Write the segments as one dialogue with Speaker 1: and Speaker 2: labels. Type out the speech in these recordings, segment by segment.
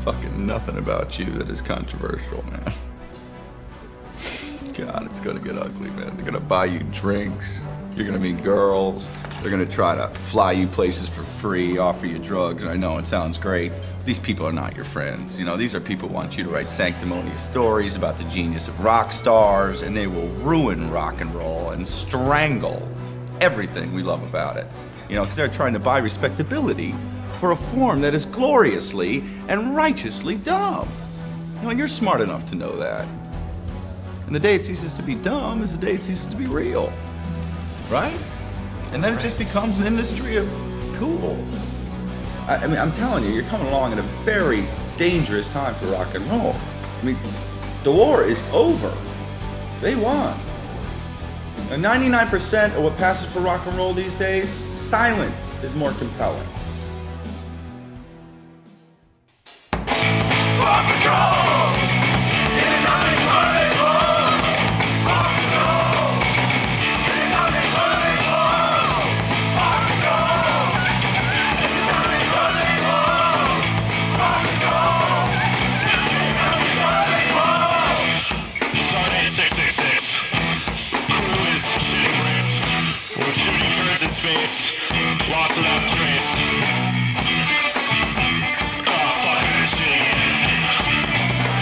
Speaker 1: fucking nothing about you that is controversial, man. God, it's gonna get ugly, man. They're gonna buy you drinks. You're gonna meet girls. They're gonna try to fly you places for free, offer you drugs. And I know it sounds great, but these people are not your friends. You know, these are people who want you to write sanctimonious stories about the genius of rock stars, and they will ruin rock and roll and strangle everything we love about it. You know, because they're trying to buy respectability for a form that is gloriously and righteously dumb. You know, and you're smart enough to know that. And the day it ceases to be dumb is the day it ceases to be real. Right? And then it just becomes an industry of cool. I, I mean, I'm telling you, you're coming along at a very dangerous time for rock and roll. I mean, the war is over. They won. And 99% of what passes for rock and roll these days, silence is more compelling.
Speaker 2: Started 666. Crew is shitting race. We're shooting turns in space. Lost without trace. Oh, fuck, I'm shitting it.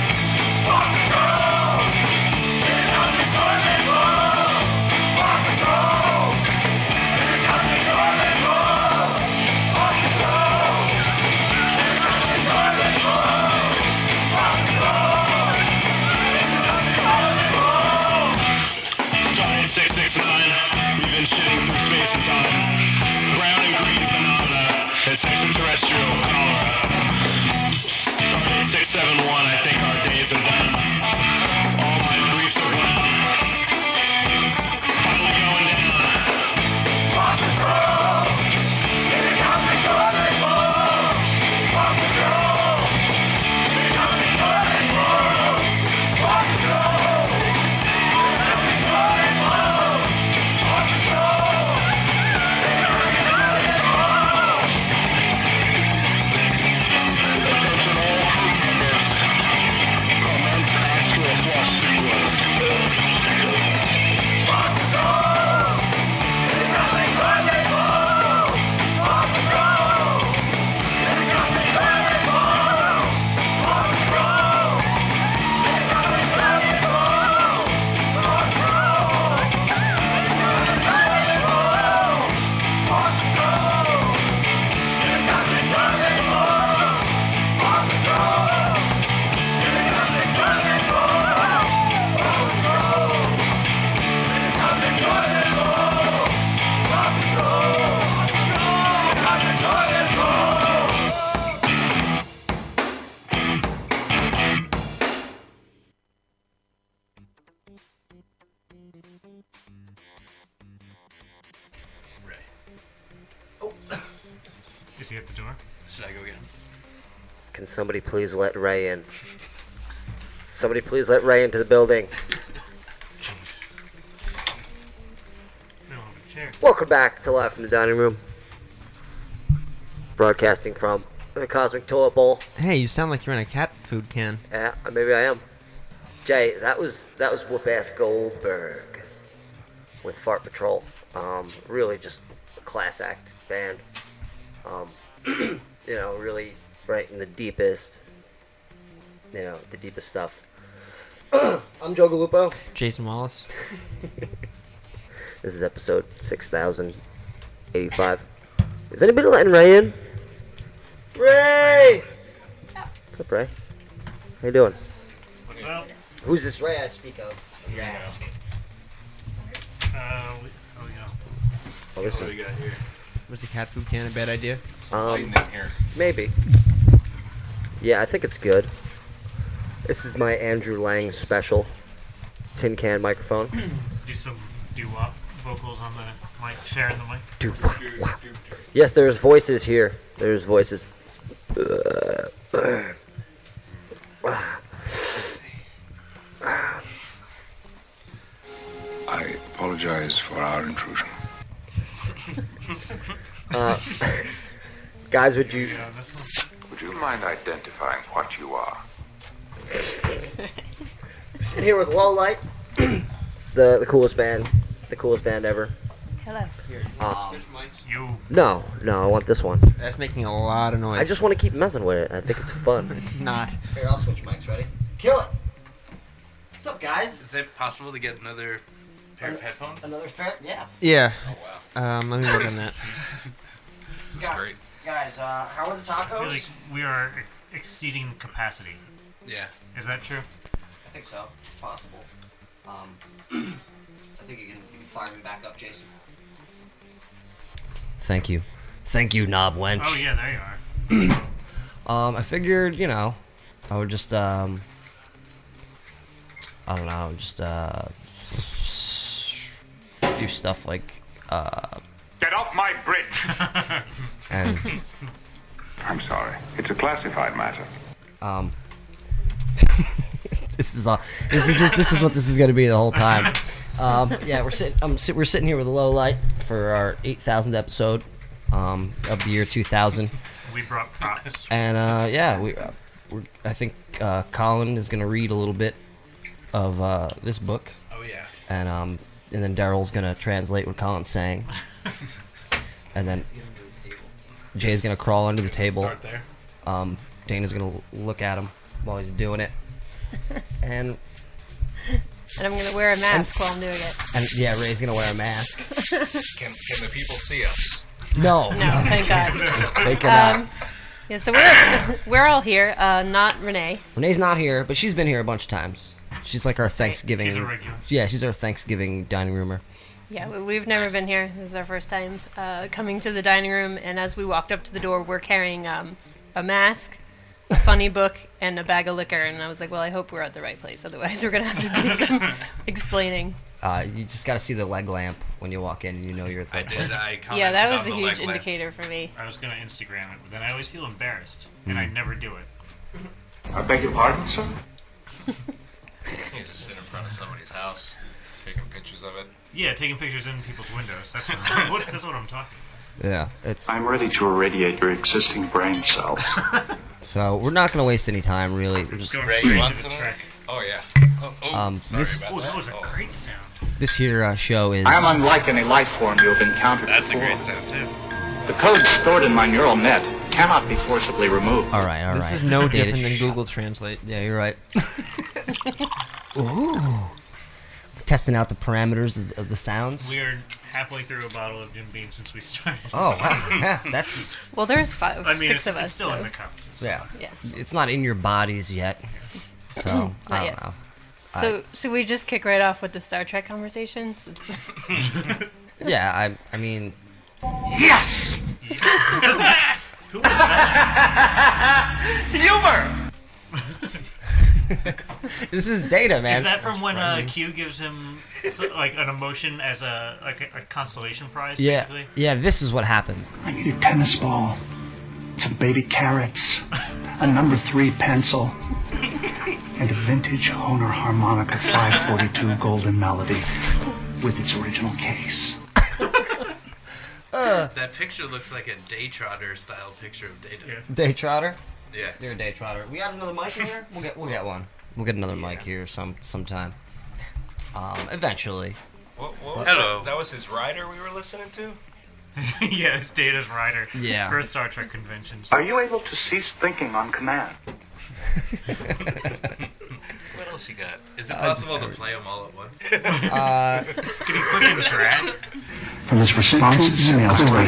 Speaker 2: Started 669. We've been shitting through space and time. Brown and green phenomena. It's extraterrestrial cholera. Started 671. I think our days are done. All my briefs are gone. Finally going down.
Speaker 3: Is he at the door?
Speaker 4: Should I go get him?
Speaker 5: Can somebody please let Ray in? Somebody please let Ray into the building.
Speaker 3: Jeez. No, I'm a chair.
Speaker 5: Welcome back to Live from the Dining Room. Broadcasting from the Cosmic Toilet Bowl.
Speaker 6: Hey, you sound like you're in a cat food can.
Speaker 5: Yeah, Uh, maybe I am. Jay, that was that was whoop ass Goldberg with Fart Patrol. Um, really just a class act band. Um, you know, really right in the deepest you know, the deepest stuff. I'm Joe Galupo.
Speaker 6: Jason Wallace.
Speaker 5: This is episode six thousand eighty five. Is anybody letting Ray in? Ray What's up, Ray? How you doing?
Speaker 3: What's up?
Speaker 5: Who's this Ray I speak of? Rask.
Speaker 3: Uh, we, oh, yeah.
Speaker 5: Oh, this
Speaker 4: What do
Speaker 5: is
Speaker 4: we got here?
Speaker 6: Was the cat food can a bad idea?
Speaker 4: Some
Speaker 5: Um,
Speaker 4: lighting in here.
Speaker 5: maybe. Yeah, I think it's good. This is my Andrew Lang special tin can microphone.
Speaker 3: Do some doo wop vocals on the mic, sharing the mic.
Speaker 5: Do- yes, there's voices here. There's voices.
Speaker 7: Uh,
Speaker 8: I apologize for our intrusion. Uh,
Speaker 5: Guys, would you
Speaker 3: Yeah, this one.
Speaker 9: Would you mind identifying what you are?
Speaker 7: Sitting here with Low Light, the the coolest band, the coolest band ever.
Speaker 10: Hello.
Speaker 3: um, You
Speaker 7: No, no, I want this one.
Speaker 6: That's making a lot of noise.
Speaker 7: I just want to keep messing with it. I think it's fun.
Speaker 6: It's not.
Speaker 7: Here, I'll switch mics. Ready? Kill it. What's up, guys?
Speaker 11: Is it possible to get another pair of headphones?
Speaker 7: Another fair, yeah.
Speaker 6: Yeah.
Speaker 4: Oh,
Speaker 6: Um, let me work on that.
Speaker 11: This is
Speaker 7: Yeah.
Speaker 11: great.
Speaker 7: Guys, uh, how are the tacos?
Speaker 3: really, we are e-, exceeding capacity.
Speaker 11: Yeah.
Speaker 3: Is that true?
Speaker 7: I think so. It's possible. Um, I think you can, you can fire me back up, Jason.
Speaker 5: Thank you. Thank you, Knob Wench.
Speaker 3: Oh yeah, there you are.
Speaker 5: Um, I figured, you know, I would just, um, I don't know, just, uh, do stuff like, uh,
Speaker 12: Get off my bridge!
Speaker 5: and,
Speaker 9: I'm sorry. It's a classified matter.
Speaker 5: um, this is all, this is, this is what this is gonna be the whole time. Um, yeah, we're sitting, I'm, sit, we're sitting here with a low light for our 8,000th episode, um, of the year 2000.
Speaker 3: We brought props.
Speaker 5: And uh, yeah, we, uh, we're, I think uh, Colin is gonna read a little bit of uh, this book,
Speaker 11: Oh yeah.
Speaker 5: and um, and then Daryl's gonna translate what Colin's saying, and then Jay's gonna crawl under the table.
Speaker 11: Start there.
Speaker 5: Um, Dana's gonna l- look at him while he's doing it, and
Speaker 10: And I'm gonna wear a mask while I'm doing it.
Speaker 5: and yeah, Ray's gonna wear a mask.
Speaker 11: Can can the people see us?
Speaker 5: No,
Speaker 10: No, thank God.
Speaker 5: take it out.
Speaker 10: Um, yeah, so we're we're all here. Uh, not Renee.
Speaker 5: Renee's not here, but she's been here a bunch of times. She's like our Thanksgiving.
Speaker 3: She's a regular.
Speaker 5: yeah, she's our Thanksgiving dining roomer.
Speaker 10: Yeah, we, we've never been here. This is our first time uh, coming to the dining room. And as we walked up to the door, we're carrying um, a mask, a funny book, and a bag of liquor. And I was like, well, I hope we're at the right place. Otherwise, we're gonna have to do some explaining.
Speaker 5: Uh, you just gotta see the leg lamp when you walk in, and you know you're at the
Speaker 11: I
Speaker 5: right
Speaker 11: did.
Speaker 5: place.
Speaker 11: I commented
Speaker 10: yeah, that was
Speaker 11: on
Speaker 10: a
Speaker 11: the
Speaker 10: huge
Speaker 11: leg lamp.
Speaker 10: indicator for me.
Speaker 3: I was gonna Instagram it, but then I always feel embarrassed, and I never do it.
Speaker 9: I beg your pardon, sir?
Speaker 11: You just sit in front of somebody's house, taking pictures of it.
Speaker 3: Yeah, taking pictures in people's windows. That's what, what- that's what I'm talking.
Speaker 5: Yeah, it's
Speaker 13: I'm ready to irradiate your existing brain cells.
Speaker 5: so we're not gonna waste any time really. We're just
Speaker 3: Going
Speaker 11: Ray,
Speaker 3: straight
Speaker 11: you
Speaker 3: to
Speaker 11: want
Speaker 3: the
Speaker 11: some of
Speaker 3: track.
Speaker 11: this? Oh yeah. Oh, oh
Speaker 5: Um,
Speaker 11: sorry
Speaker 5: this-
Speaker 11: about
Speaker 3: Oh, that
Speaker 11: that.
Speaker 3: was a
Speaker 11: Oh,
Speaker 3: great sound.
Speaker 5: this here uh, show is.
Speaker 13: I am unlike any life form you have encountered
Speaker 11: that's a
Speaker 13: before.
Speaker 11: great sound too.
Speaker 13: The code stored in my neural net cannot be forcibly removed.
Speaker 5: all right, all right.
Speaker 6: This is no
Speaker 5: Data
Speaker 6: different than
Speaker 5: sh-
Speaker 6: Google Translate.
Speaker 5: Yeah, you're right. Ooh, testing out the parameters of, of the sounds.
Speaker 3: We are halfway through a bottle of Jim Beam since we started.
Speaker 5: Oh wow, yeah, that's
Speaker 10: Well, there's five,
Speaker 3: I mean,
Speaker 10: six
Speaker 3: it's,
Speaker 10: of
Speaker 3: it's
Speaker 10: us.
Speaker 3: still
Speaker 10: so-
Speaker 3: in the cup.
Speaker 5: yeah.
Speaker 10: yeah.
Speaker 5: It's not in your bodies yet, so I
Speaker 10: Not
Speaker 5: don't
Speaker 10: yet.
Speaker 5: know.
Speaker 10: So should we just kick right off with the Star Trek conversations? It's-
Speaker 5: Yeah, I, I mean,
Speaker 3: Who was that?
Speaker 5: this is data, man.
Speaker 3: Is that from when uh, Q gives him so- like an emotion as a like a, a consolation prize?
Speaker 5: yeah,
Speaker 3: Basically?
Speaker 5: yeah. This is what happens.
Speaker 13: I need a tennis ball, some baby carrots, a number three pencil, and a vintage Honer Harmonica 542 Golden Melody with its original case.
Speaker 3: Uh.
Speaker 11: That picture looks like a day trotter style picture of Data.
Speaker 3: Yeah.
Speaker 5: Day trotter.
Speaker 11: Yeah.
Speaker 5: You're a day trotter. We got another mic in here. We'll get we'll get one. We'll get another mic here some sometime. Um, eventually.
Speaker 2: What, what was
Speaker 11: Hello.
Speaker 2: That? that was his rider we were listening to?
Speaker 3: yeah, it's Data's rider.
Speaker 5: Yeah.
Speaker 3: For Star Trek conventions.
Speaker 13: Are you able to cease thinking on command?
Speaker 2: What else you got?
Speaker 11: Is it possible to play them all at once?
Speaker 3: Uh,
Speaker 13: From his responses emails to my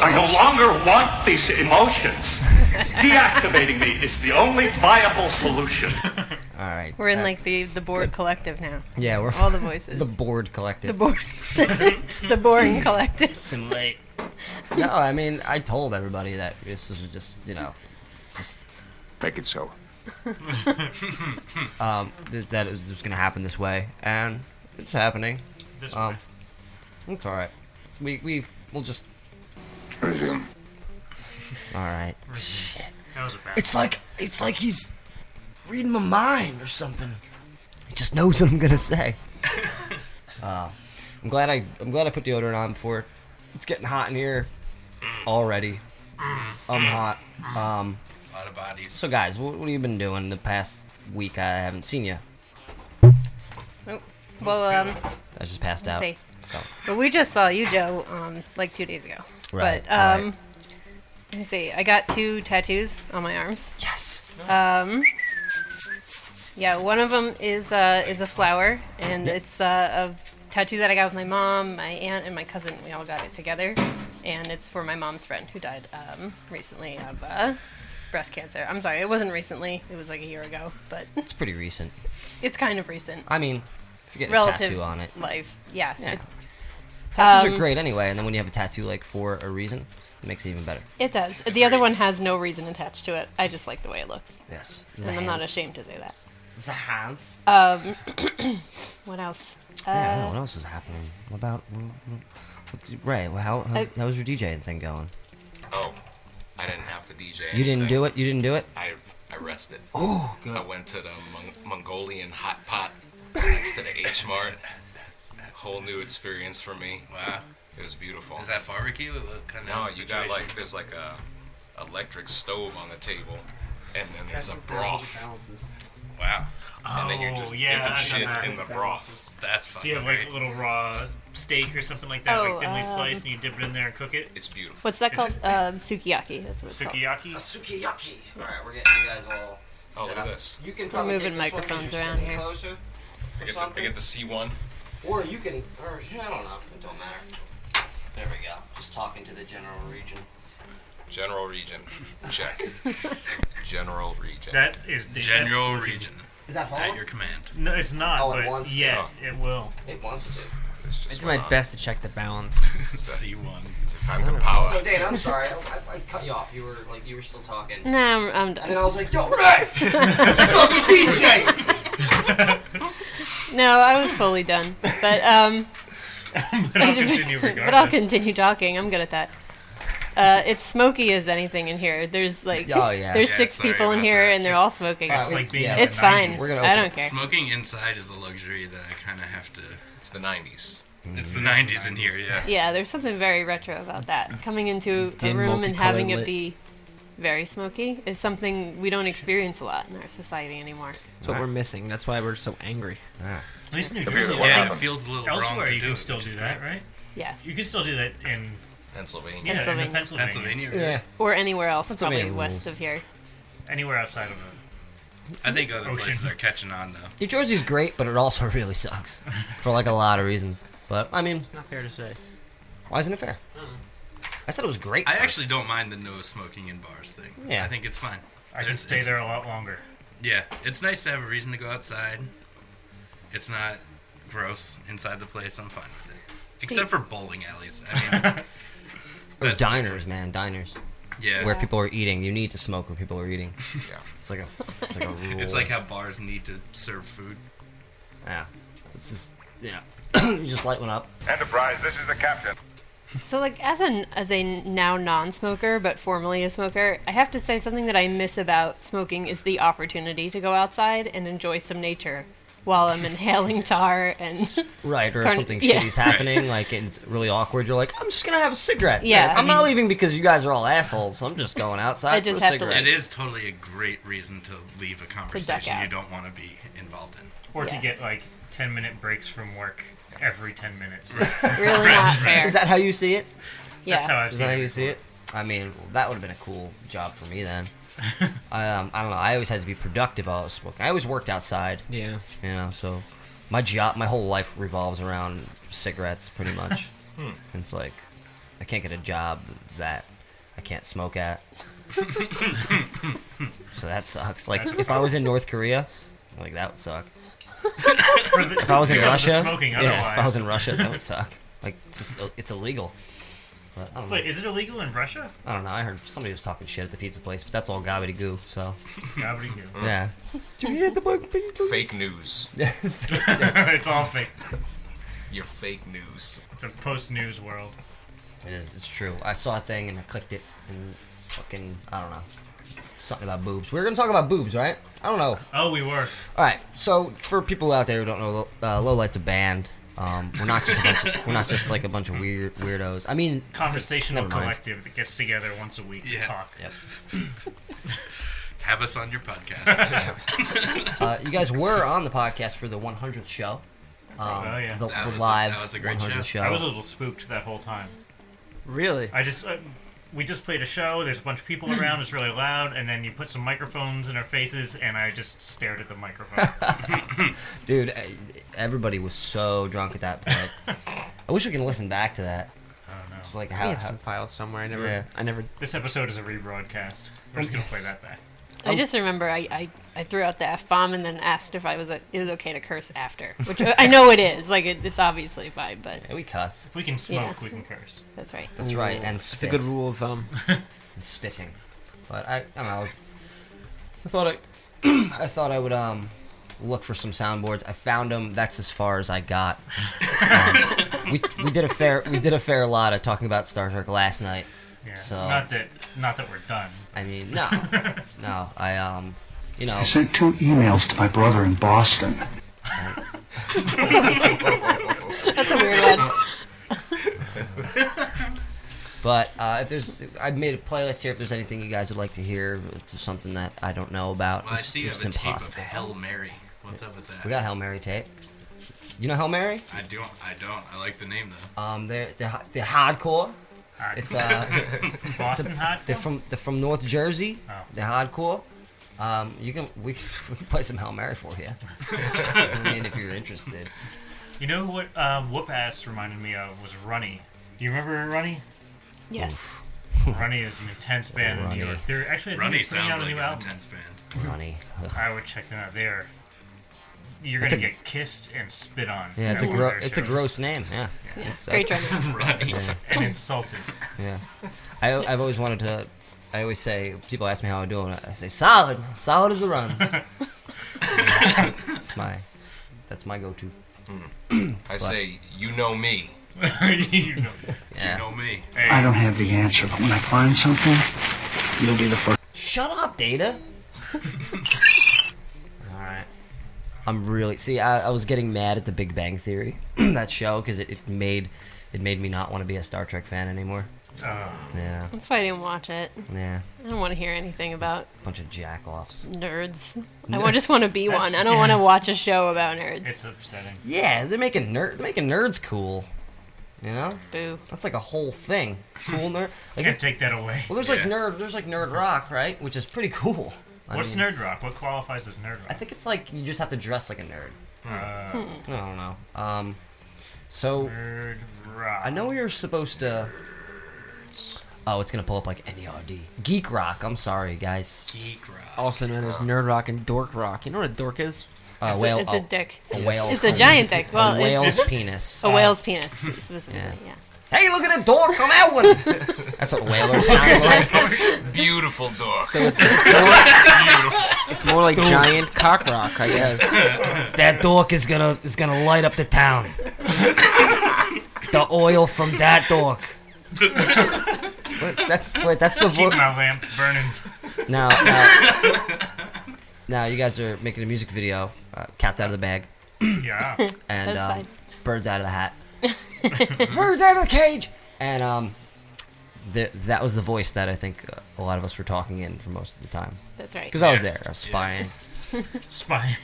Speaker 13: I no longer want these emotions. Deactivating me is the only viable solution.
Speaker 5: All right.
Speaker 10: We're in
Speaker 5: Uh,
Speaker 10: like the the board collective now.
Speaker 5: yeah. We're
Speaker 10: All the voices.
Speaker 5: the board
Speaker 10: The
Speaker 5: collective.
Speaker 10: board, the boring collective.
Speaker 5: Simulate. no, I mean I told everybody that this was just you know, just
Speaker 9: Make it so.
Speaker 5: um th- that it was just gonna happen this way, and it's happening.
Speaker 3: This
Speaker 5: Um,
Speaker 3: way.
Speaker 5: it's all right. We we we'll just
Speaker 9: Resume.
Speaker 5: all right.
Speaker 3: That was a bad.
Speaker 5: It's like it's like he's reading my mind or something. He just knows what I'm gonna say. uh, I'm glad I I'm glad I put deodorant on before. It's getting hot in here already. I'm hot. Um,
Speaker 2: A lot of bodies.
Speaker 5: So, guys, what, what have you been doing the past week? I haven't seen you.
Speaker 10: Oh, well, um,
Speaker 5: I just passed
Speaker 10: let's
Speaker 5: out.
Speaker 10: see.
Speaker 5: So,
Speaker 10: Well, we just saw you, Joe, um, like two days ago.
Speaker 5: Right,
Speaker 10: But um, let me see. I got two tattoos on my arms. Yes. Um, yeah, one of them is uh, is a flower, and it's uh, a tattoo that I got with my mom, my aunt, and my cousin. We all got it together, and it's for my mom's friend who died um, recently of uh, breast cancer. I'm sorry, it wasn't recently. It was like a year ago, but
Speaker 5: it's pretty recent.
Speaker 10: it's kind of recent.
Speaker 5: I mean, if you get
Speaker 10: Relative
Speaker 5: a tattoo on it.
Speaker 10: life. Yeah.
Speaker 5: Yeah.
Speaker 10: it's-
Speaker 5: Tattoos are
Speaker 10: Um,
Speaker 5: great anyway, and then when you have a tattoo like for a reason, it makes it even better.
Speaker 10: It does. The other one has no reason attached to it. I just like the way it looks.
Speaker 5: Yes.
Speaker 10: And
Speaker 5: The
Speaker 10: I'm not
Speaker 5: hands.
Speaker 10: ashamed to say that.
Speaker 5: The hands.
Speaker 10: Um, what else?
Speaker 5: yeah, I don't know
Speaker 10: Uh,
Speaker 5: what else is happening. What about what- what- what- Ray? well, How how's,
Speaker 10: I-
Speaker 5: how was your DJing thing going?
Speaker 2: Oh, I didn't have to DJ.
Speaker 5: You didn't do it. You didn't do it.
Speaker 2: I I rested.
Speaker 5: Oh, good.
Speaker 2: I went to the Mon- Mongolian hot pot next to the H Mart. Whole new experience for me. Wow. It was beautiful.
Speaker 11: Is that barbecue? What kind
Speaker 2: No,
Speaker 11: of
Speaker 2: you got
Speaker 11: situation?
Speaker 2: like there's like a electric stove on the table, and then there's a
Speaker 11: Passes down
Speaker 2: broth. Wow. and then you're
Speaker 3: Oh,
Speaker 2: just
Speaker 3: yeah,
Speaker 2: dipping
Speaker 3: I've done
Speaker 2: shit
Speaker 3: that.
Speaker 2: in the broth. That's
Speaker 3: Do you have like a little raw steak or something like that,
Speaker 10: Oh,
Speaker 3: like thinly
Speaker 10: um,
Speaker 3: sliced, and you dip it in there and cook it?
Speaker 2: It's beautiful.
Speaker 10: what's that called? Um, sukiyaki. That's what it's called.
Speaker 3: Sukiyaki.
Speaker 5: sukiyaki. All right, we're getting you guys all.
Speaker 2: Oh, look at this.
Speaker 5: You can
Speaker 10: We're probably moving take this one 'cause microphones you're around sitting here.
Speaker 5: Closer
Speaker 2: I get, the, I get the C1.
Speaker 5: Or you can, or I don't know. It don't matter. There we go. Just talking to the general region.
Speaker 2: General region. Check. General region.
Speaker 3: That is the
Speaker 11: General
Speaker 3: that's-
Speaker 11: region.
Speaker 5: Is that
Speaker 11: At your command.
Speaker 3: No, it's not.
Speaker 5: Oh, it
Speaker 3: but
Speaker 5: wants to.
Speaker 3: yeah, it will.
Speaker 5: It wants to.
Speaker 6: I do my best to check the balance.
Speaker 2: C1. It's a time
Speaker 6: Son
Speaker 2: for
Speaker 6: of a-
Speaker 2: power.
Speaker 5: So, Dan, I'm sorry. I, I, I cut you off. You were like, you were still talking.
Speaker 10: No, I'm, I'm done.
Speaker 5: And then I was like, Yo, Ray, sucky DJ.
Speaker 10: No, I was fully done. But um,
Speaker 3: But I'll continue
Speaker 10: but I'll
Speaker 3: regardless.
Speaker 10: continue talking. I'm good at that. Uh, it's smoky as anything in here. There's like
Speaker 5: Oh, yeah.
Speaker 10: there's
Speaker 11: Yeah,
Speaker 10: six
Speaker 11: sorry
Speaker 10: people in
Speaker 11: about
Speaker 10: here
Speaker 11: that.
Speaker 10: and they're all smoking.
Speaker 3: It's like being
Speaker 5: yeah.
Speaker 3: in the
Speaker 10: it's fine.
Speaker 3: 90s.
Speaker 5: We're gonna
Speaker 10: I
Speaker 5: open
Speaker 10: don't care.
Speaker 11: Smoking inside is a luxury that I kind of have to.
Speaker 2: It's the 90s.
Speaker 11: It's the 90s in here, yeah.
Speaker 10: Yeah, there's something very retro about that. Coming into
Speaker 5: Dim,
Speaker 10: a room and having
Speaker 5: multicolored lit.
Speaker 10: it be very smoky is something we don't experience a lot in our society anymore.
Speaker 6: That's what we're missing. That's why we're so angry.
Speaker 3: At least in New
Speaker 1: Have you
Speaker 3: Jersey.
Speaker 1: ever-
Speaker 3: I
Speaker 11: Yeah,
Speaker 3: think
Speaker 11: it feels a little wrong
Speaker 3: Elsewhere,
Speaker 11: to
Speaker 3: you
Speaker 11: do
Speaker 3: can
Speaker 11: it,
Speaker 3: still
Speaker 11: which
Speaker 3: do
Speaker 11: is
Speaker 3: that,
Speaker 11: great.
Speaker 3: right?
Speaker 10: Yeah,
Speaker 3: You can still do that in
Speaker 2: Pennsylvania.
Speaker 3: yeah, in
Speaker 10: Pennsylvania.
Speaker 3: Pennsylvania.
Speaker 11: Pennsylvania.
Speaker 6: Yeah.
Speaker 10: or anywhere else,
Speaker 5: That's
Speaker 10: probably
Speaker 5: available.
Speaker 10: west of here.
Speaker 3: anywhere outside of it.
Speaker 11: I think other
Speaker 3: Ocean.
Speaker 11: places are catching on though.
Speaker 5: New Jersey's great, but it also really sucks for like a lot of reasons. But I mean,
Speaker 6: Not fair to say.
Speaker 5: why isn't it fair? I said it was great.
Speaker 11: I
Speaker 5: first.
Speaker 11: actually don't mind the no smoking in bars thing.
Speaker 5: Yeah.
Speaker 11: I think it's fine.
Speaker 3: I can
Speaker 11: There's-
Speaker 3: stay
Speaker 11: it's-
Speaker 3: there a lot longer.
Speaker 11: Yeah, it's nice to have a reason to go outside. It's not gross inside the place. I'm fine with it, except for bowling alleys. I mean,
Speaker 5: Or
Speaker 11: that's
Speaker 5: diners, man, diners.
Speaker 11: yeah,
Speaker 5: Where people are eating, you need to smoke when people are eating.
Speaker 2: Yeah.
Speaker 5: It's like a, it's like a rule.
Speaker 11: it's like how bars need to serve food.
Speaker 5: yeah, it's just yeah. you just light one up.
Speaker 9: Enterprise, this is the captain.
Speaker 10: So, like, as a as a now non-smoker but formerly a smoker, I have to say something that I miss about smoking is the opportunity to go outside and enjoy some nature while I'm inhaling tar and
Speaker 5: Right, or if
Speaker 10: Turn-
Speaker 5: something
Speaker 10: yeah.
Speaker 5: shitty's happening, like and it's really awkward. You're like, I'm just gonna have a cigarette.
Speaker 10: Yeah,
Speaker 5: Like,
Speaker 10: I
Speaker 5: I'm not
Speaker 10: mean-
Speaker 5: leaving because you guys are all assholes. I'm just going outside
Speaker 10: I just
Speaker 5: for a
Speaker 10: have to
Speaker 5: cigarette.
Speaker 11: It is totally a great reason to leave a conversation you
Speaker 10: out.
Speaker 11: don't want to be involved in.
Speaker 3: Or to
Speaker 10: Yeah.
Speaker 3: get like 10 minute breaks from work every 10 minutes.
Speaker 10: really not fair.
Speaker 5: Is that how you see it?
Speaker 3: That's how
Speaker 10: yeah,
Speaker 3: I've
Speaker 5: Is
Speaker 3: seen
Speaker 5: that how
Speaker 3: it.
Speaker 5: you see it? I mean, well, that would have been a cool job for me then. I, um, I don't know. I always had to be productive while I was smoking. I always worked outside,
Speaker 6: Yeah.
Speaker 5: you know. So my job, my whole life revolves around cigarettes, pretty much. Hmm. It's like I can't get a job that I can't smoke at. so that sucks. Like if I was in North Korea, like that would suck.
Speaker 3: For the-
Speaker 5: If I was in
Speaker 3: because of the
Speaker 5: Russia,
Speaker 3: smoking
Speaker 5: yeah.
Speaker 3: otherwise.
Speaker 5: If I was in Russia, that would suck. Like it's, just, it's illegal. But I don't know.
Speaker 3: Wait, is it illegal in Russia?
Speaker 5: I don't know. I heard somebody was talking shit at the pizza place, but that's all gobbledygoo. So
Speaker 3: Gobbledygook.
Speaker 5: yeah,
Speaker 2: Fake news.
Speaker 3: it's all fake.
Speaker 2: Your fake news.
Speaker 3: It's a post news world.
Speaker 5: it is. It's true. I saw a thing and I clicked it and fucking I don't know something about boobs. We were gonna talk about boobs, right? I don't know.
Speaker 3: Oh, we were.
Speaker 5: All right. So for people out there who don't know, uh, Low Light's a band Um, we're not just a bunch of, we're not just like a bunch of weird weirdos. I mean,
Speaker 3: Conversational
Speaker 5: never mind.
Speaker 3: collective that gets together once a week
Speaker 11: Yeah.
Speaker 3: to talk.
Speaker 11: Have us on your podcast.
Speaker 5: uh, you guys were on the podcast for the 100th show. Um,
Speaker 3: oh yeah,
Speaker 5: the, the live 100th show.
Speaker 3: I was a little spooked that whole time.
Speaker 5: Really?
Speaker 3: I just uh, we just played a show. There's a bunch of people around. It's really loud, and then you put some microphones in our faces, and I just stared at the microphone.
Speaker 5: Dude, I- everybody was so drunk at that point. I wish we can listen back to that. I don't know. Just like how,
Speaker 6: we have
Speaker 5: how-
Speaker 6: some files somewhere. I never.
Speaker 5: Yeah.
Speaker 6: I never.
Speaker 3: This episode is a rebroadcast. We're just gonna
Speaker 6: Yes.
Speaker 3: play that back.
Speaker 5: Oh,
Speaker 10: I just remember I, I, I threw out the f bomb and then asked if I was a, it was okay to curse after, which I know it is. Like it, it's obviously fine, but
Speaker 5: Yeah, we cuss.
Speaker 3: If we can smoke, we can curse.
Speaker 10: That's right.
Speaker 5: That's right. And
Speaker 6: It's a good
Speaker 5: rule of thumb. and spitting, but I, I don't know. I, was, I thought I, I thought I would um, look for some soundboards. I found them. That's as far as I got. Um, we, we did a fair we did a fair lot of talking about Star Trek last night.
Speaker 3: Yeah.
Speaker 5: So
Speaker 3: Not that not that we're done.
Speaker 5: I mean, no, no. I um, you know.
Speaker 13: I sent two emails to my brother in Boston.
Speaker 10: That's a weird one.
Speaker 5: But uh, if there's, I made a playlist here. If there's anything you guys would like to hear, it's just something that I don't know about,
Speaker 11: well, I
Speaker 5: which-
Speaker 11: see you
Speaker 5: which
Speaker 11: have
Speaker 5: is
Speaker 11: a tape of uh,
Speaker 5: impossible.
Speaker 11: Hell Mary. What's up with that?
Speaker 5: We got Hail Mary tape. You know Hail Mary?
Speaker 11: I don't. I don't. I like the name though.
Speaker 5: Um, they're they're, hi- they're hardcore.
Speaker 11: Hardcore.
Speaker 5: It's uh,
Speaker 11: Boston
Speaker 5: it's
Speaker 11: hardcore?
Speaker 5: They're from they're from North Jersey.
Speaker 11: Oh.
Speaker 5: They're hardcore. Um, you can we, can we can play some Hail Mary for you. I mean, if you're interested.
Speaker 3: You know what? Um, Whoop ass reminded me of was Runny. Do you remember Runny?
Speaker 10: Yes.
Speaker 3: Runny is an intense band in New
Speaker 5: Runny.
Speaker 3: York. They're actually I think
Speaker 11: Runny
Speaker 3: they're putting
Speaker 11: sounds
Speaker 3: out a
Speaker 11: like
Speaker 3: new
Speaker 11: an
Speaker 3: album.
Speaker 11: intense band.
Speaker 5: Ronnie.
Speaker 3: I would check them out. They're you're
Speaker 5: That's
Speaker 3: gonna
Speaker 5: a-
Speaker 3: get kissed and spit on.
Speaker 5: Yeah, it's a
Speaker 3: at one of
Speaker 5: gro-
Speaker 3: their
Speaker 5: it's a
Speaker 3: shows.
Speaker 5: gross name. Yeah.
Speaker 10: Yeah,
Speaker 5: It's-
Speaker 10: great
Speaker 5: that's-
Speaker 10: job. Right.
Speaker 5: Yeah.
Speaker 3: and insulted.
Speaker 5: Yeah. I, I've always wanted to. I always say, people ask me how I'm doing. I say, solid. Solid as the runs. that's my that's my go to.
Speaker 2: I say, you know me.
Speaker 3: you know,
Speaker 5: Yeah.
Speaker 11: me.
Speaker 13: I don't have the answer, but when I find something, you'll be the first.
Speaker 5: Shut up, Data. Alright. I'm really. See, I, I was getting mad at the Big Bang Theory, that show, because it, it made. It made me not want to be a Star Trek fan anymore. Yeah,
Speaker 10: That's why I didn't watch it.
Speaker 5: yeah,
Speaker 10: I don't want to hear anything about
Speaker 5: bunch of jack offs.
Speaker 10: nerds. I
Speaker 5: No.
Speaker 10: wa- just want to be one. I don't want to watch a show about nerds.
Speaker 3: It's upsetting.
Speaker 5: Yeah, they're making nerd making nerds cool. You know?
Speaker 10: Boo.
Speaker 5: That's like a whole thing. Cool nerd. Like
Speaker 3: Can't take that away.
Speaker 5: Well, there's like nerd there's like nerd rock, right? Which is pretty cool. I
Speaker 3: What's
Speaker 5: mean,
Speaker 3: nerd rock? What qualifies as nerd rock?
Speaker 5: I think it's like you just have to dress like a nerd.
Speaker 3: Uh,
Speaker 5: I don't know. Um so
Speaker 3: nerd rock.
Speaker 5: I know you're supposed to Oh, it's gonna pull up like NERD. Geek rock, I'm sorry guys. Geek rock.
Speaker 6: Also known as nerd rock and dork rock. You know what a dork is?
Speaker 5: A
Speaker 10: It's a-
Speaker 5: whale
Speaker 10: it's a dick.
Speaker 5: A whale.
Speaker 10: It's a giant dick. Well,
Speaker 5: a
Speaker 10: it's-
Speaker 5: whale's penis.
Speaker 10: A whale's penis, specifically. Yeah.
Speaker 5: Hey, look at the dork on that one. That's what whalers sound like.
Speaker 2: Beautiful dog.
Speaker 6: So it's, it's more, it's more like giant cock rock, I guess.
Speaker 5: that dork is gonna is gonna light up the town. the oil from that dork. Wait, that's wait, that's the
Speaker 3: Keep
Speaker 5: voice.
Speaker 3: my lamp burning.
Speaker 5: Now, now, now you guys are making a music video. Uh, Cat's out of the bag.
Speaker 3: Yeah.
Speaker 5: And
Speaker 3: That's
Speaker 5: um,
Speaker 3: fine.
Speaker 5: birds out of the hat. birds out of the cage. And um, the, that was the voice that I think uh, a lot of us were talking in for most of the time.
Speaker 10: That's right.
Speaker 5: Because I was
Speaker 10: Yeah.
Speaker 5: there, I was spying.
Speaker 3: Spy.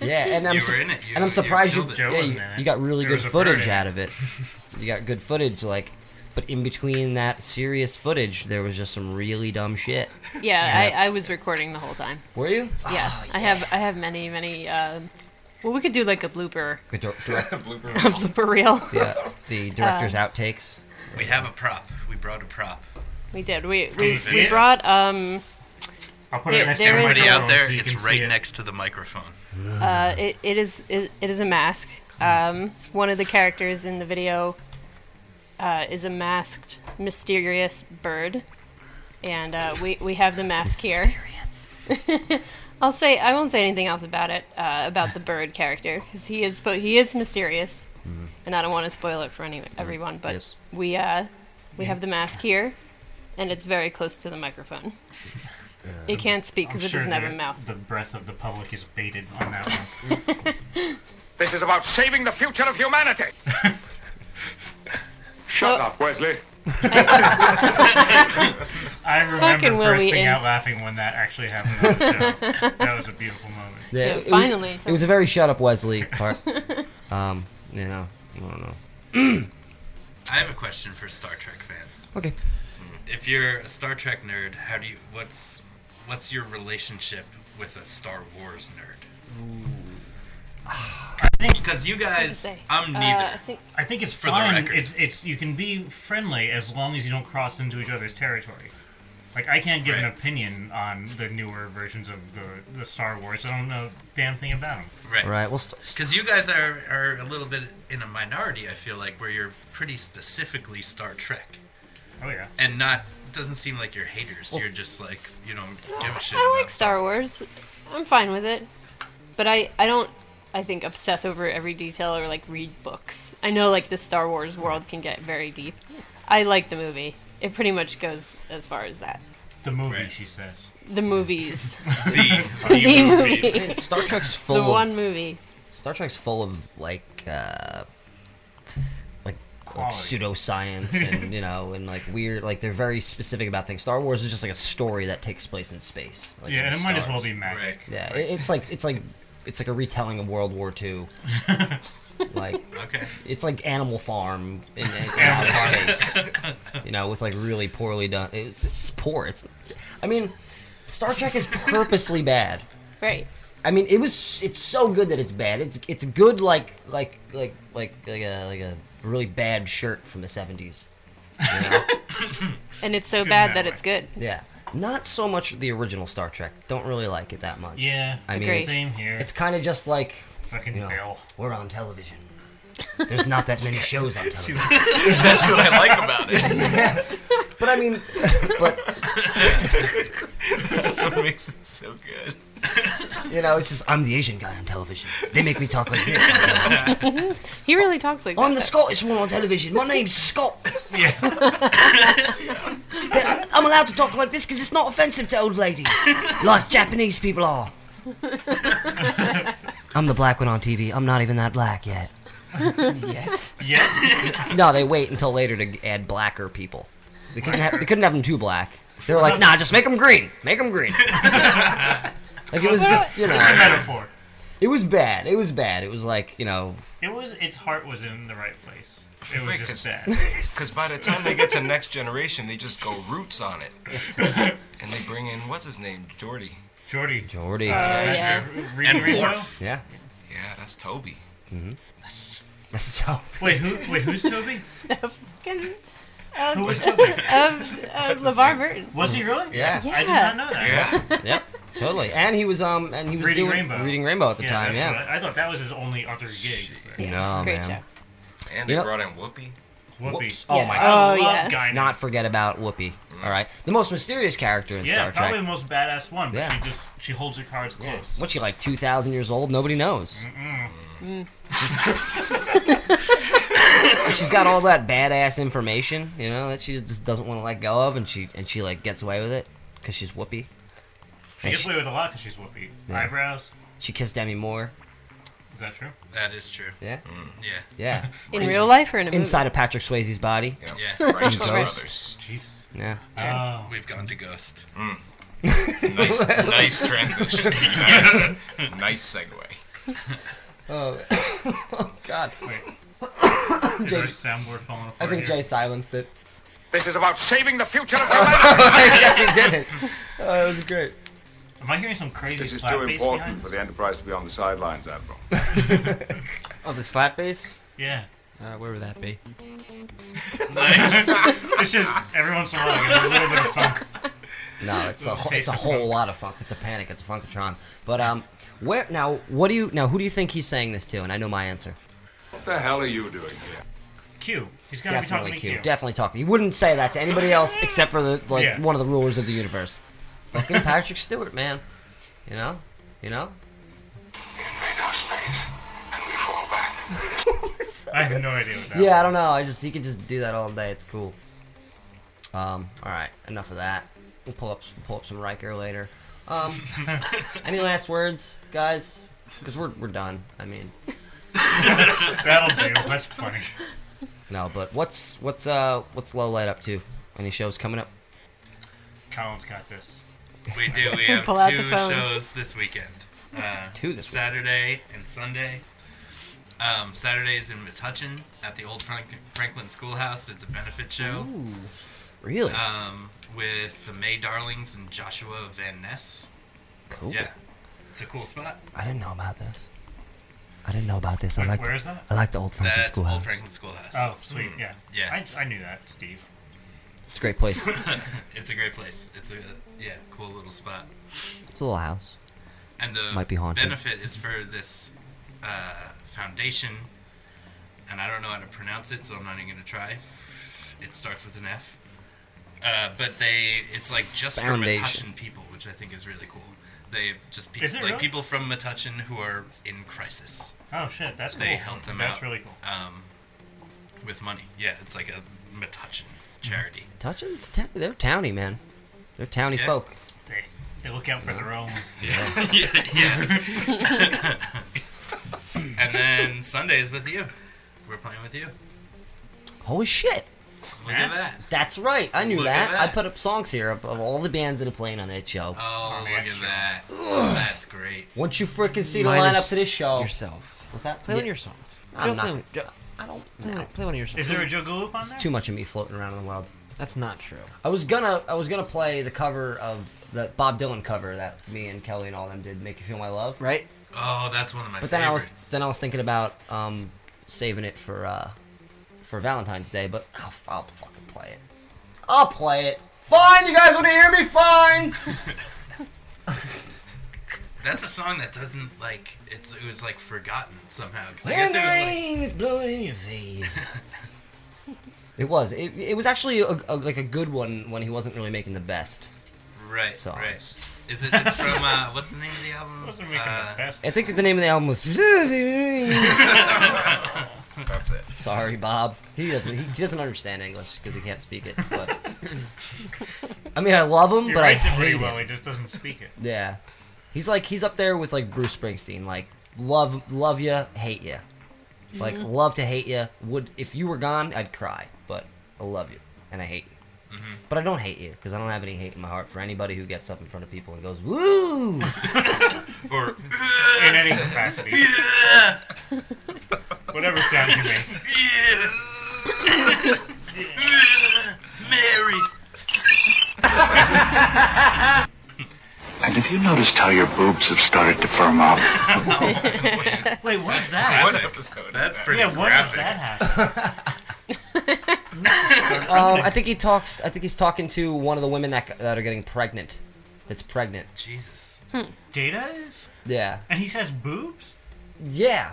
Speaker 5: Yeah, and I'm
Speaker 3: You
Speaker 5: su-
Speaker 3: were in it. You-
Speaker 5: and I'm
Speaker 3: you
Speaker 5: surprised you,
Speaker 3: killed it. Joe
Speaker 5: yeah,
Speaker 3: wasn't
Speaker 5: you,
Speaker 3: in it.
Speaker 5: you got really
Speaker 3: There
Speaker 5: good
Speaker 3: was a bird
Speaker 5: footage
Speaker 3: in
Speaker 5: out of it. You got good footage, like, but in between that serious footage, there was just some really dumb shit.
Speaker 10: Yeah, I, I was recording the whole time.
Speaker 5: Were you?
Speaker 10: Yeah, I have I have many many. Um, well, we could do like a blooper.
Speaker 5: The dir- direct-
Speaker 10: A blooper reel.
Speaker 5: Yeah, the director's
Speaker 10: Uh,
Speaker 5: outtakes.
Speaker 11: We have a prop. We brought a prop.
Speaker 10: We did. We
Speaker 11: From
Speaker 10: we,
Speaker 11: the
Speaker 10: we
Speaker 11: video.
Speaker 10: brought um.
Speaker 3: I'll
Speaker 11: Put it next to
Speaker 10: there is
Speaker 11: everybody
Speaker 10: a-
Speaker 11: out there.
Speaker 3: so you can
Speaker 11: it's
Speaker 3: see
Speaker 11: right
Speaker 3: it.
Speaker 11: next to the microphone.
Speaker 10: Uh, it, it is it, it is a mask. Um, one of the characters in the video uh, is a masked, mysterious bird, and uh, we we have the mask here. I'll say I won't say anything else about it uh, about the bird character because he is but he is mysterious, and I don't want to spoil it for any everyone. But we uh, we have the mask here, and it's very close to the microphone. it can't speak
Speaker 3: I'm
Speaker 10: because it
Speaker 3: sure
Speaker 10: doesn't have a
Speaker 3: the-
Speaker 10: mouth.
Speaker 3: The breath of the public is baited on that one.
Speaker 9: This is about saving the future of humanity. Shut up, Wesley.
Speaker 3: I remember
Speaker 10: Fucking Will
Speaker 3: bursting
Speaker 10: Wheaton.
Speaker 3: out laughing when that actually happened. On the show. that was a beautiful moment.
Speaker 5: it was- it was, a very shut up Wesley part. um, you know, I don't know.
Speaker 11: I have a question for Star Trek fans. Hmm.
Speaker 5: Okay.
Speaker 11: If you're a Star Trek nerd, how do you what's what's your relationship with a Star Wars nerd? I think because you guys, I'm
Speaker 10: Uh,
Speaker 11: neither.
Speaker 3: I think it's
Speaker 11: for the
Speaker 3: fine.
Speaker 11: record.
Speaker 3: It's it's you can be friendly as long as you don't cross into each other's territory. Like I can't give an opinion on the newer versions of the, the Star Wars. I don't know a damn thing about them.
Speaker 11: Right.
Speaker 5: Right. Well, st-
Speaker 11: Because you guys are, are a little bit in a minority, I feel like, where you're pretty specifically Star Trek.
Speaker 3: Oh yeah.
Speaker 11: And not doesn't seem like you're haters. You're just like you don't give a shit.
Speaker 10: I like Star Wars. I'm fine with it. But I, I don't, I think, obsess over every detail or, like, read books. I know, like, the Star Wars world can get very deep. I like the movie. It pretty much goes as far as that.
Speaker 3: The movie, she says.
Speaker 10: The movies.
Speaker 3: The-
Speaker 10: the,
Speaker 3: the
Speaker 10: movie.
Speaker 3: movie. Star Trek's
Speaker 5: full
Speaker 10: The
Speaker 5: of-
Speaker 10: one movie.
Speaker 5: Star Trek's full of like uh like, like
Speaker 10: Quality.
Speaker 5: pseudoscience and you know and like weird like they're very specific about things. Star Wars is just like a story that takes place in space. Like,
Speaker 3: yeah,
Speaker 5: in
Speaker 3: and
Speaker 5: the
Speaker 3: it might as
Speaker 5: stars.
Speaker 3: well be magic.
Speaker 5: Yeah, it, it's like it's like it's like a retelling of World War II. like
Speaker 11: Okay.
Speaker 5: it's like Animal Farm in, in
Speaker 11: Animal
Speaker 5: outer
Speaker 11: Farm.
Speaker 5: space, you know, with like really poorly done. It's, it's just poor. It's, I mean, Star Trek is purposely bad.
Speaker 10: Right.
Speaker 5: I mean, it was. It's so good that it's bad. It's it's good like like like like like a like a really bad shirt from the seventies.
Speaker 10: And it's so
Speaker 5: Good in
Speaker 10: bad
Speaker 5: that
Speaker 10: that
Speaker 5: way.
Speaker 10: it's good.
Speaker 5: Yeah. Not so much the original Star Trek. Don't really like it that much.
Speaker 10: Yeah,
Speaker 5: I mean,
Speaker 10: Agree.
Speaker 3: same here.
Speaker 5: It's kind of just like
Speaker 3: fucking
Speaker 5: you know, We're on television. There's not that many shows on television.
Speaker 2: that's what I like about it.
Speaker 5: Yeah. But I mean, but
Speaker 2: That's what makes it so good.
Speaker 5: you know, it's just I'm the Asian guy on television. They make me talk like this.
Speaker 10: He really talks like
Speaker 5: I'm
Speaker 10: that.
Speaker 5: the Scottish one on television. My name's Scott.
Speaker 3: Yeah.
Speaker 5: Then I'm allowed to talk like this because it's not offensive to old ladies, like Japanese people are. I'm the black one on TV. I'm not even that black yet.
Speaker 10: Yet.
Speaker 5: No, they wait until later to add blacker people. They couldn't have, they couldn't have them too black. They were like, nah, just make them green. Make them green. like it was just, you know.
Speaker 3: It's a metaphor.
Speaker 5: It was bad. It was bad. It was like, you know,
Speaker 3: It was. Its heart was in the right place. It was just sad.
Speaker 2: Because by the time they get to next generation, they just go roots on it, and they bring in what's his name, Jordy.
Speaker 3: Jordy. Uh,
Speaker 5: Jordy.
Speaker 2: Oh, yeah.
Speaker 3: Reed
Speaker 2: And
Speaker 3: Reno?
Speaker 2: Worf.
Speaker 5: Yeah.
Speaker 2: Yeah, that's Toby.
Speaker 5: Mm-hmm. That's so.
Speaker 3: Wait, who? Wait, who's Toby?
Speaker 10: Fucking- Um,
Speaker 3: Who was
Speaker 10: of
Speaker 3: Toby?
Speaker 10: of LeVar Burton.
Speaker 3: Was he really?
Speaker 5: Yeah.
Speaker 3: I did not know that.
Speaker 5: Yeah. yep. Totally. And he was um and he was
Speaker 3: Reading
Speaker 5: doing
Speaker 3: Rainbow.
Speaker 5: reading Rainbow at the
Speaker 3: Yeah,
Speaker 5: time.
Speaker 3: that's
Speaker 5: Yeah.
Speaker 3: what I, I thought that was his only other gig.
Speaker 5: No, man.
Speaker 2: And they
Speaker 5: You know-
Speaker 2: brought in Whoopi.
Speaker 3: Whoopi.
Speaker 5: Whoops. Oh my
Speaker 3: I
Speaker 5: god.
Speaker 3: love
Speaker 5: Let's
Speaker 3: Guinan. Mm.
Speaker 5: not forget about Whoopi. All right. The most mysterious character in
Speaker 3: Yeah,
Speaker 5: Star Trek.
Speaker 3: probably the most badass one. But
Speaker 5: Yeah.
Speaker 3: she just she holds her cards close.
Speaker 5: What's she like? Two thousand years old? Nobody knows.
Speaker 3: Mm.
Speaker 5: She's got all that badass information, you know, that she just doesn't want to let go of, and she and she like gets away with it because she's Whoopi.
Speaker 3: She
Speaker 5: And
Speaker 3: gets away with a lot because she's Whoopi.
Speaker 5: Yeah.
Speaker 3: Eyebrows.
Speaker 5: She kissed Demi Moore.
Speaker 3: Is that true?
Speaker 11: That is true. Mm,
Speaker 5: Yeah.
Speaker 11: Yeah.
Speaker 5: Yeah.
Speaker 10: In real life or in a movie?
Speaker 5: Inside of Patrick Swayze's body.
Speaker 2: Yeah.
Speaker 5: And
Speaker 2: Righteous
Speaker 5: Ghost.
Speaker 2: Brothers.
Speaker 3: Jesus.
Speaker 5: Yeah.
Speaker 3: Oh.
Speaker 11: Um, We've gone to Ghost. Mm.
Speaker 2: Nice, nice transition. Nice, nice segue.
Speaker 5: Oh, God.
Speaker 3: Is our soundboard falling apart?
Speaker 5: I think
Speaker 3: here?
Speaker 5: Jay silenced it.
Speaker 9: This is about saving the future of
Speaker 5: yes,
Speaker 9: humanity.
Speaker 5: he did it. Oh, that was great.
Speaker 3: Am I hearing some crazy
Speaker 14: This is
Speaker 3: slap
Speaker 14: too
Speaker 3: bass
Speaker 14: important
Speaker 3: behind?
Speaker 14: for the Enterprise to be on the sidelines, Admiral.
Speaker 6: Oh, the slap bass?
Speaker 3: Yeah.
Speaker 6: Uh, where would that be?
Speaker 3: Nice. it's just every once in a while I get a little bit of funk.
Speaker 5: No, it's a
Speaker 3: Little
Speaker 5: whole, it's
Speaker 3: taste
Speaker 5: a
Speaker 3: of
Speaker 5: whole
Speaker 3: funk.
Speaker 5: lot of funk. It's a panic. It's a funkatron. But um, where now? What do you now? Who do you think he's saying this to? And I know my answer.
Speaker 14: What the hell are you doing here?
Speaker 3: Q. He's gonna
Speaker 5: Definitely
Speaker 3: be
Speaker 5: Q.
Speaker 3: talking to Q.
Speaker 5: Definitely talking. He wouldn't say that to anybody else except for the like
Speaker 3: Yeah.
Speaker 5: one of the rulers of the universe. Fucking Patrick Stewart, man. You know, you know.
Speaker 3: I have no idea what that
Speaker 5: Yeah, I don't know. I just he could just do that all day. It's cool. Um. All right. Enough of that. We'll pull up pull up some Riker later. Um. any last words, guys? Because we're we're done. I mean,
Speaker 3: That'll do. That's funny.
Speaker 5: No, but what's what's uh what's Low Light up to? Any shows coming up?
Speaker 3: Colin's got this.
Speaker 11: We do. We have
Speaker 3: Pull out
Speaker 11: two
Speaker 3: the phone.
Speaker 11: shows this weekend. Uh,
Speaker 5: Two this
Speaker 11: Saturday and Sunday. Um, Saturday's in Metuchen at the old Frank- Franklin Schoolhouse. It's a benefit show.
Speaker 5: Ooh, really?
Speaker 11: Um, with the May Darlings and Joshua Van Ness.
Speaker 5: Cool.
Speaker 11: Yeah, it's a cool spot.
Speaker 5: I didn't know about this. I didn't know about this. I
Speaker 11: Wait,
Speaker 5: like
Speaker 11: where is that?
Speaker 5: I like the old Franklin
Speaker 11: That's
Speaker 5: schoolhouse.
Speaker 11: Old Franklin Schoolhouse. Mm.
Speaker 3: Oh, sweet. Yeah.
Speaker 11: Yeah.
Speaker 3: I, I knew that, Steve.
Speaker 5: It's a great place.
Speaker 11: it's a great place. It's a yeah, cool little spot.
Speaker 5: it's a little house.
Speaker 11: And the
Speaker 5: might be haunted.
Speaker 11: benefit is for this uh, foundation, and I don't know how to pronounce it, so I'm not even gonna try. It starts with an F. Uh, but they, it's like just
Speaker 5: Foundation.
Speaker 11: for Metuchen people, which I think is really cool. They just people
Speaker 3: Is it
Speaker 11: like
Speaker 3: really?
Speaker 11: people from Metuchen who are in crisis.
Speaker 3: Oh, shit, that's
Speaker 11: they
Speaker 3: cool.
Speaker 11: help them
Speaker 3: That's
Speaker 11: out.
Speaker 3: really cool.
Speaker 11: Um, with money, yeah, it's like a Metuchen charity.
Speaker 5: Touching's ta- they're towny man. They're towny
Speaker 11: Yeah.
Speaker 5: folk.
Speaker 3: They, they look out for their own.
Speaker 11: Yeah. yeah. and then Sundays with you. We're playing with you.
Speaker 5: Holy shit!
Speaker 11: Look at that.
Speaker 5: That's right. I knew
Speaker 11: Look
Speaker 5: that.
Speaker 11: at
Speaker 5: I put up songs here of, of all the bands that are playing on that show.
Speaker 11: Oh, look at that. That's great.
Speaker 5: Once you freaking see the
Speaker 6: Minus
Speaker 5: lineup to this show,
Speaker 6: yourself.
Speaker 5: What's that?
Speaker 6: Play one
Speaker 5: Yeah.
Speaker 6: of your songs.
Speaker 5: I'm
Speaker 6: Don't
Speaker 5: not.
Speaker 6: play one-
Speaker 5: gonna- I don't.
Speaker 6: Play,
Speaker 5: no.
Speaker 6: play one of your songs.
Speaker 3: Is there a Jugaloop on
Speaker 5: It's
Speaker 3: there?
Speaker 5: too much of me floating around in the world.
Speaker 6: That's not true.
Speaker 5: I was gonna I was gonna play the cover of the Bob Dylan cover that me and Kelly and all them did, "Make You Feel My Love," right?
Speaker 11: Oh, that's one of my
Speaker 5: But then I was
Speaker 11: favorites.
Speaker 5: then I was thinking about um, saving it for uh, for Valentine's Day, but I'll, I'll fucking play it. I'll play it. Fine, you guys want to hear me? Fine.
Speaker 11: That's a song that doesn't, like, it's, it was, like, forgotten somehow. 'cause I
Speaker 5: When
Speaker 11: guess
Speaker 5: the
Speaker 11: it was, like,
Speaker 5: rain is blowing in your face. it was. It, it was actually a, a, like a good one when he wasn't really making the best.
Speaker 11: right,
Speaker 5: songs.
Speaker 11: right. Is it, it's from, uh, what's the name of the album?
Speaker 3: Wasn't making
Speaker 11: Uh,
Speaker 3: the best.
Speaker 5: I think that the name of the album was.
Speaker 2: That's it.
Speaker 5: Sorry, Bob. He doesn't. He doesn't understand English because he can't speak it. But I mean, I love him,
Speaker 3: He
Speaker 5: but I
Speaker 3: writes it
Speaker 5: hate
Speaker 3: pretty
Speaker 5: him.
Speaker 3: well, he just doesn't speak it.
Speaker 5: Yeah, he's like he's up there with like Bruce Springsteen. Like love, love you, hate you. Like
Speaker 3: Mhm.
Speaker 5: love to hate you. Would if you were gone, I'd cry. But I love you and I hate you.
Speaker 3: Mm-hmm.
Speaker 5: But I don't hate you because I don't have any hate in my heart for anybody who gets up in front of people and goes woo.
Speaker 11: or
Speaker 3: In any capacity. Whatever sounds you make.
Speaker 11: Mary.
Speaker 13: And have you noticed how your boobs have started to firm up?
Speaker 3: Wait, what is
Speaker 2: that? What
Speaker 11: episode? That's pretty
Speaker 3: Yeah, what does
Speaker 11: graphic.
Speaker 3: that happen?
Speaker 5: um, I think he talks. I think he's talking to one of the women that that are getting pregnant. That's pregnant.
Speaker 11: Jesus.
Speaker 3: Data is?
Speaker 5: Yeah.
Speaker 3: And he says boobs?
Speaker 5: Yeah.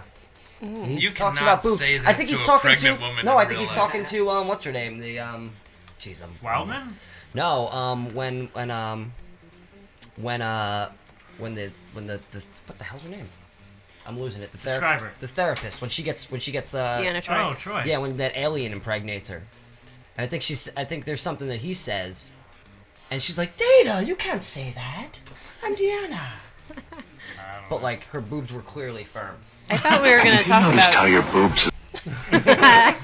Speaker 10: Mm.
Speaker 5: He
Speaker 11: You
Speaker 5: talks
Speaker 11: cannot
Speaker 5: about boobs.
Speaker 11: say
Speaker 5: I
Speaker 11: that
Speaker 5: think
Speaker 11: to
Speaker 5: he's
Speaker 11: a
Speaker 5: talking to
Speaker 11: pregnant woman
Speaker 5: no.
Speaker 11: in
Speaker 5: I think
Speaker 11: real
Speaker 5: he's
Speaker 11: life.
Speaker 5: talking to um. What's her name? The um. Jeez, I'm
Speaker 3: Wildman?
Speaker 5: No. Um. When when um. When uh. When the when the, the what the hell's her name? I'm losing it. The ther-
Speaker 3: Describe her.
Speaker 5: The therapist when she gets when she gets uh.
Speaker 10: Deanna Troy. Oh, Troy.
Speaker 5: Yeah, when that alien impregnates her, and I think she's I think there's something that he says, and she's like Data, you can't say that. I'm Deanna. But like her boobs were clearly firm.
Speaker 10: I thought we were going to talk about.
Speaker 13: your boobs.
Speaker 10: I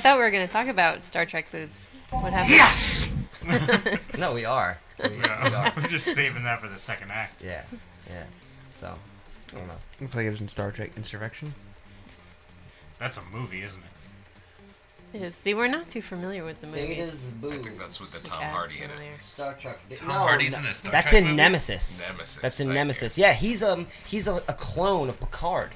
Speaker 10: thought we were going to talk about Star Trek boobs. What happened? Yes.
Speaker 5: no, we are. We, we
Speaker 3: Yeah,
Speaker 5: are.
Speaker 3: we're just saving that for the second act.
Speaker 5: Yeah, yeah. So, I don't know.
Speaker 6: You can play it in Star Trek Insurrection.
Speaker 3: That's a movie, isn't it?
Speaker 10: It is. See, we're not too familiar with the movies.
Speaker 2: I think that's with the Tom Hardy in it.
Speaker 5: Star Trek.
Speaker 2: Tom Hardy's in a Star
Speaker 5: That's
Speaker 2: Trek
Speaker 5: in
Speaker 2: movie?
Speaker 5: Nemesis.
Speaker 2: Nemesis,
Speaker 5: That's in
Speaker 2: I
Speaker 5: Nemesis. Yeah, he's um he's a, a clone of Picard.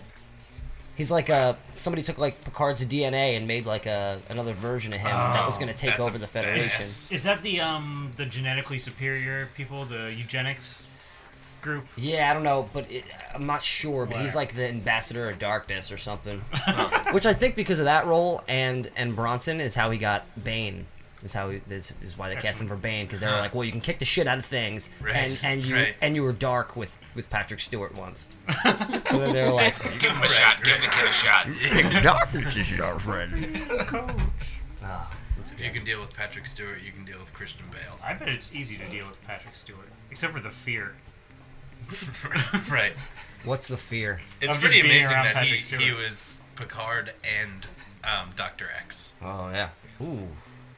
Speaker 5: He's like a somebody took like Picard's DNA and made like a another version of him
Speaker 2: Oh,
Speaker 5: that was going to take over the Federation.
Speaker 3: Is, is that the um the genetically superior people, the eugenics group?
Speaker 5: Yeah, I don't know, but it, I'm not sure. But he's
Speaker 3: Whatever.
Speaker 5: like the ambassador of darkness or something,
Speaker 2: Oh.
Speaker 5: which I think because of that role and and Bronson is how he got Bane. Is how he, this is why they
Speaker 6: That's
Speaker 5: cast him for Bane because they
Speaker 2: Uh-huh.
Speaker 5: were
Speaker 6: Huh.
Speaker 5: like, well, you can kick the shit out of things,
Speaker 6: Right,
Speaker 5: and and you
Speaker 6: right.
Speaker 5: and you were dark with with Patrick Stewart once. so then they were like,
Speaker 2: Give him a shot. Give the kid a shot.
Speaker 5: darkness is our friend. Ah,
Speaker 11: if you can deal with Patrick Stewart, you can deal with Christian Bale.
Speaker 3: I bet it's easy to deal with Patrick Stewart, except for the fear.
Speaker 11: right.
Speaker 5: What's the fear?
Speaker 11: It's pretty amazing that he, he was Picard and um, Doctor X.
Speaker 5: Oh yeah. Ooh.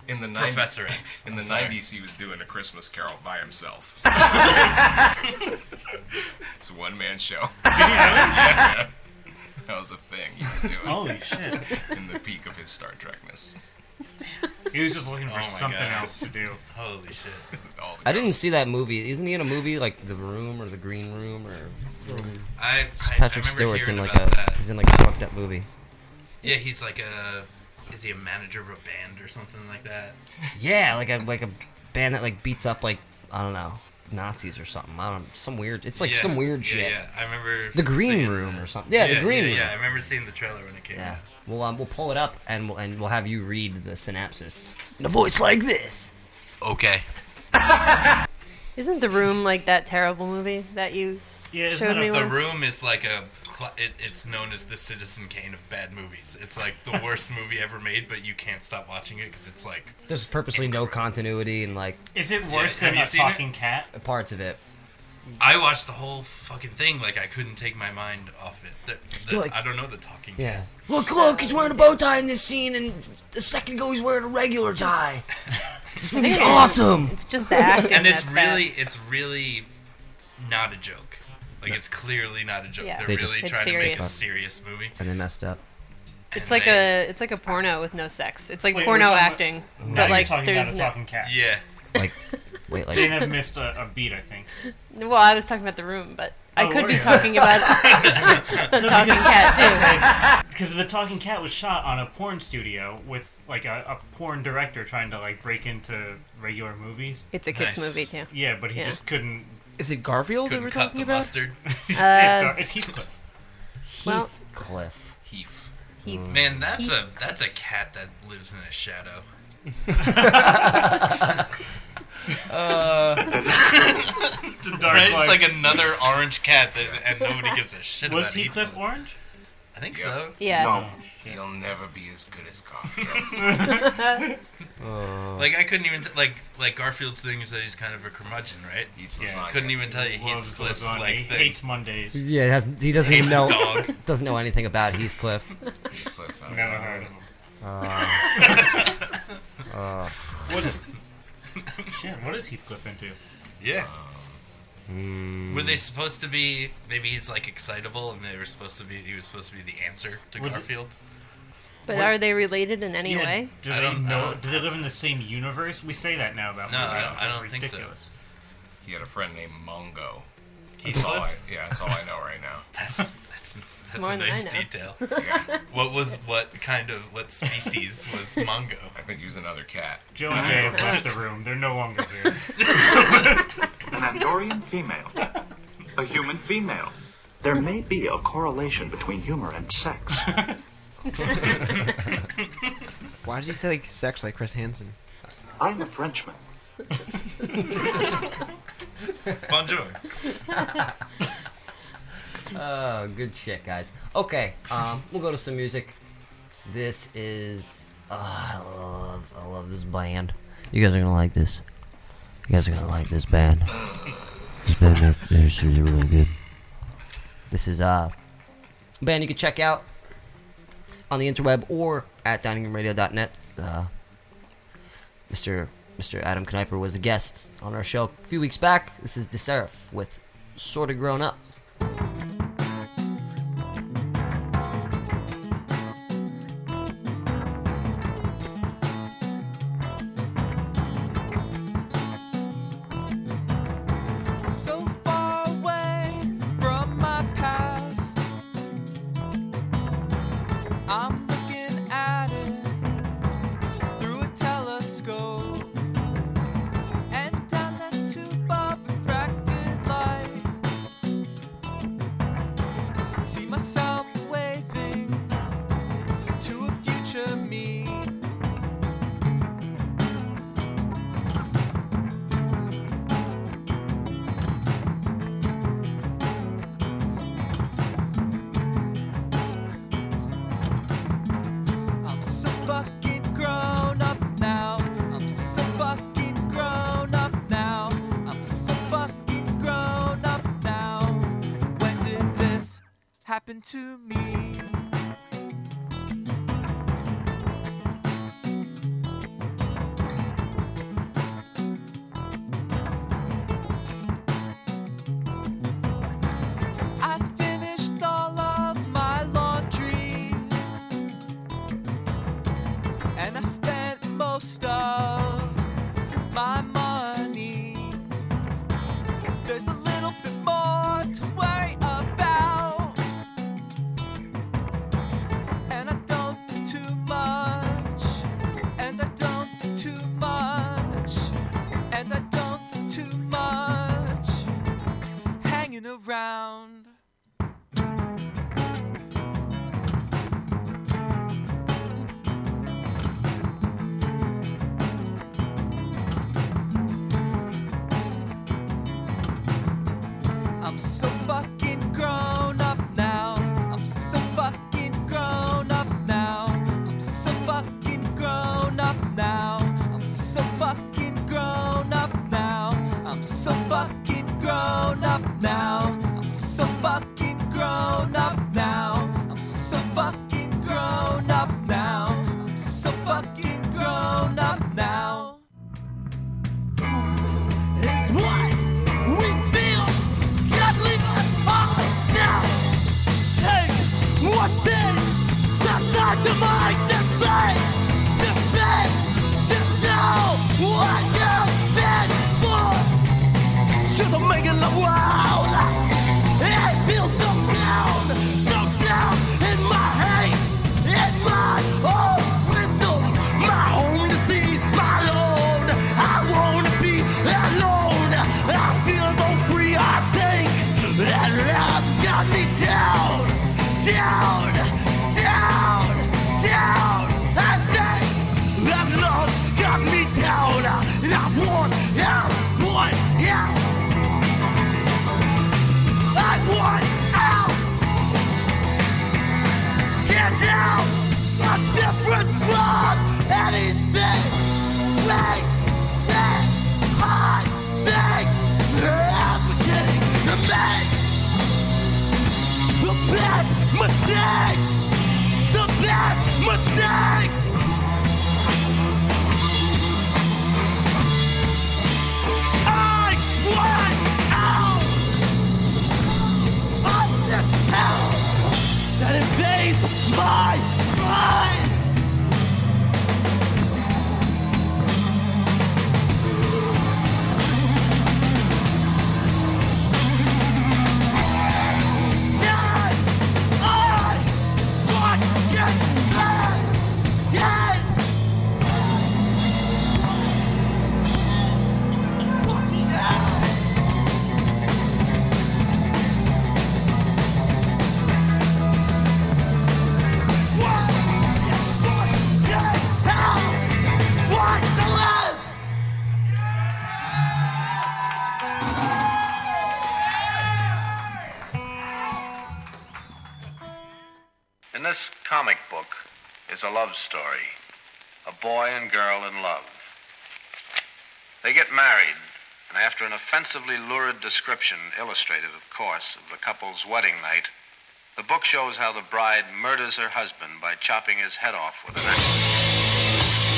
Speaker 2: In the 90s,
Speaker 11: Professor X.
Speaker 2: In the
Speaker 11: I'm sorry.
Speaker 2: 90s, he was doing a Christmas Carol by himself. it's a one man show. Yeah, yeah. That was a thing he was doing.
Speaker 3: Holy shit.
Speaker 2: In the peak of his Star Trekness.
Speaker 3: He was just looking for
Speaker 2: Oh my
Speaker 3: something
Speaker 2: God.
Speaker 3: else to do.
Speaker 11: Holy shit.
Speaker 2: All the
Speaker 5: I didn't see that movie. Isn't he in a movie like The Room or The Green Room or?
Speaker 11: I- I- I
Speaker 5: Patrick
Speaker 11: remember
Speaker 5: Stewart's in
Speaker 11: hearing
Speaker 5: like a.
Speaker 11: about that.
Speaker 5: He's in like a fucked up movie.
Speaker 11: Yeah, he's like a. Is he a manager of a band or something like that?
Speaker 5: Yeah, like a like a band that like beats up like I don't know Nazis or something. I don't some weird. It's like
Speaker 11: Yeah,
Speaker 5: some weird
Speaker 11: yeah,
Speaker 5: shit.
Speaker 11: yeah. I remember
Speaker 5: the Green
Speaker 11: seeing
Speaker 5: Room
Speaker 11: that.
Speaker 5: or something. Yeah,
Speaker 11: Yeah,
Speaker 5: the Green
Speaker 11: yeah,
Speaker 5: Room.
Speaker 11: yeah, I remember seeing the trailer when it came
Speaker 5: Yeah.
Speaker 11: out.
Speaker 5: Well, um, we'll pull it up and we'll and we'll have you read the synopsis in a voice like this.
Speaker 11: Okay.
Speaker 10: Isn't the room like that terrible movie that you showed me
Speaker 11: the
Speaker 10: once?
Speaker 11: room is like a cl- it, it's known as the citizen kane of bad movies it's like the worst movie ever made but you can't stop watching it because it's like
Speaker 5: There's purposely no continuity and like
Speaker 3: Is it
Speaker 11: worse Yeah, have than you a seen it? talking
Speaker 3: cat?
Speaker 5: Parts of it.
Speaker 11: i watched the whole fucking thing like i couldn't take my mind off it the, the,
Speaker 5: You're like-
Speaker 11: i don't know the talking
Speaker 5: Yeah.
Speaker 15: Look, look, he's wearing a bow tie in this scene, and a second ago he's wearing a regular tie. This movie's awesome.
Speaker 11: and it's really it's really not a joke like it's clearly not a joke
Speaker 10: Yeah.
Speaker 11: they're
Speaker 5: They just-
Speaker 11: really
Speaker 10: It's
Speaker 11: trying to make a
Speaker 10: serious.
Speaker 11: serious movie
Speaker 5: And they messed up.
Speaker 10: It's like a it's like a porno with no sex. It's like
Speaker 3: Wait,
Speaker 10: porno
Speaker 3: we're talking about-
Speaker 10: acting,
Speaker 3: Now
Speaker 10: but
Speaker 3: you're
Speaker 10: like
Speaker 3: talking
Speaker 10: there's
Speaker 3: about a
Speaker 10: no.
Speaker 3: talking cat.
Speaker 11: Yeah.
Speaker 5: Like, wait, like.
Speaker 3: They have missed a, a beat, I think.
Speaker 10: Well, I was talking about the room, but I
Speaker 3: Oh,
Speaker 10: could
Speaker 3: were
Speaker 10: be
Speaker 3: you?
Speaker 10: talking about the
Speaker 3: No,
Speaker 10: talking
Speaker 3: because-
Speaker 10: cat
Speaker 3: okay, Because the talking cat was shot on a porn studio with like a, a porn director trying to like break into regular movies.
Speaker 10: It's a kids' Nice. movie, too.
Speaker 3: Yeah, but he
Speaker 10: Yeah.
Speaker 3: just couldn't.
Speaker 5: Is it Garfield
Speaker 3: that
Speaker 5: Couldn't we're cut talking the about? mustard.
Speaker 3: it's,
Speaker 10: Uh,
Speaker 3: it's Heathcliff.
Speaker 10: too. Well,
Speaker 5: Cliff.
Speaker 11: Heath. Mm.
Speaker 10: Heath.
Speaker 11: Man, that's
Speaker 10: Heath.
Speaker 11: a that's a cat that lives in a shadow. Uh,
Speaker 3: It's a dark
Speaker 11: Right?
Speaker 3: life.
Speaker 11: It's like another orange cat that and nobody gives a shit
Speaker 3: Was
Speaker 11: about.
Speaker 3: Heathcliff orange?
Speaker 11: I think
Speaker 2: Yeah.
Speaker 11: so.
Speaker 10: Yeah. No.
Speaker 2: He'll never be as good as Garfield.
Speaker 11: Like I couldn't even t- like like Garfield's thing is that he's kind of a curmudgeon, right?
Speaker 2: Eats
Speaker 3: lasagna.
Speaker 11: Couldn't even tell you
Speaker 3: Loves
Speaker 11: Heathcliff's
Speaker 3: lasagna.
Speaker 11: like
Speaker 3: He
Speaker 11: thing.
Speaker 3: hates Mondays.
Speaker 5: Yeah, it has, he doesn't
Speaker 11: Hates
Speaker 5: even know
Speaker 11: his dog.
Speaker 5: doesn't know anything about Heathcliff.
Speaker 2: Heathcliff, I don't
Speaker 3: Never
Speaker 2: know.
Speaker 3: heard of him.
Speaker 5: Uh, uh,
Speaker 3: What's shit? What is Heathcliff into?
Speaker 11: Yeah.
Speaker 2: Hmm.
Speaker 5: mm.
Speaker 11: Were they supposed to be? Maybe he's like excitable, and they were supposed to be. He was supposed to be the answer to
Speaker 3: Would-
Speaker 11: Garfield.
Speaker 10: but
Speaker 3: What-
Speaker 10: are they related in any
Speaker 3: Yeah,
Speaker 10: way?
Speaker 3: Do they
Speaker 11: I don't- I
Speaker 3: know?
Speaker 11: don't-
Speaker 3: Do they live in the same universe? We say that now about
Speaker 11: No,
Speaker 3: movies,
Speaker 11: I don't-
Speaker 3: which
Speaker 11: I
Speaker 3: is
Speaker 11: don't think so.
Speaker 3: ridiculous.
Speaker 2: He had a friend named Mongo. That's all I, yeah, that's all I know right now.
Speaker 11: That's that's, that's
Speaker 10: More
Speaker 11: a
Speaker 10: than I
Speaker 11: nice
Speaker 10: know.
Speaker 11: detail. What was what kind of what species was Mongo?
Speaker 2: I think he was another cat.
Speaker 3: Joe and Jay have left the room. They're no longer here.
Speaker 13: An Andorian female. A human female. There may be a correlation between humor and sex.
Speaker 6: Why did you say like sex like Chris Hansen?
Speaker 13: I'm a Frenchman.
Speaker 11: Bonjour.
Speaker 5: oh, good shit, guys. Okay, um, we'll go to some music. This is ah, I love I love this band. You guys are gonna like this. You guys are gonna like this band. This band right there is really good. This is uh, a band you can check out on the interweb or at diningroomradio.net. Uh, Mr. Mr. Adam Kniper was a guest on our show a few weeks back. This is DeSerif with Sorta Grown Up.
Speaker 15: so far away from my past. I'm looking at it through a telescope, and down that tube of refracted light,
Speaker 8: to me. I finished all of my laundry and I spent most of my money. There's a little bit more to worry about, and I don't do too much, and I don't do too much, and I don't do too much hanging around. I'm so fucking grown up now. I'm so fucking grown up now. I'm so fucking grown up now. I'm so fucking grown up now. I'm so fucking grown up now. I'm so fucking grown up now. I'm so fucking grown up now. I'm so fucking grown up now. It's what we feel. Can't leave us all now. Take what's in. That's our demise. Just be. Just be. Just know what you've been for. Should I make it look wild? It feels so down. So down in my hate. In my own whistle. My own deceit. My own. I wanna be alone. I feel so free. I think that love's got me down, down, down, down. I think that love's got me down, and I want out, want out. I want out. Get out. A different from anything. Wait, that I think I'm beginning to make the best mistake. The best mistake. I want out of this hell that invades my mind.
Speaker 16: In this comic book is a love story a boy and girl in love. They get married, and after an offensively lurid description, illustrated, of course, of the couple's wedding night, the book shows how the bride murders her husband by chopping his head off with an axe.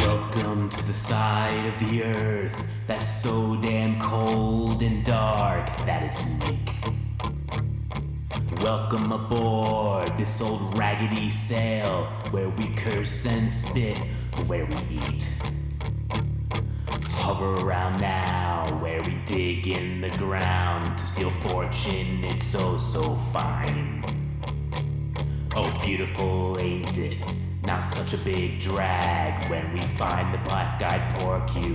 Speaker 17: Welcome to the side of the earth that's so damn cold and dark that it's unique. Welcome aboard this old raggedy sail where we curse and spit, where we eat. Hover around now now, where we dig in the ground to steal fortune. It's so, so fine. Oh, beautiful, ain't it? Not such a big drag when we find the black eyed porcupine.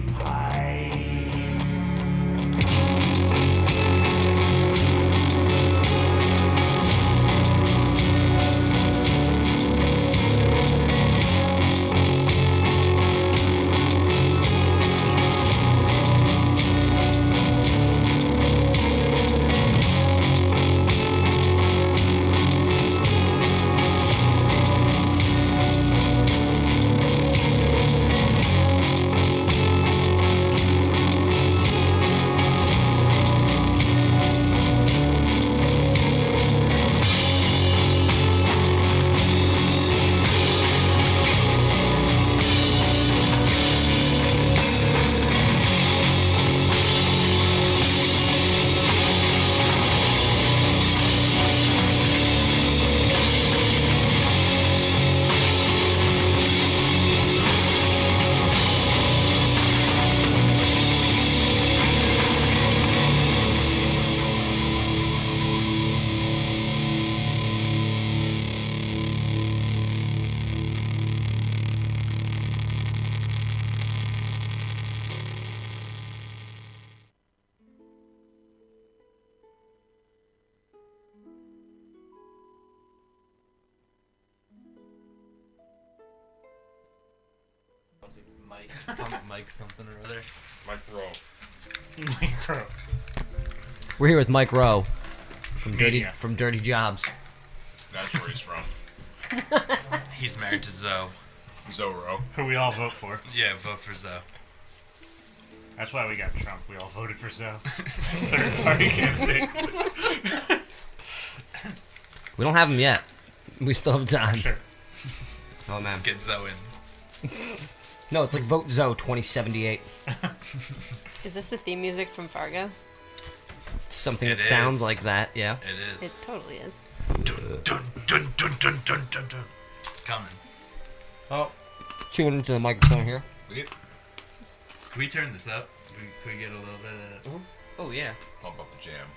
Speaker 11: Mike, some, Mike something or other.
Speaker 2: Mike Rowe.
Speaker 3: Mike Rowe.
Speaker 5: We're here with Mike Rowe from
Speaker 11: Good,
Speaker 5: Dirty
Speaker 11: yeah.
Speaker 5: from Dirty Jobs.
Speaker 2: That's where he's from.
Speaker 11: He's married to Zoe.
Speaker 2: Zoe Rowe.
Speaker 3: Who we all vote for.
Speaker 11: Yeah, vote for Zoe.
Speaker 3: That's why we got Trump. We all voted for Zoe. Third party candidate.
Speaker 5: We don't have him yet. We still have time. Oh man.
Speaker 11: Let's get Zoe in.
Speaker 5: No, it's like vote Zoe 2078.
Speaker 10: Is this the theme music from Fargo?
Speaker 5: Something
Speaker 11: It
Speaker 5: that sounds
Speaker 11: is.
Speaker 5: like that. Yeah.
Speaker 11: It is.
Speaker 10: It totally is.
Speaker 11: Dun, dun, dun, dun, dun, dun. It's coming.
Speaker 5: Oh. Chewing into the microphone here.
Speaker 11: Can we turn this up? Can we, can we get a little bit of.
Speaker 5: Oh, yeah.
Speaker 2: Pump up the jam.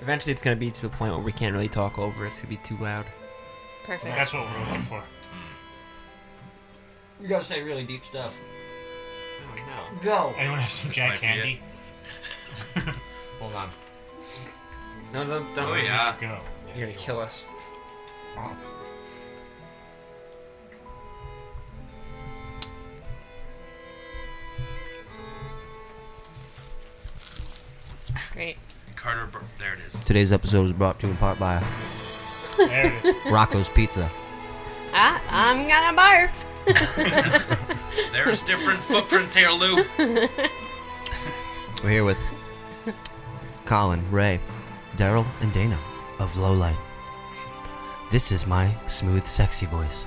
Speaker 6: Eventually, it's gonna be to the point where we can't really talk over it. It's gonna be too loud.
Speaker 10: Perfect.
Speaker 3: That's what we're looking for.
Speaker 5: You gotta say really deep stuff. Oh, no.
Speaker 3: Anyone have some Jack Candy?
Speaker 5: Hold on.
Speaker 6: No, no, don't.
Speaker 11: Oh, yeah.
Speaker 3: Go.
Speaker 5: You're gonna kill us. Oh.
Speaker 10: Great.
Speaker 11: Carter, Bur- there it is.
Speaker 5: Today's episode is brought to you in part by
Speaker 3: There it is.
Speaker 5: Rocco's Pizza.
Speaker 10: I, I'm gonna barf.
Speaker 11: There's different footprints here, Lou.
Speaker 5: We're here with Colin, Ray, Daryl, and Dana of Lowlight. This is my smooth, sexy voice.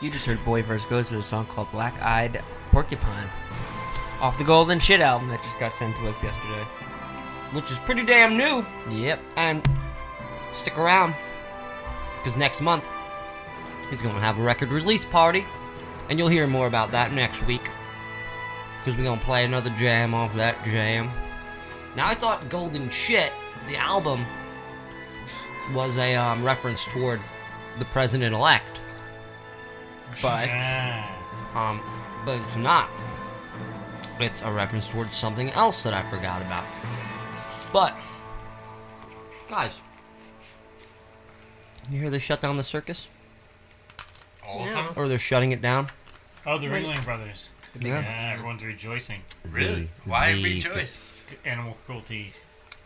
Speaker 6: You just heard Boy Vs. Goes with a song called Black Eyed Porcupine off the Golden Shit album that just got sent to us yesterday.
Speaker 5: Which is pretty damn new. Yep. And stick around, because next month he's going to have a record release party, and you'll hear more about that next week. Because we're going to play another jam off that jam. Now, I thought Golden Shit, the album, was a um, reference toward the president elect. But, um, but it's not. It's a reference towards something else that I forgot about. But, guys, you hear they shut down the circus?
Speaker 11: All of them?
Speaker 5: Or they're shutting it down?
Speaker 3: Oh, the Ringling Brothers.
Speaker 5: Yeah.
Speaker 3: Yeah, everyone's rejoicing.
Speaker 11: Really? The- Why the- rejoice?
Speaker 3: Animal cruelty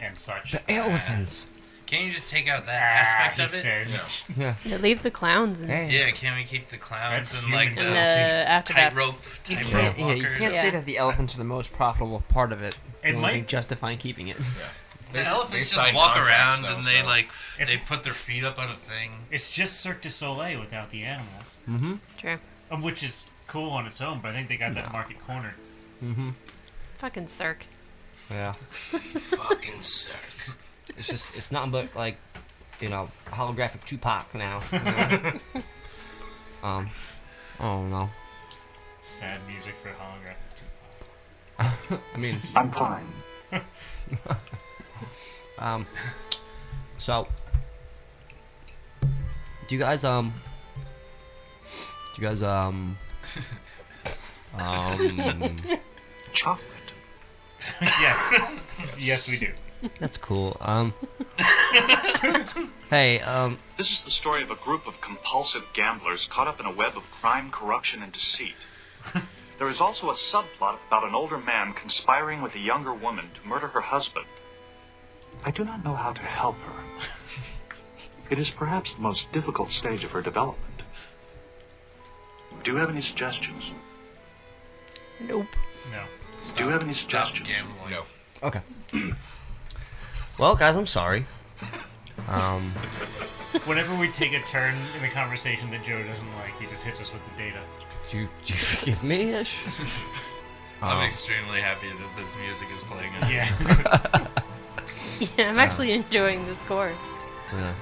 Speaker 3: and such.
Speaker 5: The elephants.
Speaker 11: Can you just take out that aspect
Speaker 3: Ah, he
Speaker 11: of it?
Speaker 3: says.
Speaker 5: Yeah.
Speaker 10: Yeah, leave the clowns in.
Speaker 11: Yeah, can we keep the clowns and like the
Speaker 10: And the acrobats.
Speaker 11: tightrope
Speaker 6: You
Speaker 11: tightrope
Speaker 6: can't, yeah,
Speaker 11: walkers?
Speaker 6: you can't say that the elephants are the most profitable part of it.
Speaker 3: It
Speaker 6: It might
Speaker 3: might-
Speaker 6: justifying keeping it.
Speaker 11: The
Speaker 6: They s-
Speaker 11: elephants
Speaker 6: they
Speaker 11: just
Speaker 6: sign
Speaker 11: walk
Speaker 6: contracts
Speaker 11: around
Speaker 6: now,
Speaker 11: and they
Speaker 6: so-
Speaker 11: like they put their feet up on a thing.
Speaker 3: It's just Cirque du Soleil without the animals.
Speaker 6: Mm-hmm.
Speaker 10: True.
Speaker 3: Um, Which is cool on its own, but I think they got that market cornered.
Speaker 5: Mm-hmm.
Speaker 10: Fucking Cirque.
Speaker 5: Yeah.
Speaker 2: Fucking sick.
Speaker 5: It's just, it's nothing but like, you know, holographic Tupac now. you know? um, Oh no.
Speaker 3: Sad music for holographic.
Speaker 5: I mean,
Speaker 13: I'm fine.
Speaker 5: um, so, do you guys um, do you guys um, um,
Speaker 13: Chocolate.
Speaker 3: yes. Yes, we do.
Speaker 5: that's cool. Um, hey, um,
Speaker 18: This is the story of a group of compulsive gamblers caught up in a web of crime, corruption, and deceit. There is also a subplot about an older man conspiring with a younger woman to murder her husband.
Speaker 13: I do not know how to help her. It is perhaps the most difficult stage of her development. Do you have any suggestions?
Speaker 10: Nope.
Speaker 3: No.
Speaker 13: Do you have any suggestions?
Speaker 2: No.
Speaker 5: okay. well, guys, I'm sorry. Um,
Speaker 3: Whenever we take a turn in the conversation that Joe doesn't like, he just hits us with the data.
Speaker 5: do you, do you forgive me ish?
Speaker 11: I'm
Speaker 5: Um,
Speaker 11: extremely happy that this music is playing. on
Speaker 3: Yeah.
Speaker 10: Yeah, I'm
Speaker 5: Uh,
Speaker 10: actually enjoying the score.
Speaker 5: yeah.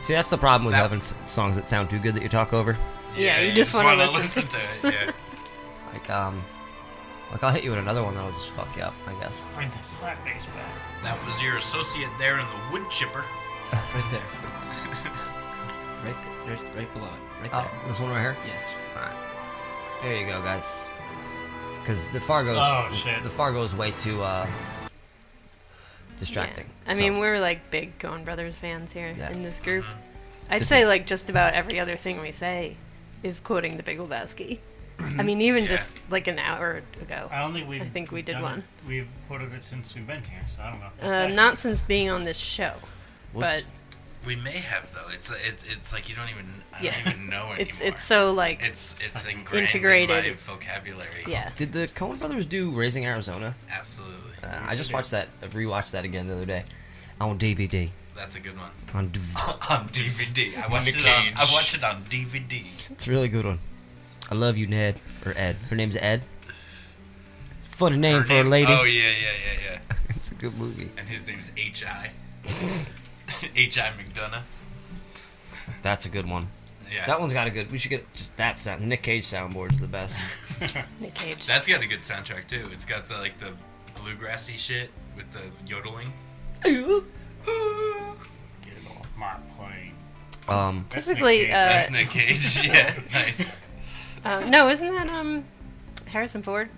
Speaker 5: See, that's the problem with
Speaker 10: That-
Speaker 5: having s- songs that sound too good that you talk over.
Speaker 10: Yeah, you just want
Speaker 11: wanna
Speaker 10: to listen.
Speaker 11: listen to it, yeah.
Speaker 5: Like, um, like I'll hit you with another one that'll just fuck you up, I guess.
Speaker 3: Bring that slap bass back.
Speaker 11: That was your associate there in the wood chipper.
Speaker 6: Right there. right, there, right, right below it. Right
Speaker 5: Oh, this one right here?
Speaker 6: Yes.
Speaker 5: Alright. There you go, guys. Because the Fargo's
Speaker 3: Oh, shit.
Speaker 5: the Fargo's way too uh, distracting.
Speaker 10: I
Speaker 5: so.
Speaker 10: mean, we're like big Coen Brothers fans here
Speaker 5: Yeah.
Speaker 10: in this group.
Speaker 11: Uh-huh.
Speaker 10: I'd
Speaker 5: Just-
Speaker 10: say like just about every other thing we say is quoting The Big Lebowski. I mean, even just like an hour ago.
Speaker 3: I don't think we.
Speaker 10: I think we did one.
Speaker 3: We've quoted it since we've been here, so I don't know.
Speaker 10: Uh, not since being on this show, but
Speaker 11: we may have though. It's it, it's like you don't even I
Speaker 10: Yeah.
Speaker 11: don't even know anymore.
Speaker 10: It's- it's so, like,
Speaker 11: it's it's ingrained
Speaker 10: integrated.
Speaker 11: in my vocabulary.
Speaker 5: Did the Coen Brothers do Raising Arizona?
Speaker 11: Absolutely.
Speaker 5: Uh, I just watched that, I rewatched that again the other day on DVD.
Speaker 11: That's a good one.
Speaker 5: On DVD.
Speaker 11: on DVD. I watched it
Speaker 2: the
Speaker 11: on,
Speaker 2: cage.
Speaker 11: I watched it on DVD.
Speaker 5: It's a really good one. I love you, Ned or Ed. Her name's Ed. It's a funny name
Speaker 11: Her
Speaker 5: for
Speaker 11: name-
Speaker 5: a lady.
Speaker 11: Oh yeah, yeah, yeah, yeah.
Speaker 5: it's a good movie.
Speaker 11: And his name's H I. H I McDonough.
Speaker 5: That's a good one.
Speaker 11: Yeah.
Speaker 5: That one's got a good. We should get just that sound. Nick Cage soundboard's the best.
Speaker 10: Nick Cage.
Speaker 11: That's got a good soundtrack too. It's got the like the bluegrassy shit with the yodeling.
Speaker 3: Get it off my plane.
Speaker 5: Um,
Speaker 3: That's
Speaker 10: Typically,
Speaker 3: Nick Cage.
Speaker 10: uh,
Speaker 11: That's Nick Cage. Yeah, nice.
Speaker 10: uh, no, isn't that um Harrison Ford?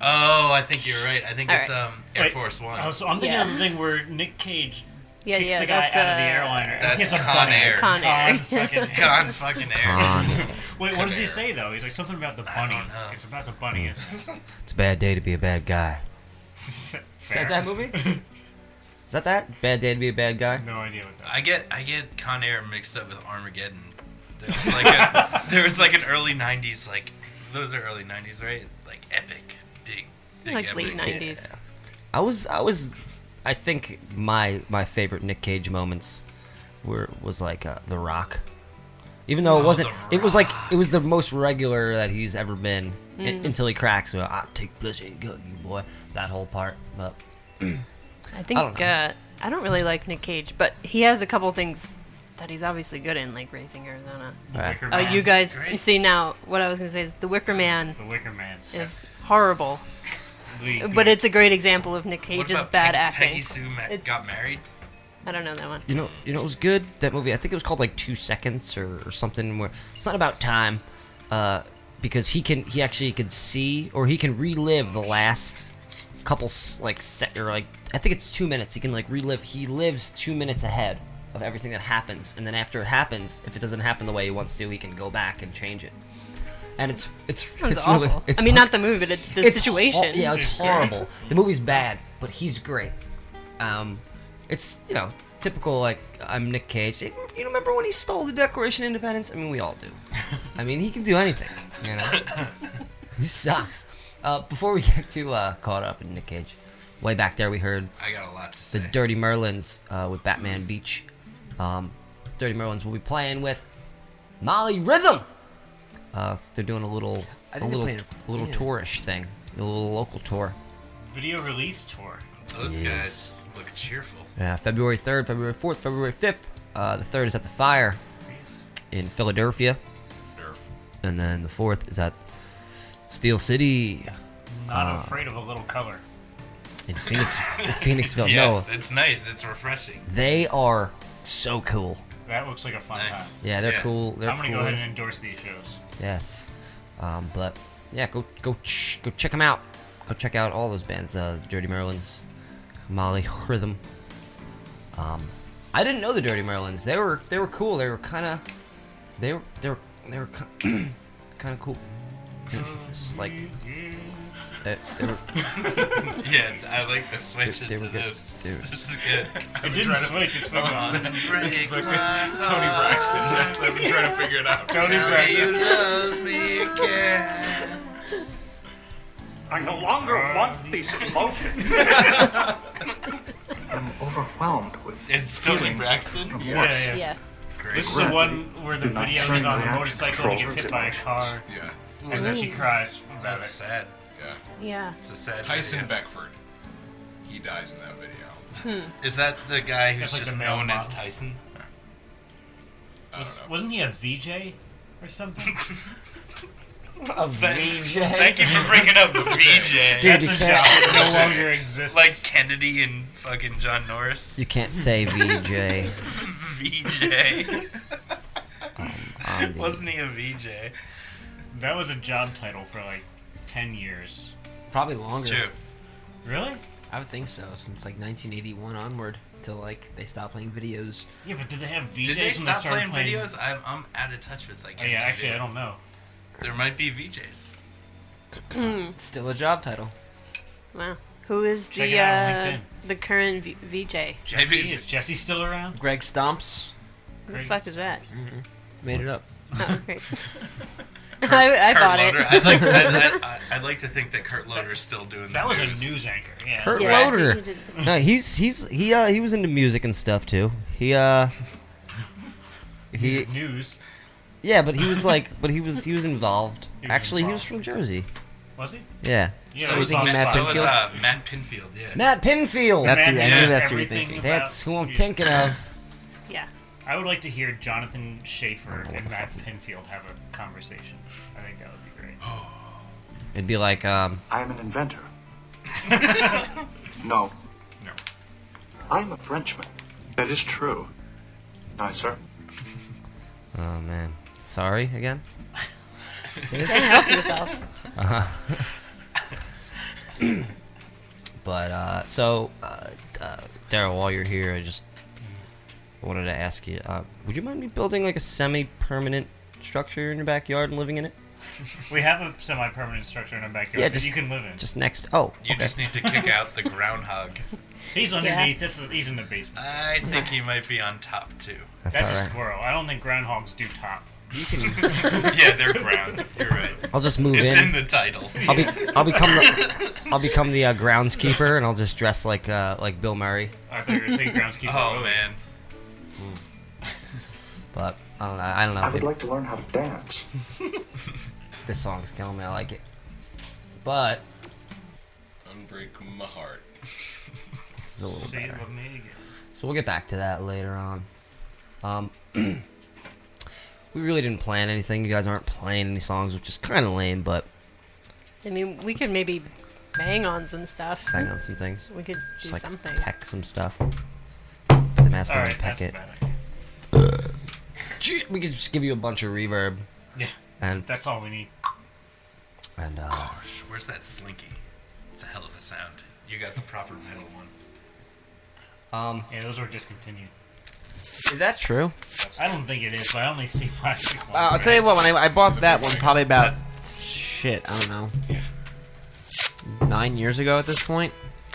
Speaker 11: Oh, I think you're right. I think
Speaker 10: All
Speaker 11: it's
Speaker 10: right.
Speaker 11: um Air
Speaker 3: Wait,
Speaker 11: Force One.
Speaker 3: Oh, so I'm thinking of
Speaker 10: Yeah.
Speaker 3: the thing where Nick Cage
Speaker 10: Yeah,
Speaker 3: kicks
Speaker 10: yeah,
Speaker 3: the guy
Speaker 10: that's,
Speaker 3: out of the
Speaker 10: uh,
Speaker 3: airliner.
Speaker 11: That's
Speaker 3: He has a
Speaker 11: Con
Speaker 3: bunny.
Speaker 11: Air. Con Air.
Speaker 3: fucking air.
Speaker 11: Con fucking air. Con.
Speaker 3: Wait,
Speaker 11: Con
Speaker 3: what does he
Speaker 11: Air.
Speaker 3: say though? He's like something about the bunny. It's about the bunny. Isn't it?
Speaker 5: it's a bad day to be a bad guy.
Speaker 3: Is
Speaker 11: that that movie?
Speaker 5: Is that that? Bad day to be a bad guy.
Speaker 3: no idea what that.
Speaker 11: I get I get Con Air mixed up with Armageddon. There was like a, there was like an early '90s like those are early '90s right? Like epic, big, big
Speaker 10: Like
Speaker 11: epic.
Speaker 10: late '90s.
Speaker 5: I was, I was, I think my my favorite Nick Cage moments were was like uh, The Rock. Even though
Speaker 6: Oh,
Speaker 5: it wasn't,
Speaker 6: The
Speaker 5: it was like it was the most regular that he's ever been i-
Speaker 10: Mm.
Speaker 5: until he cracks. Well, I take pleasure in gun, you boy. That whole part, but
Speaker 10: I think
Speaker 5: don't know.
Speaker 10: uh, I don't really like Nick Cage, but he has a couple things that he's obviously good in, like Raising Arizona.
Speaker 5: The Right. Wicker
Speaker 10: Oh,
Speaker 5: Man
Speaker 10: you
Speaker 5: is
Speaker 10: guys
Speaker 5: great.
Speaker 10: see now what I was gonna say is The Wicker Man.
Speaker 3: The Wicker Man.
Speaker 10: is horrible,
Speaker 3: The-
Speaker 10: but it's a great example of Nick
Speaker 11: What
Speaker 10: Cage's
Speaker 11: about
Speaker 10: bad
Speaker 11: Peggy-
Speaker 10: acting.
Speaker 11: Peggy Sue Ma-
Speaker 10: It's-
Speaker 11: got married.
Speaker 10: I don't know that one.
Speaker 5: You know, you know, it was good that movie. I think it was called like Two Seconds or, or something. Where it's not about time, uh, because he can he actually can see or he can relive the last couple s- like set or like I think it's two minutes. He can like relive. He lives two minutes ahead of everything that happens, and then after it happens, if it doesn't happen the way he wants to, he can go back and change it. And it's it's
Speaker 10: Sounds
Speaker 5: it's
Speaker 10: awful.
Speaker 5: really- it's
Speaker 10: I mean,
Speaker 5: hor-
Speaker 10: not the movie, but it's the
Speaker 5: it's
Speaker 10: situation.
Speaker 5: hor- yeah, it's horrible. the movie's bad, but he's great. Um, it's you know typical like I'm Nick Cage. It- you remember when he stole the Declaration of Independence? I mean, we all do. I mean, he can do anything. You know, he sucks. Uh, before we get too uh, caught up in Nick Cage, way back there we heard
Speaker 11: I got a lot to
Speaker 5: the Dirty Merlins uh, with Batman Beach. Um, Dirty Merlins will be playing with Molly Rhythm. Uh, they're doing a little,
Speaker 6: I think
Speaker 5: a
Speaker 6: they're
Speaker 5: little,
Speaker 6: playing-
Speaker 5: a little
Speaker 6: yeah.
Speaker 5: tourish thing, a little local tour.
Speaker 3: Video release tour.
Speaker 11: Those
Speaker 5: Yes.
Speaker 11: guys look cheerful.
Speaker 5: Yeah, Uh, February 3rd, February 4th, February 5th. Uh, the 3rd is at the Fire in Philadelphia. and then the fourth is at Steel City.
Speaker 3: Not
Speaker 5: uh,
Speaker 3: afraid of a little color.
Speaker 5: in Phoenix, Phoenixville.
Speaker 11: Yeah,
Speaker 5: no,
Speaker 11: it's nice. It's refreshing.
Speaker 5: they are so cool.
Speaker 3: That looks like a fun time.
Speaker 5: Yeah, they're cool. They're
Speaker 3: I'm gonna
Speaker 5: cool.
Speaker 3: go ahead and endorse these shows.
Speaker 5: Yes, um, but yeah, go go ch- go check them out. Go check out all those bands: uh, Dirty Merlins, Molly Rhythm. Um, I didn't know the Dirty Merlins. They were they were cool. They were kind of they were they were they were kind of cool. It's like they, they were.
Speaker 11: yeah, I like the switch
Speaker 5: They- they
Speaker 11: into
Speaker 5: were good.
Speaker 11: this.
Speaker 5: They were-
Speaker 11: This is good.
Speaker 3: It didn't switch. It's fucking on.
Speaker 11: Break
Speaker 3: fucking
Speaker 11: my
Speaker 3: Tony Braxton. That's- I've been trying to figure it out. Tony
Speaker 11: Tell me
Speaker 3: Braxton.
Speaker 11: you love me again.
Speaker 18: I no longer want these emotions.
Speaker 13: I'm overwhelmed with.
Speaker 11: It's Tony
Speaker 13: feeling
Speaker 11: Braxton.
Speaker 13: of
Speaker 11: Yeah,
Speaker 13: work.
Speaker 11: yeah. yeah. Great.
Speaker 3: This is the one where the
Speaker 13: Do not
Speaker 3: video
Speaker 13: turn
Speaker 3: is on the
Speaker 13: back,
Speaker 3: motorcycle and gets hit by a car.
Speaker 2: Yeah.
Speaker 3: And then she
Speaker 2: Ooh.
Speaker 3: cries about
Speaker 2: That's
Speaker 3: it.
Speaker 2: sad. Yeah.
Speaker 10: Yeah.
Speaker 11: It's a sad.
Speaker 2: Tyson
Speaker 11: video.
Speaker 2: Beckford. He dies in that video.
Speaker 10: Hmm.
Speaker 11: Is that the guy who's
Speaker 3: That's like
Speaker 11: just
Speaker 3: the male
Speaker 11: known as
Speaker 3: model.
Speaker 11: Tyson?
Speaker 3: Was, wasn't he a VJ or something?
Speaker 5: a VJ.
Speaker 11: Thank you for bringing up VJ.
Speaker 5: Dude,
Speaker 11: That's
Speaker 5: you
Speaker 11: a
Speaker 5: can't-
Speaker 11: job that
Speaker 5: no
Speaker 3: longer exists.
Speaker 11: Like Kennedy and fucking John Norris.
Speaker 5: You can't say VJ.
Speaker 11: VJ.
Speaker 6: Um,
Speaker 5: I'm the-
Speaker 11: Wasn't he a VJ?
Speaker 3: That was a job title for like 10 years.
Speaker 6: Probably longer.
Speaker 11: true.
Speaker 3: Really?
Speaker 6: I would think so. Since like 1981 onward, till like they stopped playing videos.
Speaker 3: Yeah, but did they have VJs
Speaker 11: Did they
Speaker 3: when
Speaker 11: stop
Speaker 3: started
Speaker 11: playing, videos? I'm, I'm out of touch with like.
Speaker 3: Oh, yeah,
Speaker 11: MTV.
Speaker 3: actually, I don't know.
Speaker 11: There might be VJs.
Speaker 6: Still a job title.
Speaker 10: Wow. Who is
Speaker 6: Check
Speaker 10: the
Speaker 6: it out on
Speaker 10: uh,
Speaker 6: LinkedIn.
Speaker 10: the current v- VJ?
Speaker 3: Jesse, is Jesse still around?
Speaker 6: Greg Stomps.
Speaker 10: Who the fuck is that?
Speaker 6: hmm Made it up.
Speaker 10: Oh, great. I, I
Speaker 11: Kurt
Speaker 10: bought
Speaker 11: Loder.
Speaker 10: it.
Speaker 11: I'd like, I'd, I'd, I'd like to think that Kurt Loder's still doing
Speaker 3: That
Speaker 11: the
Speaker 3: was a
Speaker 11: news.
Speaker 3: news anchor. Yeah.
Speaker 5: Kurt
Speaker 11: Yeah, I
Speaker 5: Loder.
Speaker 11: think he did.
Speaker 5: No, he's he's he uh he was into music and stuff too. He uh he
Speaker 3: Music news.
Speaker 5: yeah, but he was like but he was he was involved.
Speaker 3: He was
Speaker 5: Actually, he was
Speaker 3: involved.
Speaker 5: from Jersey.
Speaker 3: Was he?
Speaker 5: Yeah.
Speaker 3: Yeah,
Speaker 5: so
Speaker 3: it
Speaker 5: you
Speaker 3: was
Speaker 5: thinking
Speaker 3: on
Speaker 5: Matt
Speaker 3: Spot.
Speaker 11: So was
Speaker 5: Pinfield?
Speaker 11: uh, Matt Pinfield. Yeah.
Speaker 5: Matt Pinfield.
Speaker 3: Matt
Speaker 5: That's who, I knew
Speaker 3: knows
Speaker 5: that's who you were
Speaker 3: everything
Speaker 5: thinking.
Speaker 3: about
Speaker 5: That's who I'm thinking of.
Speaker 10: Yeah.
Speaker 3: I would like to hear Jonathan Schaefer and Matt Pinfield have a conversation. I think that would be great.
Speaker 5: It'd be like um
Speaker 18: I am an inventor. no.
Speaker 3: No.
Speaker 18: I'm a Frenchman. That is true. No, sir.
Speaker 5: oh man. Sorry again.
Speaker 10: Can't help yourself.
Speaker 5: Uh-huh. but uh, so, uh, uh, Daryl, while you're here, I just wanted to ask you: uh, Would you mind me building like a semi-permanent structure in your backyard and living in it?
Speaker 3: We have a semi-permanent structure in our backyard
Speaker 5: Yeah,
Speaker 3: that
Speaker 5: just-
Speaker 3: you can live in.
Speaker 5: Just next. Oh,
Speaker 11: You
Speaker 5: okay.
Speaker 11: just need to kick out the groundhog.
Speaker 3: He's
Speaker 11: Yeah.
Speaker 3: underneath. This is he's in the basement.
Speaker 11: I think he might be on top too.
Speaker 5: That's
Speaker 3: That's, a
Speaker 5: alright.
Speaker 3: squirrel. I don't think groundhogs do top.
Speaker 6: You can.
Speaker 11: yeah, they're ground. You're right.
Speaker 5: I'll just move
Speaker 11: it's
Speaker 5: in.
Speaker 11: in the title.
Speaker 5: I'll be. I'll become. The, I'll become the uh, groundskeeper, and I'll just dress like uh, like Bill Murray.
Speaker 3: I thought you were saying groundskeeper.
Speaker 11: Oh man.
Speaker 5: But I don't know. I don't know.
Speaker 18: I would
Speaker 5: Maybe-
Speaker 18: like to learn how to dance.
Speaker 5: This song's killing me. I like it. But
Speaker 2: Unbreak my heart.
Speaker 5: this is a little
Speaker 3: Say it
Speaker 5: better.
Speaker 3: with me again.
Speaker 5: So we'll get back to that later on. Um, we really didn't plan anything. You guys aren't playing any songs, which is kind of lame, but
Speaker 10: I mean, we could maybe bang on some stuff.
Speaker 5: bang on some things.
Speaker 10: We could do
Speaker 5: Just like
Speaker 10: something.
Speaker 5: peck some stuff. I'm asking
Speaker 3: All
Speaker 5: you
Speaker 3: right,
Speaker 5: to peck
Speaker 3: that's a
Speaker 5: it.
Speaker 3: bad idea.
Speaker 5: Gee, We could just give you a bunch of reverb
Speaker 3: Yeah,
Speaker 5: and
Speaker 3: that's all we need.
Speaker 5: and uh,
Speaker 11: Gosh, where's that slinky? It's a hell of a sound. You got the proper metal one.
Speaker 5: um.
Speaker 3: Yeah, those were discontinued.
Speaker 5: Is that true?
Speaker 3: I don't think it is, but I only see plastic ones.
Speaker 5: Uh, I'll tell you what. When I, I bought that one, probably about shit. I don't know. Nine years ago at this point,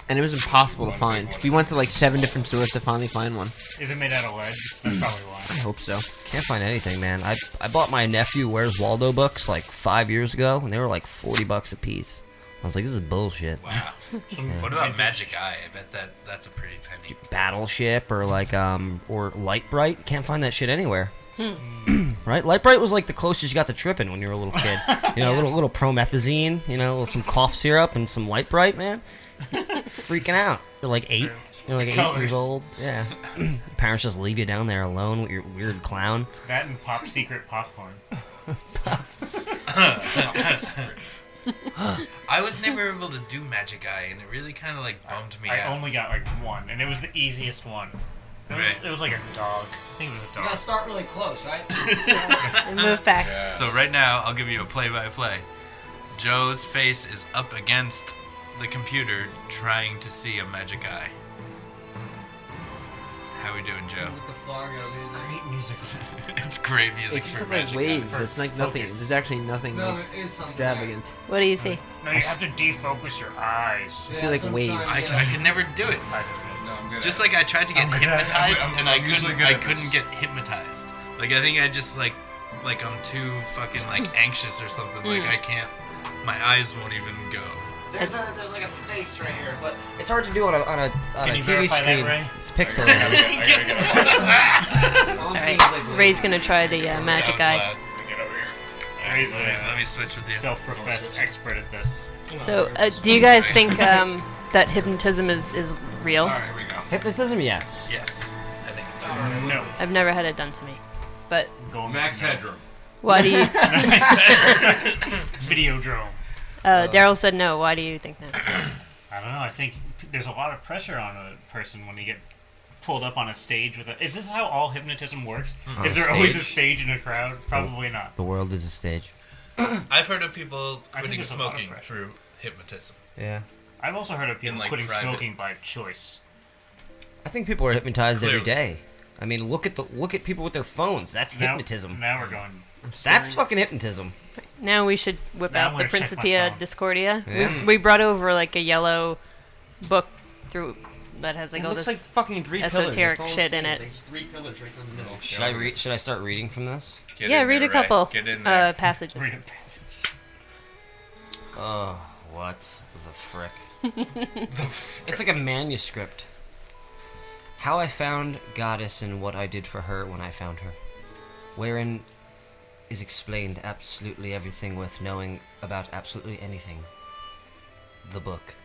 Speaker 5: and it was impossible to find. We went to like seven different stores to finally find one.
Speaker 3: Is it made out of lead? That's probably why.
Speaker 5: I hope so. Can't find anything, man. I I bought my nephew Where's Waldo books like five years ago, and they were like forty bucks a piece. I was like, this is bullshit.
Speaker 11: Wow. What about Magic Eye? I bet that that's a pretty penny.
Speaker 5: Battleship or like um or Light Bright. Can't find that shit anywhere.
Speaker 10: Hmm.
Speaker 5: right? Light Bright was like the closest you got to tripping when you were a little kid. You know, a little little promethazine. You know, some cough syrup and some Light Bright, man. Freaking out. You're like eight. You're like eight years
Speaker 3: Colors.
Speaker 5: old. Yeah. Parents just leave you down there alone with your weird clown.
Speaker 3: That and pop secret popcorn.
Speaker 5: Pops.
Speaker 11: I was never able to do Magic Eye, and it really kind of like bummed me
Speaker 3: I
Speaker 11: out.
Speaker 3: only got like one, and it was the easiest one. It was,
Speaker 11: Right.
Speaker 3: it was like a dog. I think it was a
Speaker 5: You
Speaker 3: dog.
Speaker 5: gotta start really close, right?
Speaker 10: Move back.
Speaker 11: So right now, I'll give you a play-by-play. Joe's face is up against the computer, trying to see a magic eye. How we doing, Joe?
Speaker 5: the Fargo music.
Speaker 3: Great music.
Speaker 11: It's great music
Speaker 6: It's
Speaker 11: for
Speaker 6: just like
Speaker 11: magic
Speaker 6: waves.
Speaker 11: eye.
Speaker 6: It's like nothing. There's actually nothing
Speaker 5: No,
Speaker 6: like,
Speaker 5: there is something there.
Speaker 6: extravagant.
Speaker 10: What do you see?
Speaker 3: No, you have to defocus your eyes.
Speaker 6: You see, Yeah, like, sometimes, waves.
Speaker 11: I,
Speaker 6: yeah.
Speaker 11: I could never do it.
Speaker 2: good
Speaker 11: just
Speaker 2: at
Speaker 11: like I tried to get
Speaker 2: I'm good at it.
Speaker 11: hypnotized,
Speaker 2: I'm- I'm-
Speaker 11: and I
Speaker 2: I'm usually
Speaker 11: couldn't.
Speaker 2: good
Speaker 11: I
Speaker 2: at this.
Speaker 11: couldn't get hypnotized. Like I think I just like, like I'm too fucking like anxious or something. Like
Speaker 5: Mm.
Speaker 11: I can't. My eyes won't even go.
Speaker 5: There's, a, there's like a face right here, but it's hard to do on a on a on
Speaker 11: Can
Speaker 5: a
Speaker 11: you
Speaker 5: TV
Speaker 11: verify that,
Speaker 5: screen.
Speaker 11: Ray?
Speaker 5: It's pixelated.
Speaker 10: All right. Ray's gonna try the uh, magic eye.
Speaker 3: Crazy.
Speaker 11: Let me switch with you.
Speaker 3: Self-professed expert at this.
Speaker 10: So, uh, do you guys think um, that hypnotism is, is real?
Speaker 5: Hypnotism, yes.
Speaker 11: Yes, I think it's
Speaker 3: no.
Speaker 10: I've never had it done to me, but
Speaker 2: Max Headroom.
Speaker 10: why do you?
Speaker 3: Videodrome.
Speaker 10: Uh, Daryl said no. Why do you think no?
Speaker 3: I don't know. I think p- there's a lot of pressure on a person when you get pulled up on a stage with a. Is this how all hypnotism works?
Speaker 5: On
Speaker 3: is
Speaker 5: a
Speaker 3: there always a
Speaker 5: stage?
Speaker 3: stage in a crowd? Probably not.
Speaker 5: The world is a stage.
Speaker 11: I've heard of people
Speaker 3: I think
Speaker 11: quitting
Speaker 3: there's a lot of
Speaker 11: smoking
Speaker 3: pressure.
Speaker 11: through hypnotism.
Speaker 5: Yeah.
Speaker 3: I've also heard of people
Speaker 11: like,
Speaker 3: quitting
Speaker 11: private-
Speaker 3: smoking by choice.
Speaker 5: I think people are hypnotized every
Speaker 3: Clearly.
Speaker 5: day. I mean, look at the look at people with their phones. That's
Speaker 3: Now-
Speaker 5: hypnotism.
Speaker 3: Now we're going.
Speaker 5: That's fucking hypnotism.
Speaker 10: Now we should whip
Speaker 3: Now I'm
Speaker 10: out the
Speaker 3: gonna check my
Speaker 10: Principia
Speaker 3: phone.
Speaker 10: Discordia.
Speaker 6: Yeah.
Speaker 10: We, we brought over like a yellow book through that has like
Speaker 6: It
Speaker 10: all
Speaker 6: looks
Speaker 10: this
Speaker 6: like fucking three pillars.
Speaker 10: esoteric
Speaker 6: That's all
Speaker 10: shit in
Speaker 6: seems
Speaker 10: it.
Speaker 6: like just three pillars right down the middle.
Speaker 5: Should I read? Should I start reading from this?
Speaker 10: yeah, read a couple uh, passages.
Speaker 3: Read a passage.
Speaker 5: Oh, what the frick?
Speaker 10: The
Speaker 5: It's like a manuscript. How I found Goddess and what I did for her when I found her. Wherein is explained absolutely everything worth knowing about absolutely anything. The book.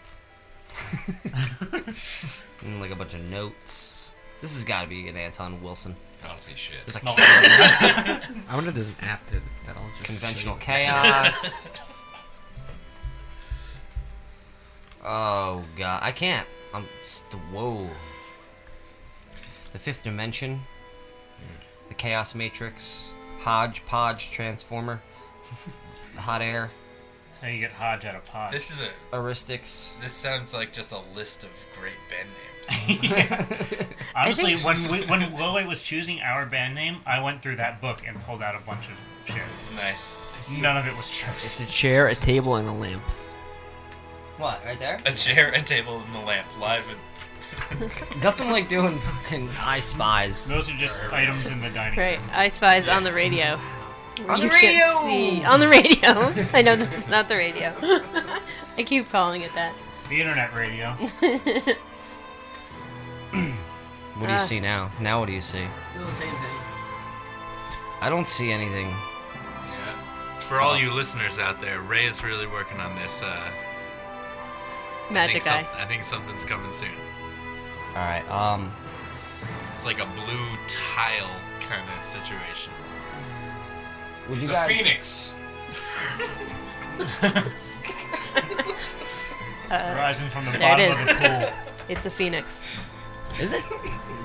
Speaker 5: and like a bunch of notes. This has got to be an Anton Wilson.
Speaker 2: I don't see shit.
Speaker 5: There's like
Speaker 2: No.
Speaker 6: I wonder if there's an app that, that'll just
Speaker 5: conventional
Speaker 6: show you-
Speaker 5: chaos. oh god, I can't. I'm st- whoa. The fifth dimension, the chaos matrix, hodgepodge transformer, hot air,
Speaker 3: That's how you get Hodge out of pod.
Speaker 11: This is a.
Speaker 5: heuristics.
Speaker 11: This sounds like just a list of great band names.
Speaker 3: Honestly, when we, when Lily was choosing our band name, I went through that book and pulled out a bunch of shit.
Speaker 11: Nice.
Speaker 3: None of it was
Speaker 6: It's
Speaker 3: chosen.
Speaker 6: a chair, a table, and a lamp.
Speaker 5: What? Right there?
Speaker 11: a chair, a table, and the lamp live. And
Speaker 5: Nothing like doing fucking I spies.
Speaker 3: Those are just items in the dining
Speaker 10: Right, I spies on the radio.
Speaker 5: On
Speaker 10: You
Speaker 5: the
Speaker 10: can't
Speaker 5: radio!
Speaker 10: see- On the radio. I know this is not the radio. I keep calling it that.
Speaker 3: The internet radio.
Speaker 5: What do you
Speaker 10: Ah.
Speaker 5: see now? Now what do you see?
Speaker 6: Still the same thing.
Speaker 5: I don't see anything.
Speaker 11: For all you listeners out there, Ray is really working on this. Uh, I think
Speaker 10: Magic
Speaker 11: some-
Speaker 10: eye.
Speaker 11: I think something's coming soon.
Speaker 5: All right. Um.
Speaker 11: It's like a blue tile kind of situation.
Speaker 5: Would
Speaker 2: It's
Speaker 5: you
Speaker 2: a
Speaker 5: guys?
Speaker 2: phoenix.
Speaker 10: Uh,
Speaker 3: Rising from the
Speaker 10: there
Speaker 3: bottom
Speaker 10: it
Speaker 3: of
Speaker 10: is.
Speaker 3: the pool.
Speaker 10: It's a phoenix.
Speaker 5: Is it?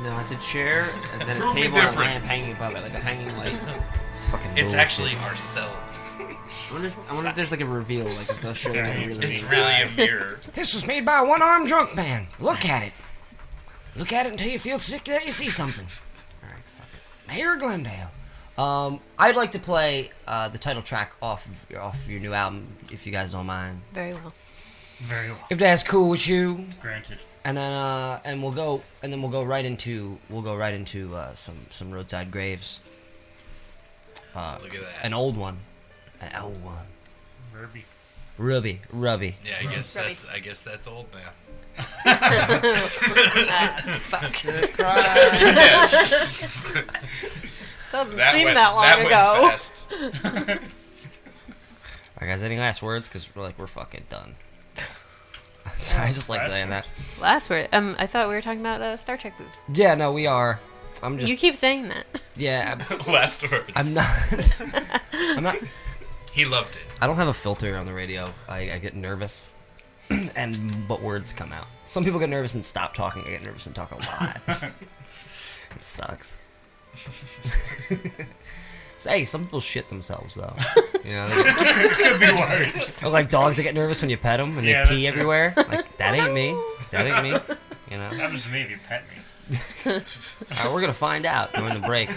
Speaker 6: No, it's a chair, and then a
Speaker 11: Prove me
Speaker 6: table, and a
Speaker 11: different.
Speaker 6: lamp hanging above it, like a hanging light.
Speaker 5: It's fucking.
Speaker 11: It's
Speaker 5: bullshit.
Speaker 11: actually ourselves.
Speaker 6: I wonder, if, I wonder if there's like a reveal, like if they'll show you what it really
Speaker 11: It's
Speaker 6: means.
Speaker 11: really a mirror.
Speaker 5: This was made by a one-armed drunk man. Look at it. Look at it until you feel sick that you see something. Mayor Glendale. Um, I'd like to play uh, the title track off of, off of your new album, if you guys don't mind.
Speaker 10: Very well.
Speaker 3: Very well.
Speaker 5: If that's cool with you.
Speaker 3: Granted.
Speaker 5: And then uh, and we'll go and then we'll go right into we'll go right into uh, some some roadside graves. Uh,
Speaker 11: Look at that.
Speaker 5: An old one, an old one.
Speaker 3: Ruby.
Speaker 5: Ruby, Ruby.
Speaker 11: Yeah, I guess that's I guess that's old now.
Speaker 10: Surprise. Doesn't
Speaker 11: That
Speaker 10: seem
Speaker 11: went-
Speaker 10: that long
Speaker 11: that went
Speaker 10: ago.
Speaker 11: fast.
Speaker 5: All right, guys. Any last words? Because we're like we're fucking done. Sorry, I just like
Speaker 10: Last
Speaker 5: saying that.
Speaker 10: Last word. Um, I thought we were talking about uh, Star Trek boobs.
Speaker 5: Yeah, no, we are. I'm just.
Speaker 10: You keep saying that.
Speaker 5: Yeah. I'm-
Speaker 11: Last words.
Speaker 5: I'm not. I'm not.
Speaker 11: He loved it.
Speaker 5: I don't have a filter on the radio. I, I get nervous, and but words come out. Some people get nervous and stop talking. I get nervous and talk a lot. it sucks. So, hey, some people shit themselves though. You know, they get-
Speaker 8: Could be worse.
Speaker 5: Or like dogs that get nervous when you pet them and
Speaker 3: Yeah,
Speaker 5: they
Speaker 3: that's
Speaker 5: pee
Speaker 3: true.
Speaker 5: everywhere. Like that ain't me. That ain't me. You know.
Speaker 3: Happens to me if you pet me.
Speaker 5: All right, Uh, we're gonna find out during the break.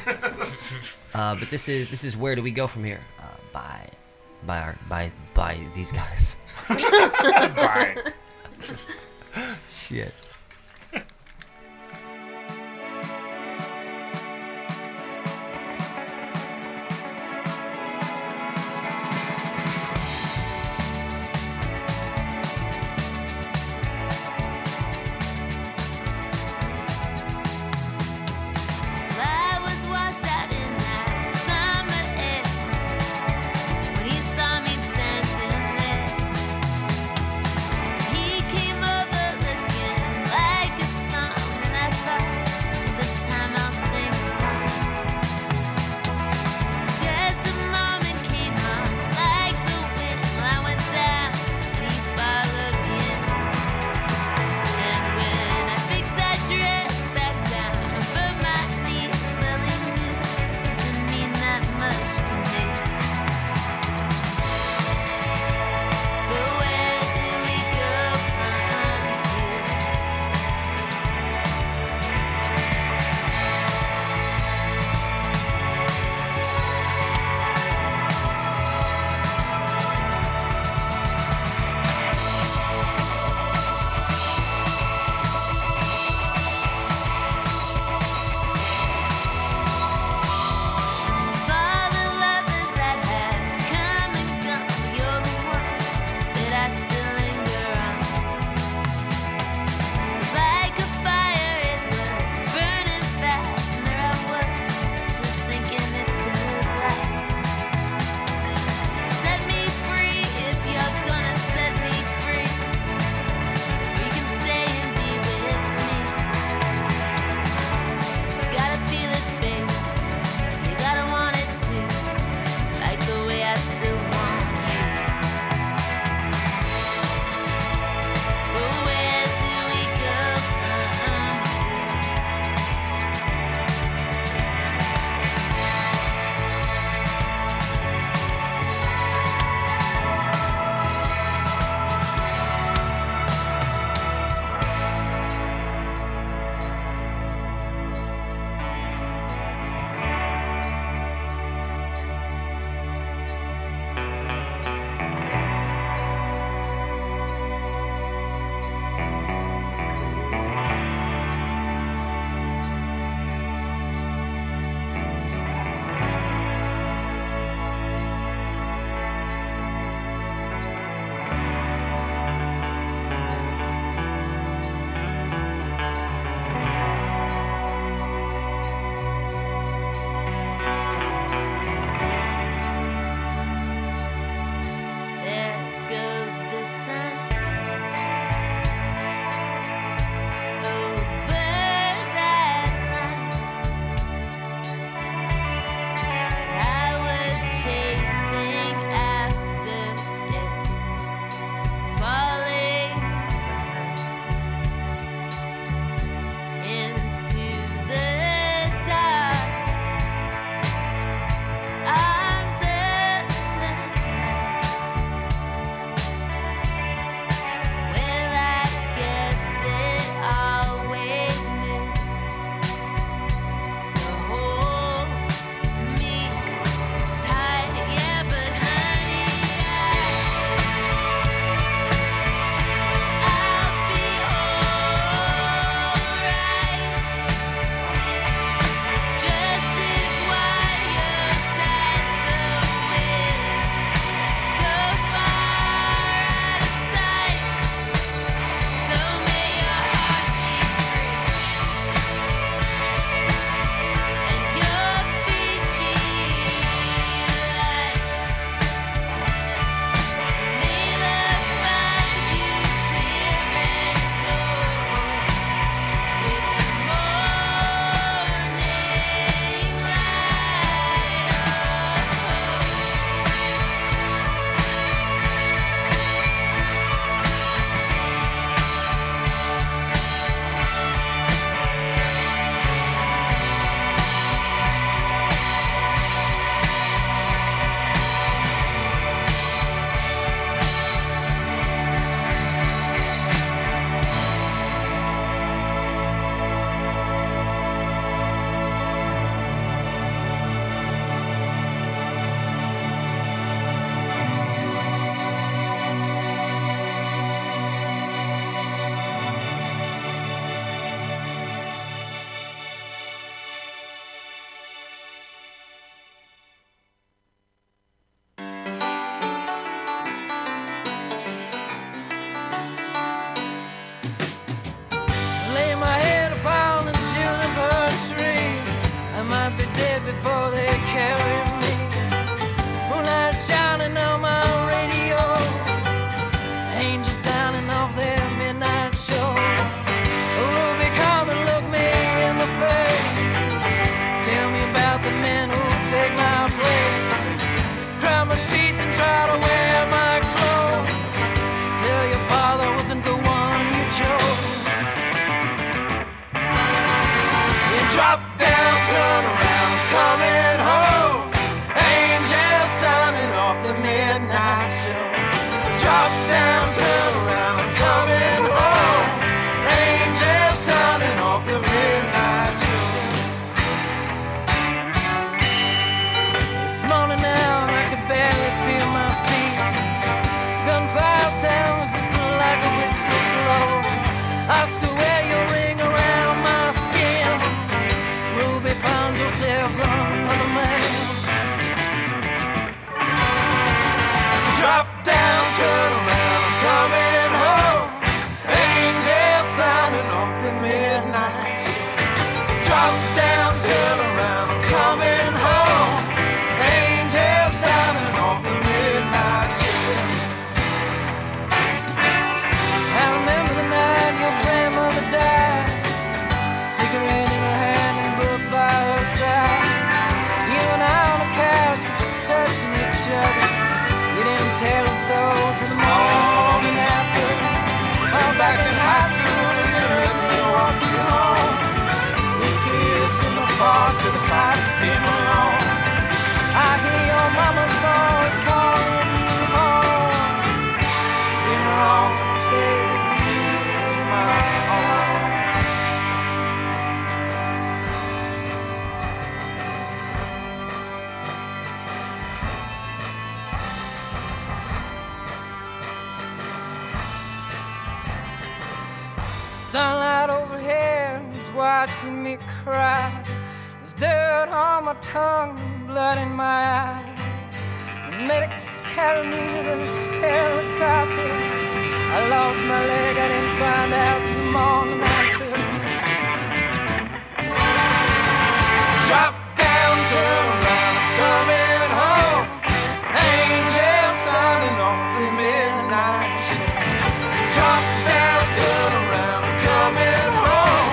Speaker 5: Uh, but this is this is where do we go from here? Uh, by, by our by by these guys.
Speaker 8: Bye.
Speaker 5: Shit.
Speaker 8: I was washed out in that summer air when he saw me standing there. He came over looking Drop down, turn around, coming home. Angels sounding off the midnight show. Drop down, turn around, coming home. Angels sounding off the midnight show. It's morning now, and I can barely feel my feet. Gunfire sounds just like a whistle blow. I still wear your ring around my skin. Ruby found yourself another man. Drop down, turn around, I'm coming home. Angel signing off the midnight. Drop down, turn around, I'm coming home. Angel signing off the midnight. Yeah. I remember the night your grandmother died. Cigarette in her hand and book by her side. You and I on the couch just touching each other. You didn't tell us so till the morning after. I'm back in high school, you heard me walking home. We kiss in the park till the cops came along. I hear your mama's voice calling you home. Been wrong to take you in my arms. Sunlight overhead was watching me cry. There's dirt on my tongue, blood in my eye. The medics carried me to the helicopter. I lost my leg, I didn't find out till the morning after. Drop down, turn around, I'm coming home. Angels sounding off the midnight. Drop down, turn around, I'm coming home.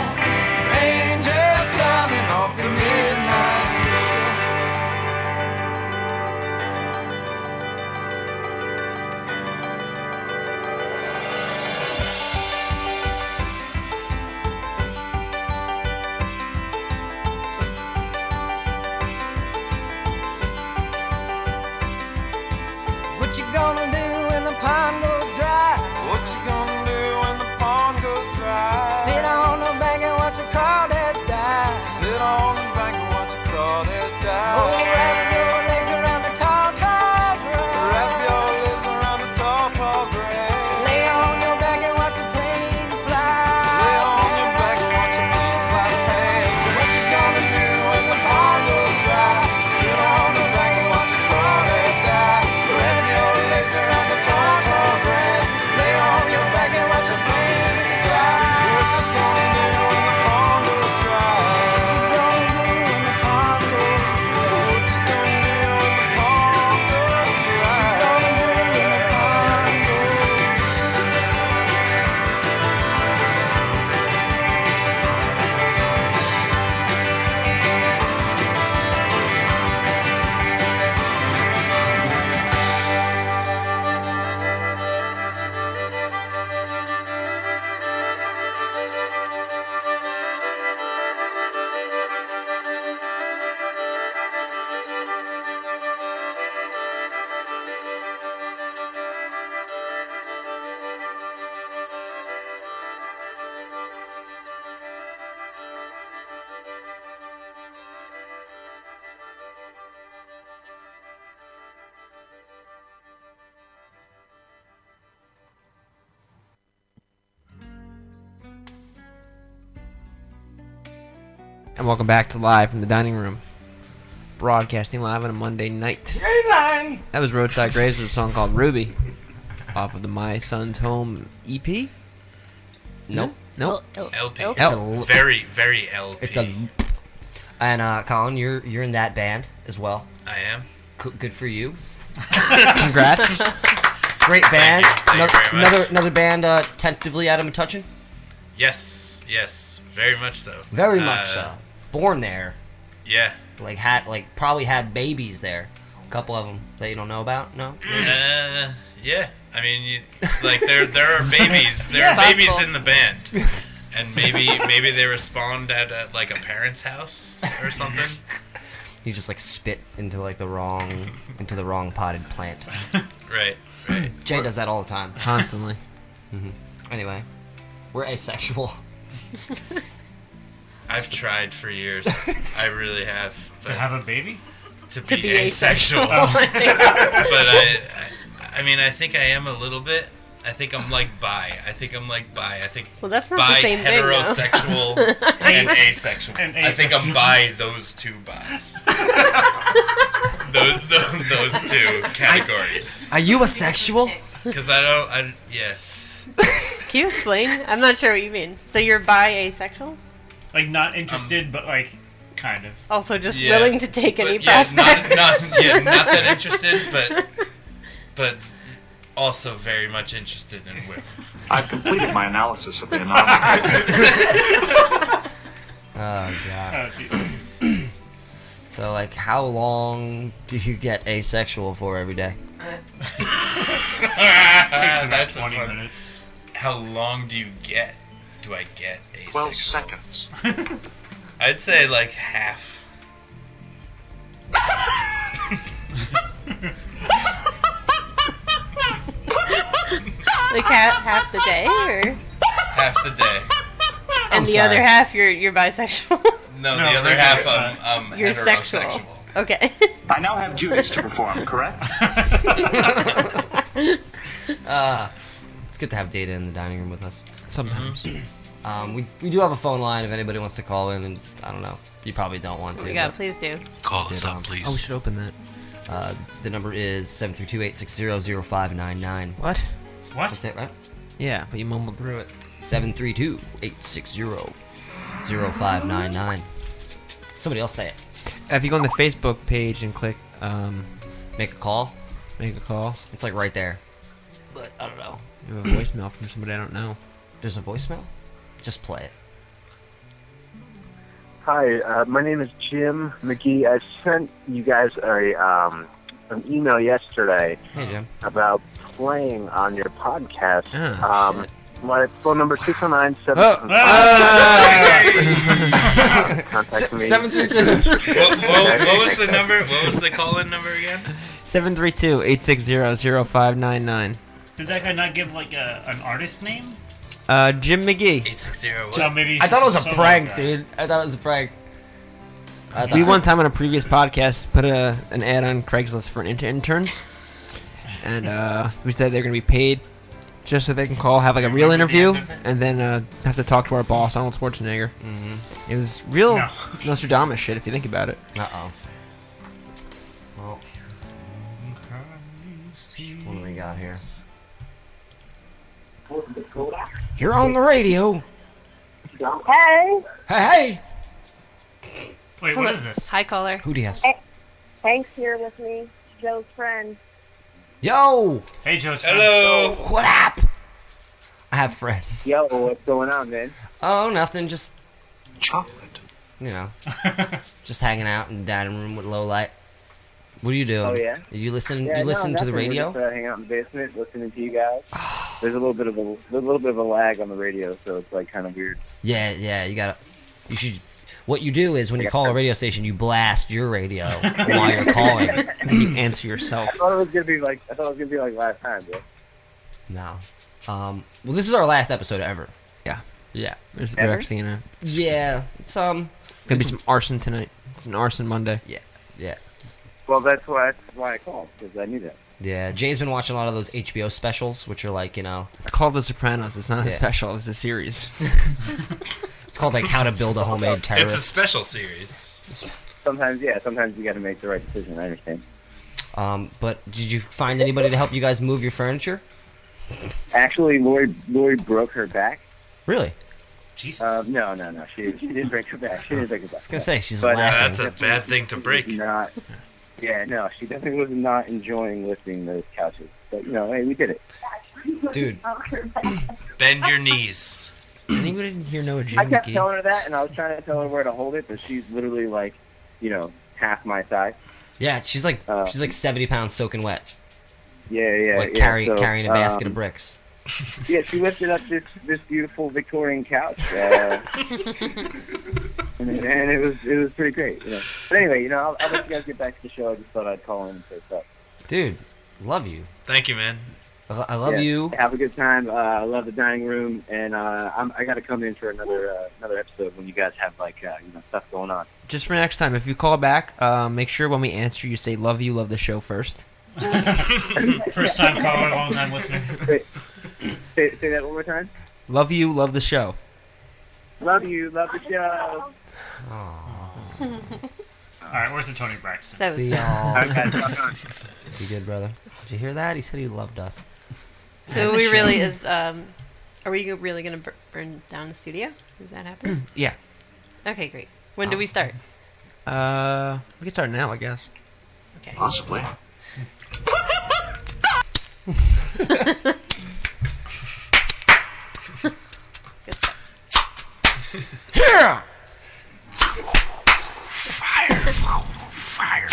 Speaker 8: Angels sounding off the midnight. What you gonna do when the pond goes dry? What you gonna do when the pond goes dry? Sit on the bank and watch your crawdads die. Sit on the bank and watch your crawdads die. Oh, wrap your legs around the tall, tall grass. Wrap your legs around the tall, tall grass. Lay on your back and watch the planes fly. Lay on your back and watch the planes fly past. What you gonna do when the pond goes dry? Sit on the bank and watch your crawdads die. Wrap your legs around the tall, tall grass. Lay on your back and watch the planes fly. What you gonna do when the pond goes dry? What you gonna do when the pond goes dry?
Speaker 6: And welcome back to Live from the Dining Room. Broadcasting live on a Monday night.
Speaker 15: Dateline!
Speaker 6: That was Roadside Graves with a song called Ruby off of the My Son's Home E EP.
Speaker 5: Nope.
Speaker 6: Nope.
Speaker 11: LP.
Speaker 5: It's
Speaker 11: It's
Speaker 5: a l-
Speaker 11: very, very LP.
Speaker 5: It's a. And uh, Colin, you're you're in that band as well.
Speaker 11: I am.
Speaker 5: Co- good for you. Congrats. Great band.
Speaker 11: Thank you very much.
Speaker 5: another another band uh, tentatively Adam and Touchin.
Speaker 11: Yes, yes, very much so.
Speaker 5: Very
Speaker 11: Uh,
Speaker 5: much so. Born there.
Speaker 11: Yeah.
Speaker 5: Like had like probably had babies there. A couple of them that you don't know about. No.
Speaker 10: Mm.
Speaker 11: Uh, yeah. I mean, you, like there there are babies. There
Speaker 5: Yeah.
Speaker 11: are babies
Speaker 5: Possible.
Speaker 11: in the band, and maybe maybe they were spawned at a, like a parent's house or something.
Speaker 5: You just like spit into like the wrong into the wrong potted plant.
Speaker 11: Right, right.
Speaker 5: Jay does that all the time,
Speaker 6: Constantly.
Speaker 5: hmm Anyway, we're asexual.
Speaker 11: I've tried for years. I really have.
Speaker 3: To have a baby?
Speaker 11: To be,
Speaker 3: To be
Speaker 11: asexual.
Speaker 3: asexual.
Speaker 11: but I, I, I mean, I think I am a little bit. I think I'm like bi. I think I'm like bi. I think
Speaker 10: Well, that's not the
Speaker 11: bi,
Speaker 10: same thing, though.
Speaker 11: heterosexual, and asexual.
Speaker 3: And
Speaker 11: I think I'm
Speaker 3: asexual.
Speaker 11: bi those two bis. those, those, those two categories.
Speaker 5: Are you asexual?
Speaker 11: Because I don't. I yeah.
Speaker 10: Can you explain? I'm not sure what you mean. So you're bi asexual?
Speaker 3: Like not interested, but like kind of.
Speaker 10: Um, Also just
Speaker 11: Yeah,
Speaker 10: willing to take any
Speaker 11: but yeah,
Speaker 10: prospect.
Speaker 11: Not, not, yeah, not that interested, but but also very much interested in women.
Speaker 8: I've completed my analysis of the anomaly.
Speaker 5: Oh god.
Speaker 3: Oh, Jesus.
Speaker 5: so like, how long do you get asexual for every day?
Speaker 11: Ah,
Speaker 3: about 20
Speaker 11: fun- How long do you get? Do I get asexual?
Speaker 8: Twelve seconds.
Speaker 11: I'd say like half.
Speaker 10: like half, half the day, or
Speaker 11: Half the day.
Speaker 10: and the other half you're you're bisexual.
Speaker 11: No,
Speaker 8: No,
Speaker 11: the other
Speaker 8: we're
Speaker 11: half
Speaker 8: not.
Speaker 3: Um,
Speaker 11: I'm, I'm
Speaker 10: you're sexual.
Speaker 11: heterosexual.
Speaker 10: Okay.
Speaker 8: I now have duties to perform, correct?
Speaker 5: Uh, it's good to have data in the dining room with us.
Speaker 6: Sometimes.
Speaker 5: Um, we, we do have a phone line if anybody wants to call in, and I don't know. You probably don't want to.
Speaker 10: Oh my God,
Speaker 5: but-
Speaker 10: please do.
Speaker 6: Call
Speaker 5: But,
Speaker 6: us up,
Speaker 5: um,
Speaker 6: please. Oh, we should open that.
Speaker 5: Uh, the number is 732-860-0599.
Speaker 6: What?
Speaker 3: What?
Speaker 5: That's it, right?
Speaker 6: Yeah, but you mumbled through it.
Speaker 5: 732-860-0599. Somebody else say it.
Speaker 6: If you go on the Facebook page and click, um,
Speaker 5: make a call.
Speaker 6: Make a call.
Speaker 5: It's like right there. But I don't know.
Speaker 6: You have a voicemail from somebody I don't know.
Speaker 5: There's a voicemail? Just play it.
Speaker 2: Hi, uh, my name is Jim McGee. I sent you guys a um, an email yesterday
Speaker 5: Hey, Jim.
Speaker 2: about playing on your podcast.
Speaker 5: Oh,
Speaker 2: um, my phone number six zero nine seven.
Speaker 5: Ah!
Speaker 2: Contact me.
Speaker 11: what, what, what was the number? What was the call-in number again?
Speaker 6: 732-860-0599.
Speaker 3: Did that guy not give like a, an artist name?
Speaker 6: Uh, Jim McGee.
Speaker 11: 860
Speaker 3: So maybe he's
Speaker 5: I thought it was
Speaker 3: just
Speaker 5: a
Speaker 3: solo
Speaker 5: prank,
Speaker 3: guy.
Speaker 5: dude. I thought it was a prank. I
Speaker 6: We
Speaker 5: thought-
Speaker 6: one time on a previous podcast put a, an ad on Craigslist for inter- interns, and uh, we said they're going to be paid just so they can call, have like a real interview, and then uh, have to talk to our boss, Arnold Schwarzenegger. It was real
Speaker 5: Mm-hmm. No.
Speaker 6: Nostradamus shit if you think about it.
Speaker 5: Uh oh. Well, what do we got here? You're on the radio.
Speaker 7: Hey.
Speaker 5: Hey,
Speaker 3: Wait,
Speaker 10: Hello. Hi, caller.
Speaker 5: Who do you ask?
Speaker 7: Hank's here with me. Joe's friend.
Speaker 5: Yo!
Speaker 3: Hey, Joseph.
Speaker 11: Hello.
Speaker 5: What up? I have friends.
Speaker 2: Yo, what's going on, man?
Speaker 5: Oh, nothing. Just
Speaker 8: chocolate.
Speaker 5: You know, just hanging out in the dining room with low light. What are you doing?
Speaker 2: Oh, yeah?
Speaker 5: Are you listening?
Speaker 2: Yeah,
Speaker 5: you listen
Speaker 2: no,
Speaker 5: to the
Speaker 2: nothing. We're
Speaker 5: radio?
Speaker 2: Just, uh, hang out in the basement, listening to you guys. There's a little bit of a there's a little bit of a lag on the radio, so it's like kind of weird.
Speaker 5: Yeah, yeah. You gotta. You should. What you do is when you call a radio station, you blast your radio while you're calling, and you answer yourself.
Speaker 2: I thought it was gonna be like I thought it was gonna be like last time, bro.
Speaker 5: No. Um. Well, this is our last episode ever.
Speaker 6: Yeah.
Speaker 5: Yeah.
Speaker 6: There's, we're actually gonna
Speaker 5: Yeah. It's um.
Speaker 6: gonna be some arson tonight. It's an arson Monday.
Speaker 5: Yeah. Yeah.
Speaker 2: Well, that's why that's why I called because I knew that.
Speaker 5: Yeah. Jay's been watching a lot of those HBO specials, which are like you know.
Speaker 6: I call The Sopranos. It's not a
Speaker 5: Yeah.
Speaker 6: special. It's a series.
Speaker 5: It's called like How to Build a Homemade
Speaker 11: It's
Speaker 5: Terrorist.
Speaker 11: a special series.
Speaker 2: Sometimes, yeah, sometimes you got to make the right decision. I understand.
Speaker 5: Um, but did you find anybody to help you guys move your furniture?
Speaker 2: Actually, Lori Lori broke her back.
Speaker 5: Really?
Speaker 2: Jesus. Um, no, no, no. She she didn't break her back. She didn't break her back. uh, I was
Speaker 5: gonna say, she's
Speaker 11: Wow, that's a bad thing to break.
Speaker 2: Not. Yeah, no. She definitely was not enjoying lifting those couches. But you know, hey, we did it.
Speaker 5: Dude.
Speaker 11: Bend your knees.
Speaker 5: Anybody here know a
Speaker 2: I kept telling her that, and I was trying to tell her where to hold it, but she's literally like, you know, half my size.
Speaker 5: Yeah, she's like she's like seventy pounds soaking wet,
Speaker 2: Uh, Yeah, yeah,
Speaker 5: like
Speaker 2: yeah.
Speaker 5: carry,
Speaker 2: so,
Speaker 5: carrying a basket
Speaker 2: um,
Speaker 5: of bricks.
Speaker 2: yeah, she lifted up this this beautiful Victorian couch, uh, and, and it was it was pretty great. You know. But anyway, you know, I'll, I'll let you guys get back to the show. I just thought I'd call in and say what's up.
Speaker 5: Dude, love you.
Speaker 11: Thank you, man.
Speaker 5: I I love
Speaker 2: Yeah,
Speaker 5: you.
Speaker 2: Have a good time. Uh, I love the dining room, and uh, I'm, I got to come in for another uh, another episode when you guys have like uh, you know stuff going on.
Speaker 6: Just for next time, if you call back, uh, make sure when we answer you say "love you, love the show" first.
Speaker 3: First time caller, long time listener.
Speaker 2: Wait, say, say that one more time.
Speaker 6: Love you, love the show.
Speaker 2: Love you. Love the show.
Speaker 3: All right, where's the Tony Braxton?
Speaker 2: That was
Speaker 5: See
Speaker 2: good.
Speaker 5: y'all.
Speaker 2: Okay.
Speaker 5: you good, brother? Did you hear that? He said he loved us.
Speaker 10: So
Speaker 5: And the
Speaker 10: we
Speaker 5: show.
Speaker 10: really is. Um, are we really gonna bur- burn down the studio? Does that happen?
Speaker 6: Yeah.
Speaker 5: Mm.
Speaker 10: Okay, great. When do we start?
Speaker 6: Uh, we can start now, I guess.
Speaker 10: Okay.
Speaker 13: Possibly.
Speaker 8: Here! Fire! Fire!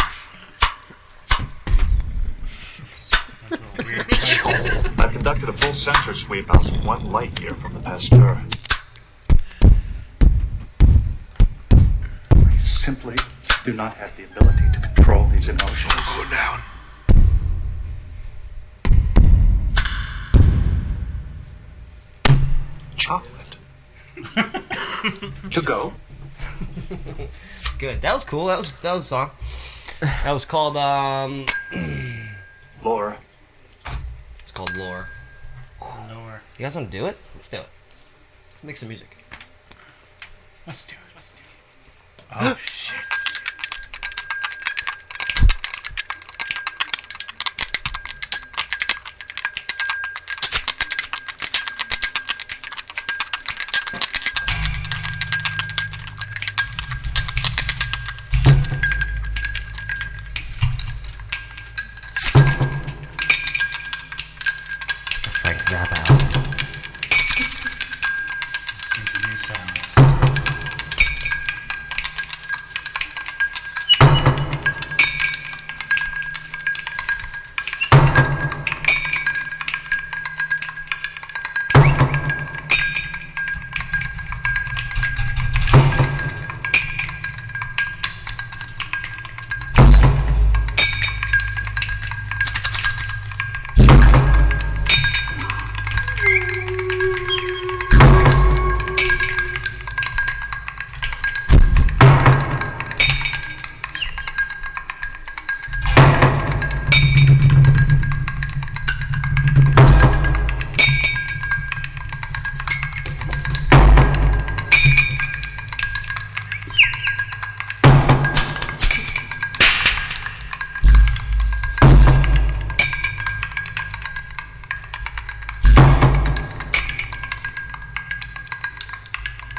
Speaker 13: I conducted a full sensor sweep out to one light year from the Pasteur.
Speaker 19: I simply do not have the ability to control these emotions. Go down.
Speaker 13: Chocolate. to go.
Speaker 5: Good. That was cool. That was that was a song. That was called um
Speaker 13: Lore.
Speaker 5: It's called Lore.
Speaker 3: Nowhere.
Speaker 5: You guys want to do it? Let's do it. Let's make some music.
Speaker 3: Let's do it. Let's do it. Oh shit.
Speaker 5: Frank Zappa album.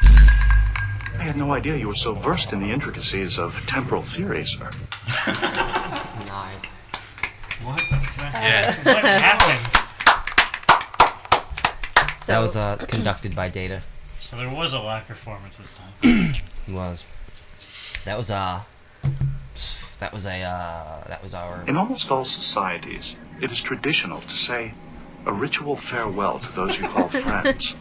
Speaker 13: I had no idea you were so versed in the intricacies of temporal theory, sir.
Speaker 5: Nice.
Speaker 3: What the fuck?
Speaker 5: Yeah.
Speaker 3: What happened?
Speaker 5: that
Speaker 3: So-
Speaker 5: was uh conducted by Data.
Speaker 3: So there was a live performance this time.
Speaker 5: He was. That was uh that was a uh that was our
Speaker 13: In almost all societies, it is traditional to say a ritual farewell to those you call friends.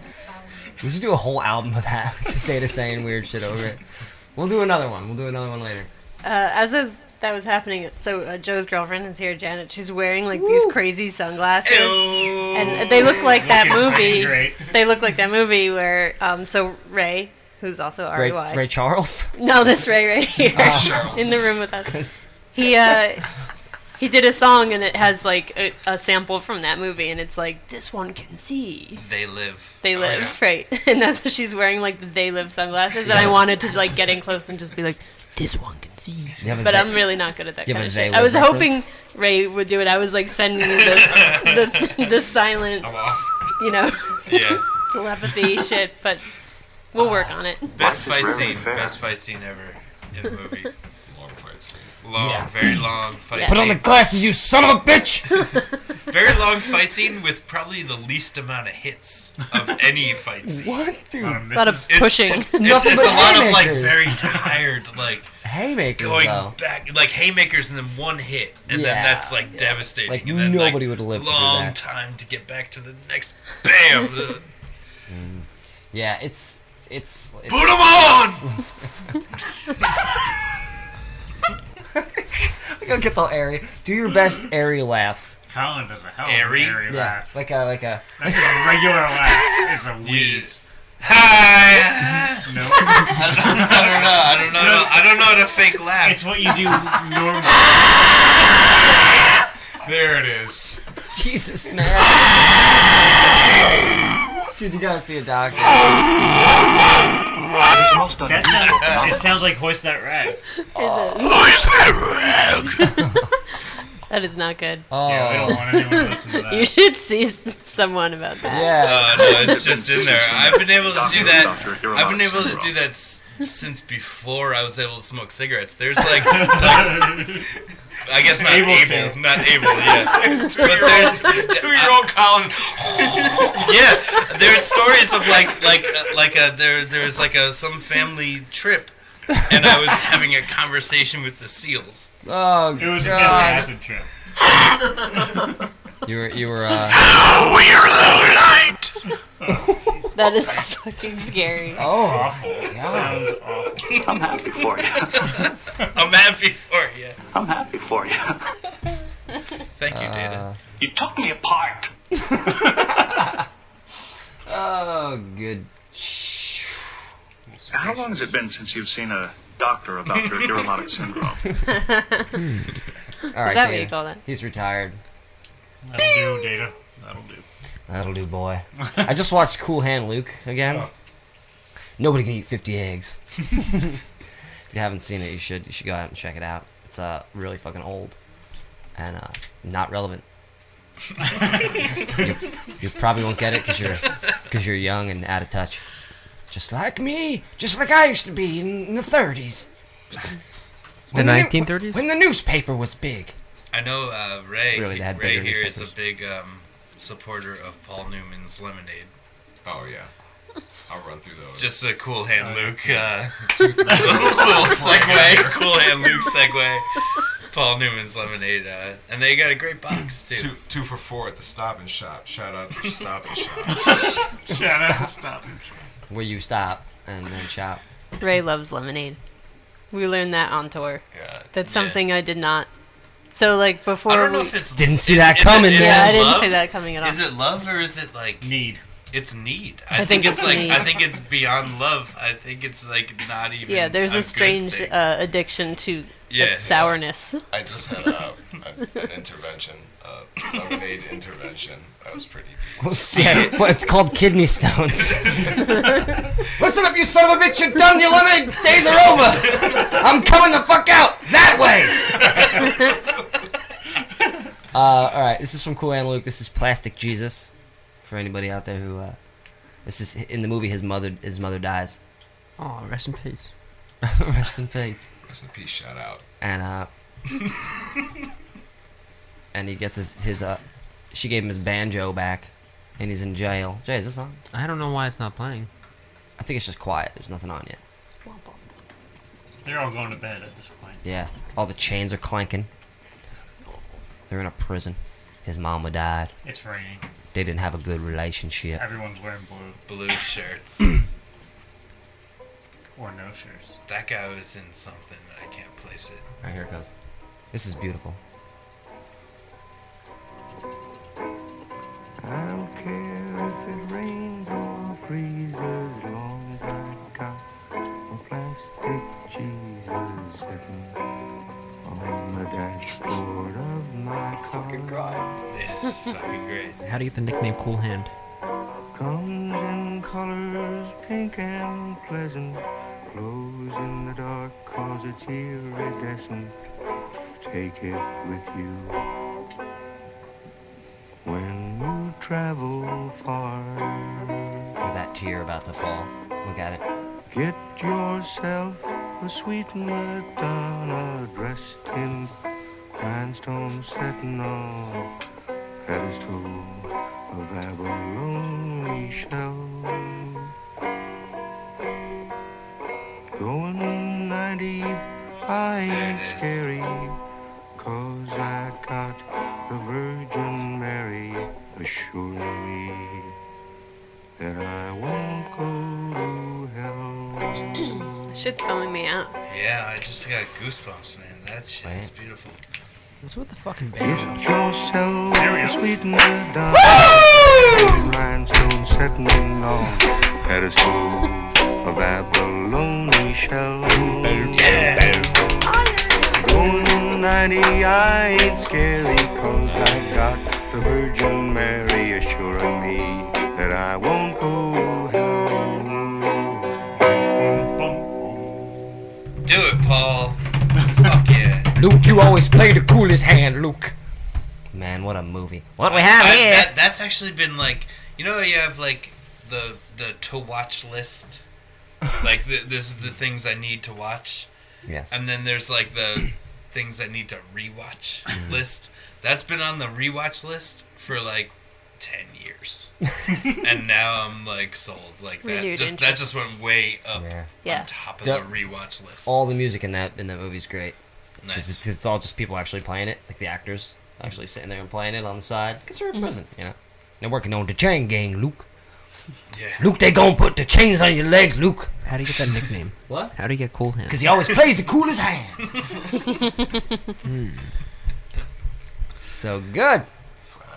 Speaker 5: We should do a whole album of that. Just Data saying weird shit over it. We'll do another one. We'll do another one later.
Speaker 10: Uh, as I was, that was happening, so uh, Joe's girlfriend is here, Janet. She's wearing like these crazy sunglasses, and they look like that
Speaker 5: Looking
Speaker 10: movie.
Speaker 5: pretty
Speaker 10: They look like that movie where um, so Ray, who's also
Speaker 5: Ray,
Speaker 10: REY,
Speaker 5: Ray Charles.
Speaker 10: No, this Ray right here
Speaker 5: Oh. Charles.
Speaker 10: in the room with us. He uh, he did a song, and it has like a, a sample from that movie, and it's like this one can see.
Speaker 11: They live.
Speaker 10: They
Speaker 11: Oh,
Speaker 10: live,
Speaker 11: yeah.
Speaker 10: right? And that's what she's wearing, like the They Live sunglasses. And I
Speaker 5: Yeah.
Speaker 10: wanted to like get in close and just be like, "This one can see,"
Speaker 5: You have a
Speaker 10: but
Speaker 5: They-
Speaker 10: I'm really not good at that
Speaker 5: you have
Speaker 10: kind
Speaker 5: a
Speaker 10: of
Speaker 5: They
Speaker 10: shit.
Speaker 5: Live
Speaker 10: I was hoping
Speaker 5: reference?
Speaker 10: Ray would do it. I was like sending you the the, the silent, you know,
Speaker 11: Yeah.
Speaker 10: telepathy shit. But we'll work on it.
Speaker 11: Best fight scene. Best fight scene ever in a movie. long fight scene. Long,
Speaker 5: Yeah.
Speaker 11: very long fight
Speaker 5: Put on the
Speaker 11: scene.
Speaker 5: glasses, you son of a bitch!
Speaker 11: Very long fight scene with probably the least amount of hits of any fight scene.
Speaker 5: What, dude?
Speaker 11: A
Speaker 5: Lot of
Speaker 11: misses.
Speaker 5: pushing.
Speaker 11: It's, it's,
Speaker 5: Nothing
Speaker 11: it's
Speaker 5: but
Speaker 11: a lot of like
Speaker 5: haymakers.
Speaker 11: very tired, like
Speaker 5: Haymakers,
Speaker 11: going
Speaker 5: though.
Speaker 11: back, like haymakers, and then one hit, and then
Speaker 5: Yeah,
Speaker 11: that's like devastating.
Speaker 5: Like,
Speaker 11: and then,
Speaker 5: nobody would live to do
Speaker 11: Long
Speaker 5: that.
Speaker 11: time to get back to the next. Bam. Uh, Ugh.
Speaker 5: Mm. Yeah, it's it's. it's
Speaker 11: Put 'em on!
Speaker 5: Like it gets all airy. Do your best airy laugh.
Speaker 3: Colin does a hell of an
Speaker 5: Airy?
Speaker 3: airy
Speaker 5: yeah,
Speaker 3: laugh.
Speaker 5: like a like a.
Speaker 3: That's just a regular laugh. It's a wheeze. Hi. No.
Speaker 11: I don't, I don't know. I don't know. I don't know how to fake laugh.
Speaker 3: It's what you do normally.
Speaker 11: There it is.
Speaker 5: Jesus man. Dude, you gotta see a doctor.
Speaker 3: That sounds, it sounds like hoist that rag.
Speaker 10: Hoist that rag. that is not good.
Speaker 5: Oh.
Speaker 3: Yeah, we don't want anyone to listen to that.
Speaker 10: you should see s- someone about that.
Speaker 11: Uh, no, it's just in there. I've been able to do that.
Speaker 10: Doctor,
Speaker 11: I've been able to do that s- since before I was able to smoke cigarettes. There's like, like- I guess not able,
Speaker 12: Able to.
Speaker 11: not able. Yeah,
Speaker 12: Two-year-old- two-year-old
Speaker 11: Colin. yeah, there's stories of like, like, uh, like a there. There's like a some family trip, and I was having a conversation with the seals.
Speaker 5: Oh,
Speaker 3: It was a family
Speaker 5: God.
Speaker 3: acid trip.
Speaker 5: You were you were. Uh,
Speaker 10: That is fucking scary.
Speaker 5: Oh,
Speaker 3: awful. Sounds awful.
Speaker 18: I'm happy for you.
Speaker 11: I'm happy for you.
Speaker 18: I'm happy for you.
Speaker 11: Thank you, Dana.
Speaker 18: You took me apart.
Speaker 5: oh, good.
Speaker 18: How long has it been since you've seen a doctor about your neurologic syndrome?
Speaker 5: Uh, hmm. All
Speaker 10: Is that what
Speaker 5: right, Dana.
Speaker 10: you call that?
Speaker 5: He's retired.
Speaker 3: That'll do, Data. That'll do.
Speaker 5: That'll do, boy. I just watched Cool Hand Luke again. Nobody can eat 50 eggs. if you haven't seen it, you should you should go out and check it out. It's uh really fucking old and uh, not relevant. you, you probably won't get it because you're because you're young and out of touch. Just like me, just like I used to be in, in the 30s.
Speaker 6: The
Speaker 5: new-
Speaker 6: 1930s?
Speaker 5: when the newspaper was big.
Speaker 11: I know uh, Ray.
Speaker 5: Really, they had
Speaker 11: Ray
Speaker 5: bigger
Speaker 11: here is a
Speaker 5: newspapers.
Speaker 11: big um, supporter of Paul Newman's Lemonade. Oh yeah, I'll run through those. Just a cool hand, Luke. Uh, little segue, cool hand, Luke segue. Paul Newman's Lemonade, uh, and they got a great box too.
Speaker 2: Two, two for four at the Stop and Shop. Shout out to Stop and Shop.
Speaker 10: Shout out to
Speaker 5: Stop. Where you stop and then shop.
Speaker 10: Ray loves lemonade. We learned that on tour.
Speaker 11: Yeah.
Speaker 10: That's
Speaker 5: yeah.
Speaker 10: something I did not. So like before
Speaker 11: I don't know
Speaker 10: we,
Speaker 11: if it's
Speaker 5: Didn't see that coming,
Speaker 11: is
Speaker 10: Yeah, I didn't
Speaker 11: love?
Speaker 10: see that coming at all.
Speaker 11: Is it love or is it like
Speaker 3: need?
Speaker 11: It's need.
Speaker 10: I
Speaker 11: I,
Speaker 10: think
Speaker 11: think, it's,
Speaker 10: it's
Speaker 11: like
Speaker 10: need.
Speaker 11: I think it's beyond love. I think it's like not even.
Speaker 10: yeah, there's a
Speaker 11: good
Speaker 10: strange
Speaker 11: thing.
Speaker 10: uh, addiction to
Speaker 2: Yeah.
Speaker 10: sourness.
Speaker 2: I just had a, a, an intervention, a lemonade intervention. That was pretty.
Speaker 5: Well, yeah, but it's called kidney stones. Listen up, you son of a bitch! You're done. Your lemonade days are over. I'm coming the fuck out that way. uh, all right, this is from Cool Hand Luke. This is Plastic Jesus. For anybody out there who, uh, this is in the movie. His mother, his mother dies.
Speaker 6: Oh, rest in peace.
Speaker 5: Rest in peace.
Speaker 2: Rest in peace. Shout out.
Speaker 5: And uh, and he gets his his uh, she gave him his banjo back, and he's in jail. Jay, is this on?
Speaker 6: I don't know why it's not playing.
Speaker 5: I think it's just quiet. There's nothing on yet.
Speaker 3: They're all going to bed at this point.
Speaker 5: Yeah, all the chains are clanking. They're in a prison. His mama died.
Speaker 3: It's raining.
Speaker 5: They didn't have a good relationship.
Speaker 3: Everyone's wearing blue.
Speaker 11: Blue shirts.
Speaker 3: or no shirts.
Speaker 11: That guy was in something. I can't place it.
Speaker 5: Alright, here it goes. This is beautiful.
Speaker 8: I don't care if it rains or freezes, as long as I got a plastic Jesus sitting on the dashboard of my car. Fucking cry.
Speaker 11: It's fucking great.
Speaker 6: How do you get the nickname Cool Hand?
Speaker 8: Comes in colors pink and pleasant, glows in the dark 'cause it's iridescent. Take it with you when you travel far.
Speaker 5: With that tear about to fall. Look at it.
Speaker 8: Get yourself a sweet Madonna dressed in rhinestone satin all
Speaker 20: pedestal of Avalon we shall Going 90, I ain't scary, cause I got the Virgin Mary assuring me that I won't go to hell.
Speaker 10: Shit's bumming me out.
Speaker 11: Yeah, I just got goosebumps, man. That shit is beautiful.
Speaker 5: What's with the fucking
Speaker 20: Get yourself a sweet and good dime. Rhinestone setting in long pedestal of abalone shell. Going 90, I ain't scary, cause I got the Virgin Mary assuring me that I won't go hell.
Speaker 11: Do it, Paul. Fuck yeah.
Speaker 5: Luke, you always play the coolest hand, Luke. Man, what a movie. What we have
Speaker 11: I-
Speaker 5: here?
Speaker 11: That, that's actually been like, you know, you have like the the to watch list. Like the, this is the things I need to watch.
Speaker 5: Yes.
Speaker 11: And then there's like the things I need to rewatch
Speaker 5: Mm-hmm.
Speaker 11: list. That's been on the rewatch list for like ten years, and now I'm like sold. Like that
Speaker 10: Renewed
Speaker 11: just that just went way up
Speaker 10: Yeah.
Speaker 11: on top of
Speaker 5: Yep.
Speaker 11: the rewatch list.
Speaker 5: All the music in that in that movie's great. 'Cause
Speaker 11: Nice.
Speaker 5: It's, it's all just people actually playing it, like the actors actually sitting there and playing it on the side. Cause they're in
Speaker 6: Mhm.
Speaker 5: prison, you know. They're working on the chain gang, Luke.
Speaker 11: Yeah.
Speaker 5: Luke, they gonna put the chains on your legs, Luke. How do you get that nickname?
Speaker 8: What? How do you get cool hands?
Speaker 5: Cause he always plays the coolest hand. So good.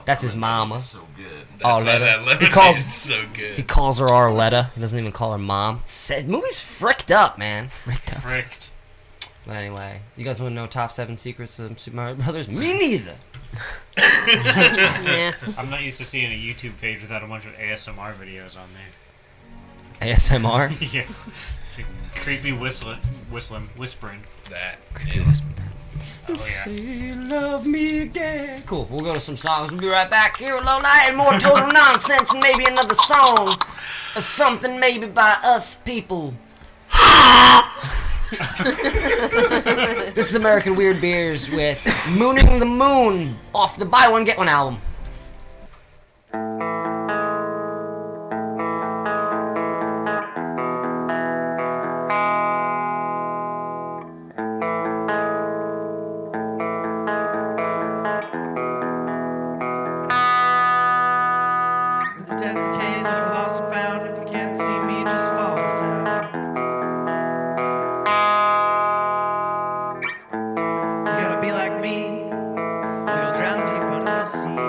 Speaker 5: That's his mama. So
Speaker 11: good. That's
Speaker 5: oh,
Speaker 11: why that lemonade
Speaker 5: he calls,
Speaker 11: is so good.
Speaker 5: He calls her Arletta. He doesn't even call her mom. Said movie's fricked up, man. Fricked up.
Speaker 11: Fricked.
Speaker 5: But anyway, you guys want to know top seven secrets of Super Mario Brothers? Me neither.
Speaker 3: I'm not used to seeing a YouTube page without a bunch of ASMR videos on there.
Speaker 5: ASMR.
Speaker 3: yeah. Creepy whistling, whistling, whispering.
Speaker 11: That. Oh,
Speaker 5: Say you love me again. Cool. We'll go to some songs. We'll be right back here, with Lola, and more total nonsense, and maybe another song, or something maybe by us people. this is American Weird Beers with Mooning the Moon off the Buy One Get One album.
Speaker 20: The death decays like a lost bound. If you can't see me, just follow the sound. You gotta be like me, or you'll drown deep under the sea.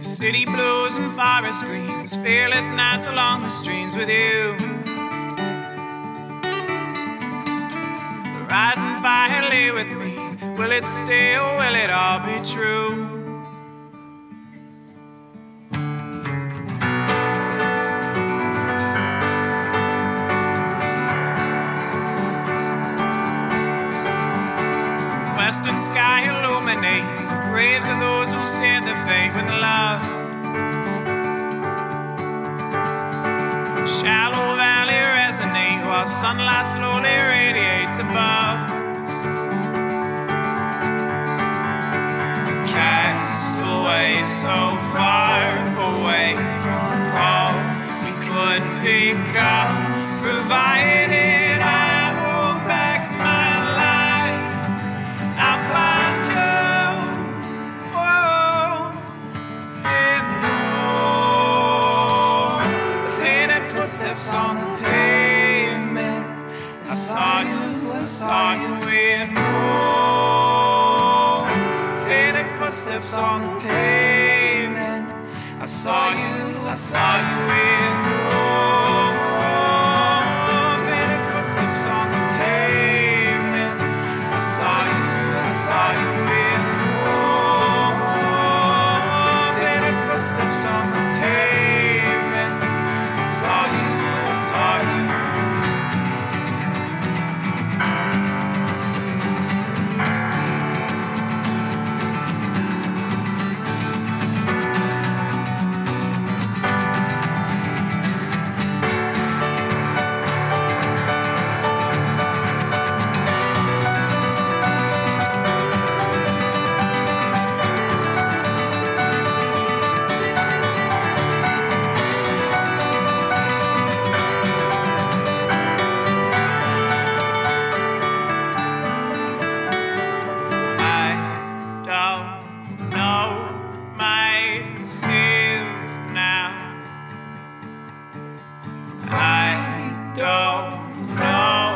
Speaker 21: City blues and forest greens, fearless nights along the streams with you. The rising fire lay with me. Will it stay or will it all be true? Western sky illuminate the graves of those who shared their fate with love. Shallow valley resonate while sunlight slowly radiates above. Cast away so far away from home, you could pick up, provided I hold back my light. I find you, whoa, in the thin footsteps on the pavement. I saw you, I saw you in Rome. Faded footsteps on the pavement. I saw you, I saw you in Rome. Faded footsteps on the pavement. I saw you, I saw you in Rome. Faded footsteps on the pavement. I saw you, I saw you.
Speaker 8: Oh, Oh, Oh,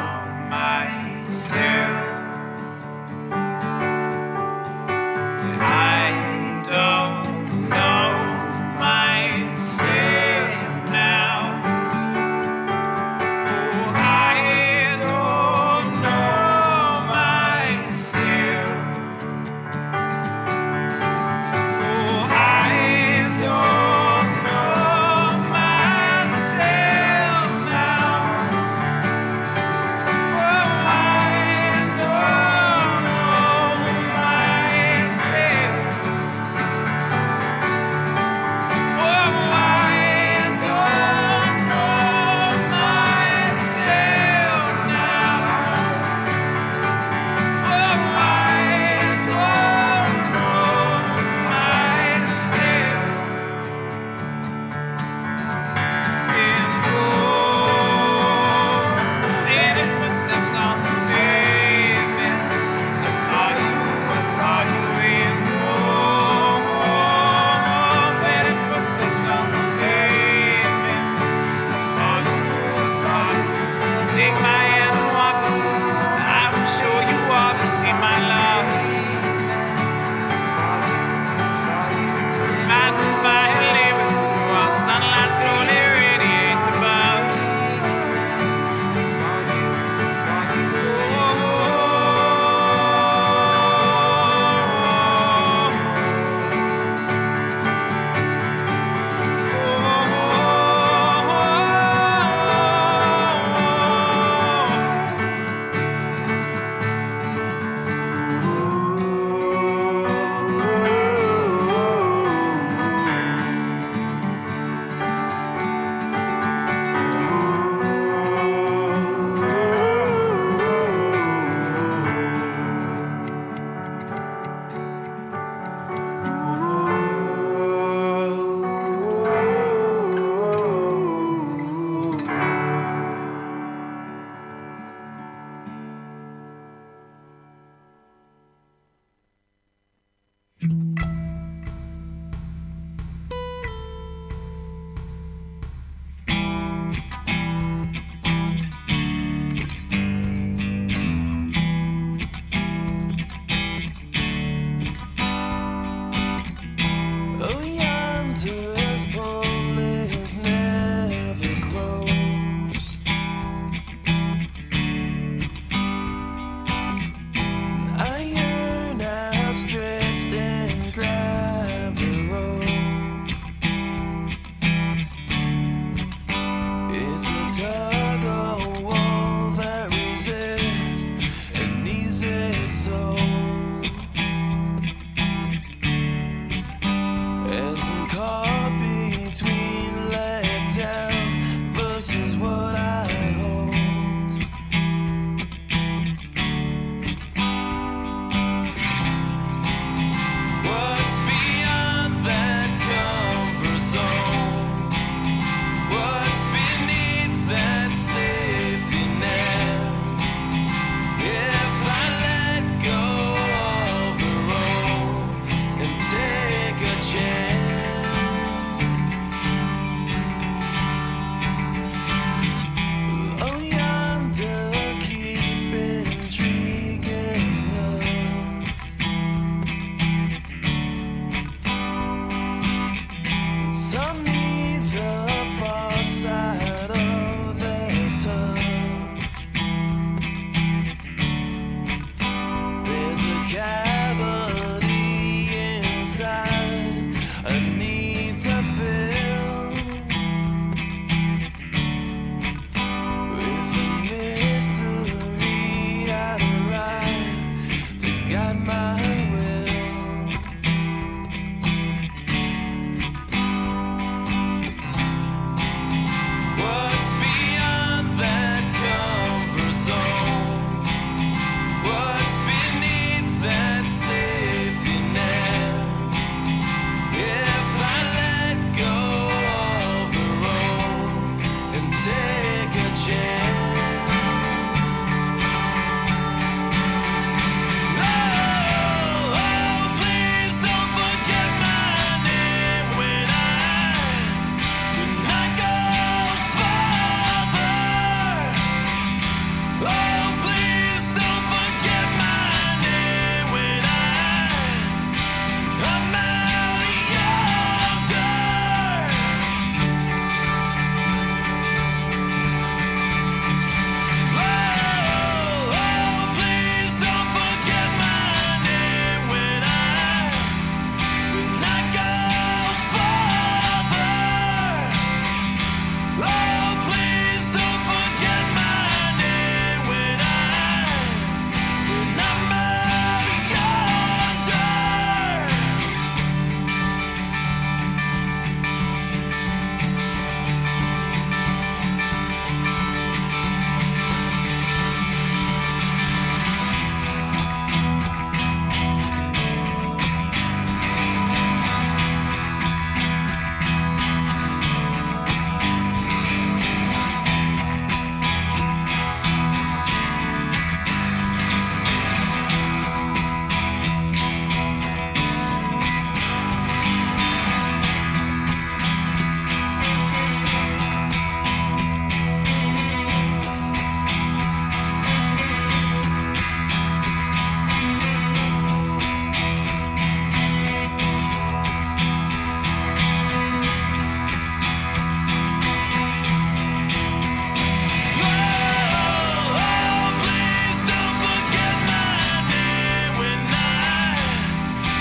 Speaker 8: Oh, oh, Oh, Oh, Oh,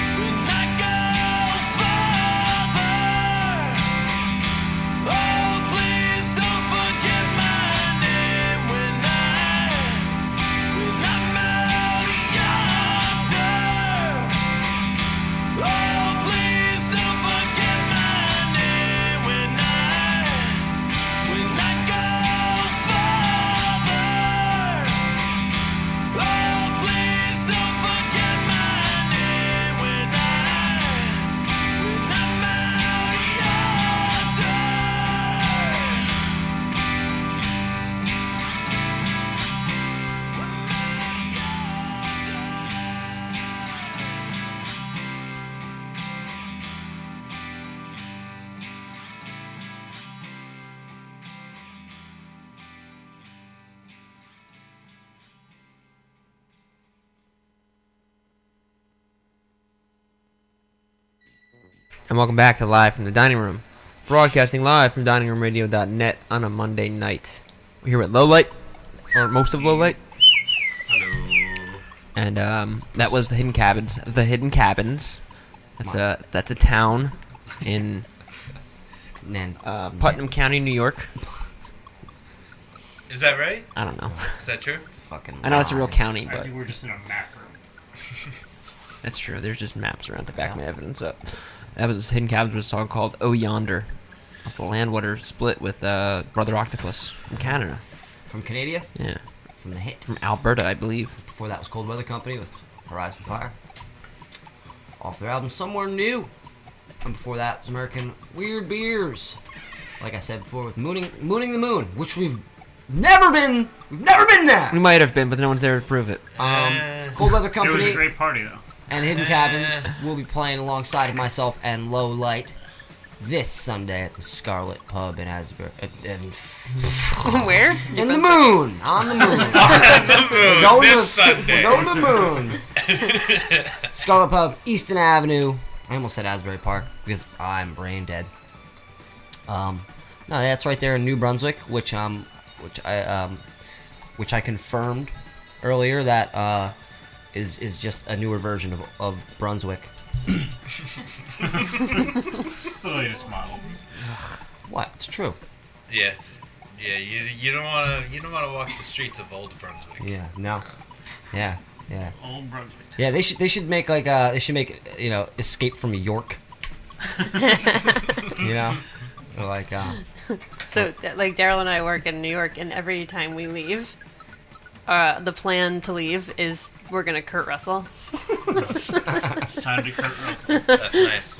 Speaker 8: Oh,
Speaker 6: and welcome back to Live from the Dining Room, broadcasting live from diningroomradio.net on a Monday night. We're here at Low Light, or most of Low Light. And um, that was the Hidden Cabins. The Hidden Cabins. That's a that's a town in uh, Putnam County, New York.
Speaker 11: Is that right?
Speaker 6: I don't know.
Speaker 11: Is that true?
Speaker 5: It's a fucking.
Speaker 6: I know it's a real county,
Speaker 3: I
Speaker 6: but
Speaker 3: think we're just in a map room.
Speaker 6: that's true. There's just maps around to back my evidence up. That was Hidden Cabins was a song called "Oh Yonder," off the Landwater split with uh, Brother Octopus from Canada.
Speaker 5: From Canada?
Speaker 6: Yeah.
Speaker 5: From the hit.
Speaker 6: From Alberta, I believe.
Speaker 5: Before that was Cold Weather Company with Horizon Fire. Off their album Somewhere New. And before that was American Weird Beers. Like I said before, with Mooning Mooning the Moon, which we've never been we've never been there.
Speaker 6: We might have been, but no one's there to prove it.
Speaker 5: Um, Cold Weather Company.
Speaker 3: It was a great party though.
Speaker 5: and Hidden Cabins will be playing alongside of myself and Low Light this Sunday at the Scarlet Pub in Asbury. uh, in-
Speaker 10: Where?
Speaker 5: In the moon, on the moon. We're going to- We're going to the moon. Scarlet Pub, Easton Avenue. I almost said Asbury Park because I'm brain dead. Um, no, that's right there in New Brunswick, which um, which I um, which I confirmed earlier that uh, is is just a newer version of, of Brunswick.
Speaker 3: it's the latest model.
Speaker 5: What? It's true.
Speaker 11: Yeah, it's- yeah. You, you don't want to you don't want to walk the streets of Old Brunswick.
Speaker 5: Yeah. No. Yeah. Yeah.
Speaker 3: Old Brunswick.
Speaker 5: Yeah, they should they should make like uh they should make you know Escape from York. you know, Or like uh,
Speaker 10: So, that- like, Daryl and I work in New York, and every time we leave, uh, the plan to leave is we're gonna Kurt Russell.
Speaker 3: it's time to Kurt Russell.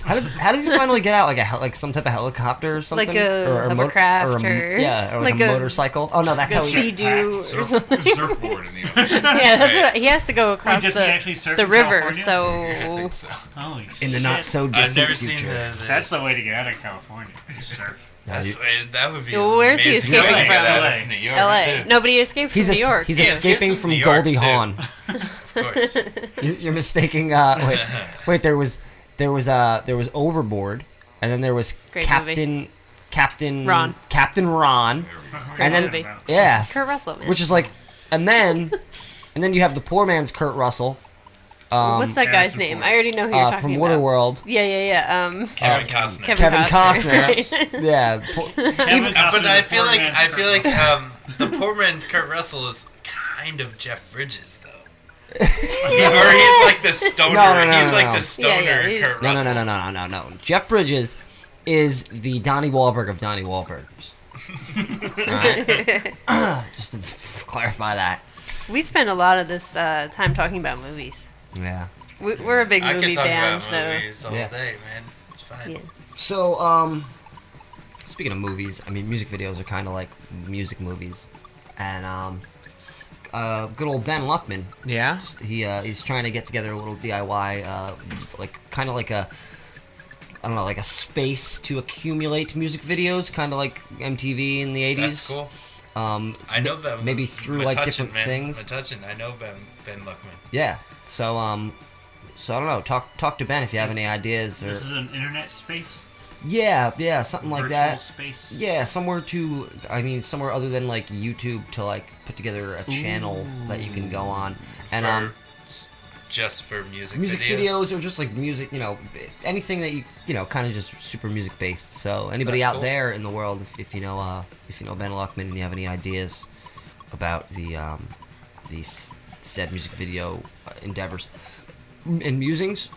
Speaker 5: How did how did you finally get out? Like a hel- like some type of helicopter or something,
Speaker 10: Like a
Speaker 5: or mot-
Speaker 10: hovercraft
Speaker 5: or, a,
Speaker 10: or-
Speaker 5: yeah, or like,
Speaker 10: like
Speaker 5: a,
Speaker 10: a-
Speaker 5: motorcycle. Oh no, that's
Speaker 10: like
Speaker 5: how
Speaker 10: a
Speaker 5: we
Speaker 10: Sea-Doo or Surf- something. surfboard
Speaker 5: in
Speaker 10: yeah, that's what he has to go across
Speaker 3: does he actually
Speaker 10: the,
Speaker 3: surf
Speaker 10: the
Speaker 3: in
Speaker 10: river.
Speaker 3: California?
Speaker 10: So,
Speaker 3: Holy
Speaker 5: In the
Speaker 3: shit.
Speaker 5: not so distant future.
Speaker 3: That's the way to get out of California. You surf.
Speaker 5: That's you- the
Speaker 11: that would be.
Speaker 10: where's he
Speaker 11: amazing.
Speaker 10: escaping
Speaker 11: You
Speaker 10: from?
Speaker 11: gotta get out of New York,
Speaker 10: L.A.
Speaker 11: too.
Speaker 10: Nobody escaped from
Speaker 5: He's
Speaker 10: New
Speaker 5: es-
Speaker 10: York.
Speaker 5: he's escaping from Goldie Hawn.
Speaker 10: of
Speaker 11: course.
Speaker 5: You- You're mistaking. Uh, wait, wait. There was, there was, uh, there was Overboard, and then there was
Speaker 10: Great
Speaker 5: Captain, Captain
Speaker 10: Ron.
Speaker 5: Captain Ron,
Speaker 10: Great
Speaker 5: and then
Speaker 10: movie.
Speaker 5: yeah,
Speaker 10: Kurt Russell, man.
Speaker 5: which is like, and then, and then you have the poor man's Kurt Russell. Um,
Speaker 10: What's that guy's name? I already know who you're
Speaker 5: uh,
Speaker 10: talking
Speaker 5: from
Speaker 10: about.
Speaker 5: Waterworld.
Speaker 10: Yeah, yeah, yeah. Um,
Speaker 5: Kevin
Speaker 11: Costner.
Speaker 10: Kevin,
Speaker 5: Kevin
Speaker 10: Costner.
Speaker 5: Costner.
Speaker 10: right.
Speaker 5: yeah. poor-
Speaker 11: Even-
Speaker 3: Costner,
Speaker 11: but I
Speaker 3: the
Speaker 11: feel
Speaker 3: poor
Speaker 11: like
Speaker 3: man's
Speaker 11: I
Speaker 3: Kurt
Speaker 11: feel like um, the poor man's Kurt Russell is kind of Jeff Bridges though. Or he's like the stoner. he's like the stoner Kurt
Speaker 5: no, no,
Speaker 11: Russell.
Speaker 5: no, no, no, no, no, no. Jeff Bridges is the Donnie Wahlberg of Donnie Wahlbergers. Alright? Just to clarify that.
Speaker 10: we spend a lot of this uh, time talking about movies.
Speaker 5: Yeah.
Speaker 10: We, we're a big
Speaker 11: I
Speaker 10: movie
Speaker 11: could talk
Speaker 10: band,
Speaker 11: about
Speaker 10: though.
Speaker 11: movies all
Speaker 5: Yeah.
Speaker 11: day, man. It's fine.
Speaker 10: Yeah.
Speaker 5: So, um, speaking of movies, I mean, music videos are kind of like music movies, and um, uh, good old Ben Luckman.
Speaker 6: Yeah.
Speaker 5: He uh, he's trying to get together a little DIY, uh, like kind of like a. I don't know, like a space to accumulate music videos, kind of like MTV in the 80s.
Speaker 11: That's cool.
Speaker 5: Um,
Speaker 11: I know them.
Speaker 5: Maybe through like different things.
Speaker 11: Metuchen, I know Ben Ben Luckman.
Speaker 5: Yeah. So um, so I don't know. Talk talk to Ben if you have any ideas or.
Speaker 3: This is an internet space.
Speaker 5: Yeah, yeah, something like
Speaker 3: Virtual
Speaker 5: that.
Speaker 3: space.
Speaker 5: Yeah, somewhere to, I mean, somewhere other than like YouTube to like put together a channel that you can go on and
Speaker 11: for,
Speaker 5: um,
Speaker 11: s- just for music,
Speaker 5: music
Speaker 11: videos.
Speaker 5: videos. or just like music, you know, b- anything that you you know, kind of just super music based. So anybody
Speaker 11: That's
Speaker 5: out
Speaker 11: cool.
Speaker 5: there in the world, if, if you know, uh, if you know Ben Luckman and you have any ideas about the um, these said music video uh, endeavors and musings.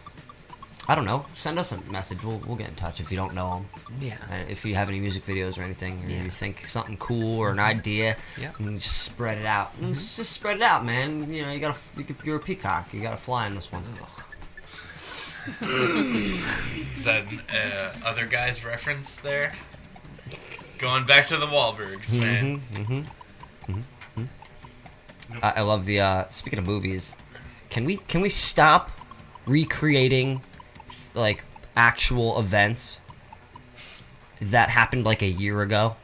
Speaker 5: I don't know. Send us a message. We'll, we'll get in touch if you don't know them.
Speaker 6: Yeah.
Speaker 5: And if you have any music videos or anything, or
Speaker 6: Yeah.
Speaker 5: you think something cool or an idea,
Speaker 6: Yeah.
Speaker 5: and just spread it out. And Just just spread it out, man. You know, you gotta you could- you're a peacock. You gotta fly in this one.
Speaker 11: Is that an, uh, other guy's reference there? Going back to the Wahlbergs, man.
Speaker 5: Mhm, mhm, mhm. I, I love the. Uh, speaking of movies, can we can we stop recreating like actual events that happened like a year ago?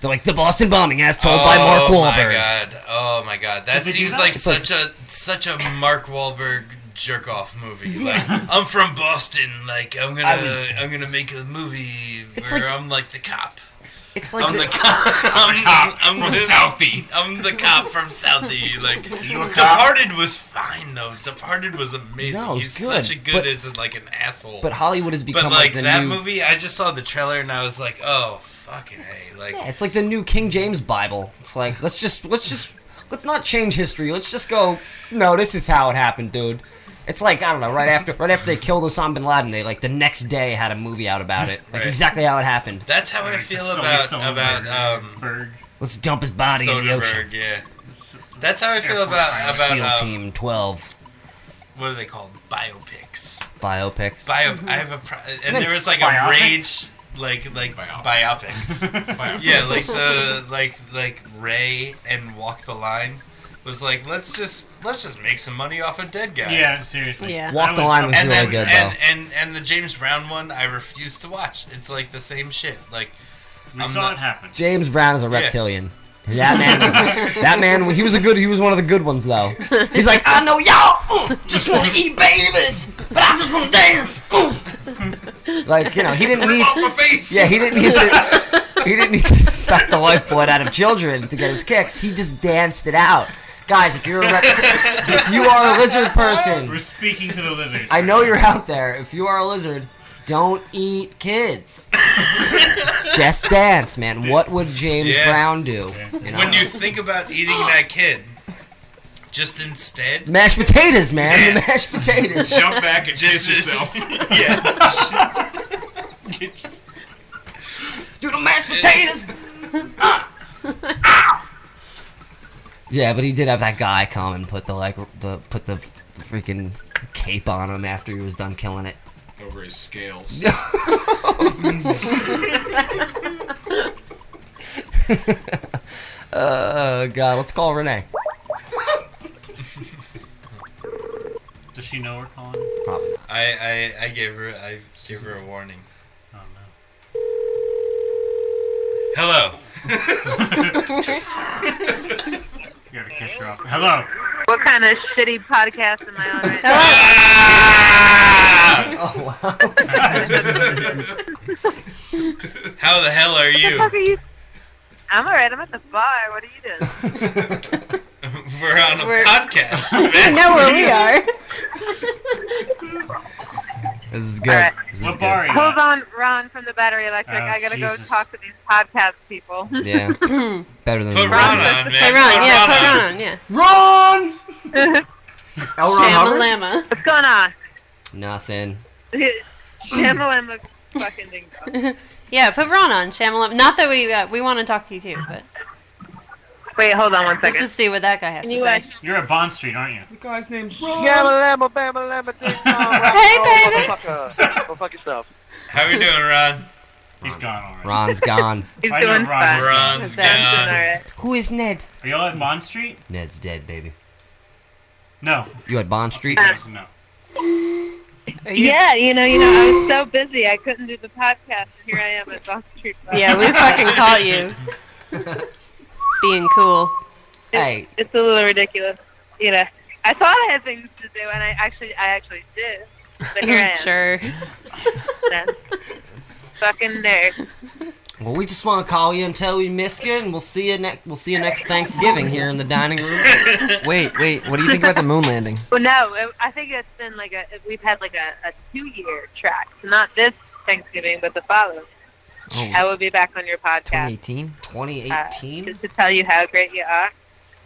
Speaker 5: They're like the Boston bombing, as told by Mark
Speaker 11: Oh my
Speaker 5: Wahlberg.
Speaker 11: god! Oh my god! That
Speaker 5: Did they do
Speaker 11: seems
Speaker 5: that?
Speaker 11: like
Speaker 5: It's like-
Speaker 11: such a such a Mark Wahlberg jerk off movie.
Speaker 8: Yeah.
Speaker 11: Like I'm from Boston. Like I'm gonna
Speaker 5: I was-
Speaker 11: I'm gonna make a movie
Speaker 5: It's
Speaker 11: where
Speaker 5: like-
Speaker 11: I'm like the cop.
Speaker 5: It's like
Speaker 11: I'm
Speaker 5: the-
Speaker 11: the, cop.
Speaker 5: I'm the cop from Southie.
Speaker 11: I'm the cop from Southie. Like
Speaker 5: You a cop?
Speaker 11: Departed was fine though. Departed was amazing.
Speaker 5: No, it was
Speaker 11: He's
Speaker 5: good,
Speaker 11: such a good
Speaker 5: but-
Speaker 11: as like an asshole.
Speaker 5: but Hollywood has become
Speaker 11: but,
Speaker 5: like
Speaker 11: like,
Speaker 5: the
Speaker 11: that
Speaker 5: new-
Speaker 11: movie. I just saw the trailer and I was like, oh fucking hey, like
Speaker 5: Yeah, it's like the new King James Bible. It's like let's just let's just let's not change history. Let's just go. No, this is how it happened, dude. It's like I don't know. Right after right after they killed Osama bin Laden, they like the next day had a movie out about it. Like
Speaker 11: Right.
Speaker 5: exactly how it happened.
Speaker 11: That's how I feel
Speaker 5: the
Speaker 11: about
Speaker 5: Soderbergh
Speaker 11: about um,
Speaker 5: Let's dump his body in the ocean.
Speaker 11: Soderbergh, yeah. That's how I feel about
Speaker 5: SEAL
Speaker 11: about um,
Speaker 5: Team Twelve
Speaker 11: what are they called? Biopics.
Speaker 5: biopics.
Speaker 11: Bio. I have a pro- and
Speaker 5: Like
Speaker 11: there was like
Speaker 5: biopics?
Speaker 11: a rage like like biopics.
Speaker 5: Biopics.
Speaker 11: yeah, like the like like Ray and Walk the Line was like let's just let's just make some money off a dead guy.
Speaker 3: Yeah, seriously. Yeah.
Speaker 5: Walk the
Speaker 11: That
Speaker 5: Line was
Speaker 11: and
Speaker 5: really
Speaker 11: then-
Speaker 5: good,
Speaker 11: And, and and the James Brown one I refuse to watch. It's like the same shit. Like
Speaker 3: we saw it happen.
Speaker 5: James Brown is a
Speaker 11: Yeah.
Speaker 5: reptilian. That man, was, that man, he was a good. He was one of the good ones, though. He's like, I know y'all uh, just want to eat babies, but I just want to dance. uh." Like you know, he didn't
Speaker 8: Rip
Speaker 5: need.
Speaker 8: off my face.
Speaker 5: Yeah, he didn't need to. He didn't need to suck the lifeblood out of children to get his kicks. He just danced it out. Guys, if you're a rept- if you are a lizard person,
Speaker 3: We're speaking to the lizards.
Speaker 5: I know you're out there. If you are a lizard, don't eat kids. Just dance, man. What would James
Speaker 11: Yeah.
Speaker 5: Brown do? You know?
Speaker 11: when you think about eating
Speaker 7: Oh.
Speaker 11: that kid, just instead
Speaker 5: mashed potatoes, man. The mashed potatoes.
Speaker 11: Jump back and kiss yourself. yeah.
Speaker 5: Do the mashed potatoes. Yeah, but he did have that guy come and put the like the put the freaking cape on him after he was done killing it.
Speaker 2: Over his scales.
Speaker 5: uh, God, let's call Renee.
Speaker 3: Does she know we're calling?
Speaker 5: Probably not.
Speaker 11: I, I I gave her I gave her a warning.
Speaker 3: Oh no.
Speaker 11: Hello.
Speaker 3: You gotta kiss her off. Hello.
Speaker 7: What kind of shitty podcast am I on right
Speaker 5: now?
Speaker 11: How the hell are
Speaker 7: What the
Speaker 11: you?
Speaker 7: fuck are you? I'm alright. I'm at the bar. What are you doing?
Speaker 11: We're on a
Speaker 7: We're-
Speaker 11: podcast.
Speaker 7: I
Speaker 11: Man.
Speaker 7: know where we are.
Speaker 5: This is good.
Speaker 7: Alright.
Speaker 5: This is
Speaker 3: What
Speaker 5: good.
Speaker 3: bar are you
Speaker 7: Hold on, Ron from the Battery Electric.
Speaker 5: Oh,
Speaker 7: I gotta go
Speaker 5: Jesus.
Speaker 7: talk to these podcast people.
Speaker 5: Yeah.
Speaker 7: Hmm.
Speaker 5: Better than
Speaker 7: Put
Speaker 5: Ron
Speaker 7: on,
Speaker 10: Hey, Ron, yeah, put Ron on, yeah.
Speaker 5: Ron! L. Ron Hubbard?
Speaker 10: Shamalama.
Speaker 7: What's going on?
Speaker 5: Nothing.
Speaker 7: Shamalama fucking dingo.
Speaker 10: yeah, put Ron on, Shamalama. Not that we uh, we want to talk to you too, but
Speaker 7: Wait, hold on one
Speaker 10: let's
Speaker 7: second.
Speaker 10: just see what that guy has
Speaker 7: Can
Speaker 10: to
Speaker 7: you,
Speaker 10: say.
Speaker 7: uh,
Speaker 3: You're at Bond Street, aren't you?
Speaker 5: The guy's name's
Speaker 7: Yabba labba babba labba ding dong.
Speaker 10: Hey,
Speaker 7: baby.
Speaker 22: Motherfucker. Go fuck yourself.
Speaker 11: How we doing, Ron?
Speaker 3: He's gone already.
Speaker 5: Ron's gone.
Speaker 7: He's
Speaker 3: I know
Speaker 7: doing
Speaker 3: Ron
Speaker 7: fine.
Speaker 3: is gone. Ron's
Speaker 7: I'm doing
Speaker 3: gone.
Speaker 7: alright.
Speaker 5: Who is Ned?
Speaker 3: Are y'all at Bond Street?
Speaker 5: Ned's dead, baby.
Speaker 3: No.
Speaker 5: You at Bond Street?
Speaker 3: No.
Speaker 7: Yeah, you know, you know, I was so busy I couldn't do the podcast, and here I am at Bond Street. Live.
Speaker 10: Yeah, we fucking caught you. Being cool.
Speaker 5: Hey.
Speaker 7: It's a little ridiculous, you know. I thought I had things to do, and I actually, I actually did. But here I am.
Speaker 10: sure.
Speaker 7: That's fucking nerd.
Speaker 5: Well, we just want to call you and tell you we missed you, and we'll see you next. We'll see you next Thanksgiving here in the dining room.
Speaker 6: Wait, wait. What do you think about the moon landing?
Speaker 7: Well, no, I- I think it's been like a we've had like a, a two-year track. Not this Thanksgiving, but the following.
Speaker 5: Oh.
Speaker 7: I will be back on your podcast.
Speaker 5: 2018.
Speaker 7: uh,
Speaker 5: 2018.
Speaker 7: just to tell you how great you are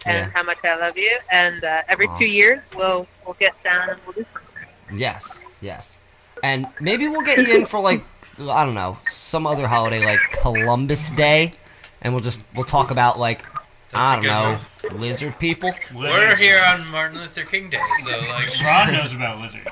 Speaker 7: and
Speaker 5: Yeah.
Speaker 7: how much I love you. And uh, every
Speaker 5: Aw.
Speaker 7: two years, we'll we'll get down and we'll do something.
Speaker 5: Yes. Yes. And maybe we'll get you in for like I don't know some other holiday like Columbus Day, and we'll just we'll talk about like
Speaker 11: That's a
Speaker 5: I don't
Speaker 11: good
Speaker 5: know lizard people.
Speaker 11: We're here on Martin Luther King Day, so like
Speaker 3: Ron knows about lizards.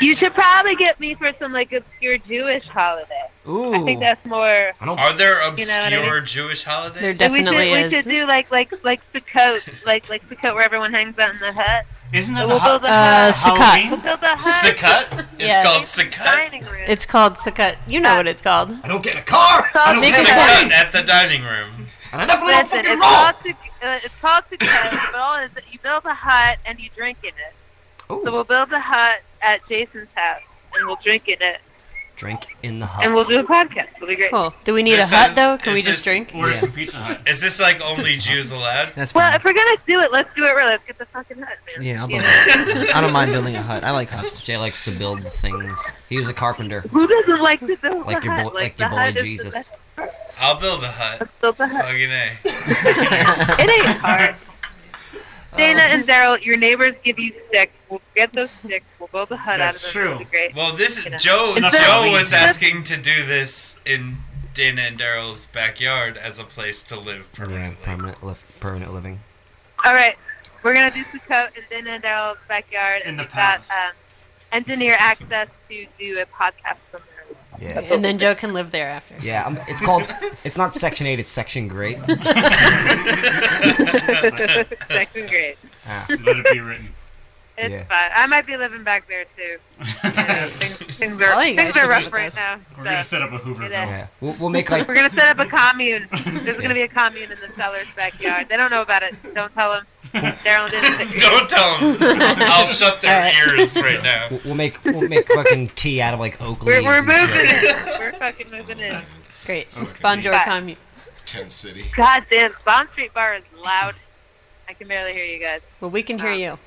Speaker 7: You should probably get me for some like obscure Jewish holiday.
Speaker 5: Ooh.
Speaker 7: I think that's more.
Speaker 11: Are there
Speaker 7: You
Speaker 11: obscure
Speaker 7: know what I mean?
Speaker 11: Jewish holidays?
Speaker 7: we should, We should do like like like Sukkot, like like Sukkot where everyone hangs out in the hut.
Speaker 3: Isn't that
Speaker 7: So we'll
Speaker 3: the
Speaker 7: build a
Speaker 10: Uh,
Speaker 7: hut.
Speaker 10: Sukkot.
Speaker 7: We'll build a hut.
Speaker 11: Sukkot? It's
Speaker 10: Yeah.
Speaker 11: called Sukkot.
Speaker 10: It's called Sakat. You know what it's called.
Speaker 5: I don't get a car.
Speaker 10: I don't Make get a it
Speaker 11: Sukkot at the dining room.
Speaker 5: And
Speaker 11: I
Speaker 7: Listen, it's called, Suk- uh, it's called Sukkot, but all it is that you build a hut and you drink in it. So we'll build a hut at Jason's house and we'll drink in it
Speaker 5: Drink in the hut.
Speaker 7: and we'll do a podcast. It'll be great.
Speaker 10: Cool. Do we need a
Speaker 11: This
Speaker 10: hut
Speaker 11: is-
Speaker 10: though? Can
Speaker 11: is
Speaker 10: we just
Speaker 11: this-
Speaker 10: drink?
Speaker 11: where's the Pizza Hut? Is this like only Jews allowed?
Speaker 6: That's
Speaker 7: Well, if we're gonna do it, let's do it right. Let's get the fucking hut, man.
Speaker 6: Yeah, I'll
Speaker 7: You
Speaker 6: build
Speaker 7: know?
Speaker 5: I don't mind building a hut. I like huts. Jay likes to build things. He was a carpenter.
Speaker 7: Who doesn't like to build
Speaker 5: Like
Speaker 7: the
Speaker 5: your
Speaker 7: hut?
Speaker 5: boy- like
Speaker 7: the
Speaker 5: your boy
Speaker 7: hut is the
Speaker 5: Jesus.
Speaker 7: best part.
Speaker 11: I'll build a hut.
Speaker 7: Build the hut.
Speaker 11: Fucking A.
Speaker 7: it ain't hard.
Speaker 5: Oh.
Speaker 7: Dana and Daryl, your neighbors give you sticks. We'll get those sticks. We'll build a hut out of them. It'll be great.
Speaker 11: Well, this
Speaker 7: You know.
Speaker 11: Joe
Speaker 7: It's been-
Speaker 11: Joe was
Speaker 7: it's been-
Speaker 11: asking to do this in Dana and Daryl's backyard as a place to live.
Speaker 5: Yeah, permanent, lif- permanent living.
Speaker 7: All right, we're gonna do some coat in Dana and Daryl's backyard,
Speaker 3: In
Speaker 7: and
Speaker 3: the
Speaker 7: we've got um, engineer access to do a podcast from there.
Speaker 5: Yeah.
Speaker 10: And then Joe can live there after.
Speaker 5: Yeah, I'm, it's called. It's not section eight. It's section grade.
Speaker 7: Second grade.
Speaker 5: Ah.
Speaker 3: Let it be written.
Speaker 7: It's
Speaker 5: Yeah.
Speaker 7: fun. I might be living back there too. Yeah, things, things are,
Speaker 10: Well, you guys
Speaker 7: things are
Speaker 10: should
Speaker 7: rough
Speaker 10: live
Speaker 7: right
Speaker 10: there.
Speaker 7: now.
Speaker 3: We're
Speaker 7: so
Speaker 3: gonna set up a Hooverville.
Speaker 7: it is.
Speaker 5: Yeah, we'll, we'll make like
Speaker 7: We're gonna set up a commune. There's gonna be a commune in the seller's backyard. They don't know about it. Don't tell them. Daryl didn't.
Speaker 11: Don't tell them. I'll shut their ears right now.
Speaker 5: we'll, we'll make we'll make fucking tea out of like oak
Speaker 7: We're,
Speaker 5: leaves.
Speaker 7: we're
Speaker 5: and
Speaker 7: moving
Speaker 5: shit.
Speaker 7: in. We're fucking moving in.
Speaker 10: Great.
Speaker 2: Okay.
Speaker 10: Bonjour
Speaker 7: Bye.
Speaker 10: commune.
Speaker 2: Tent City.
Speaker 7: God damn, Bond Street Bar is loud. I can barely hear you guys.
Speaker 10: Well, we can hear you.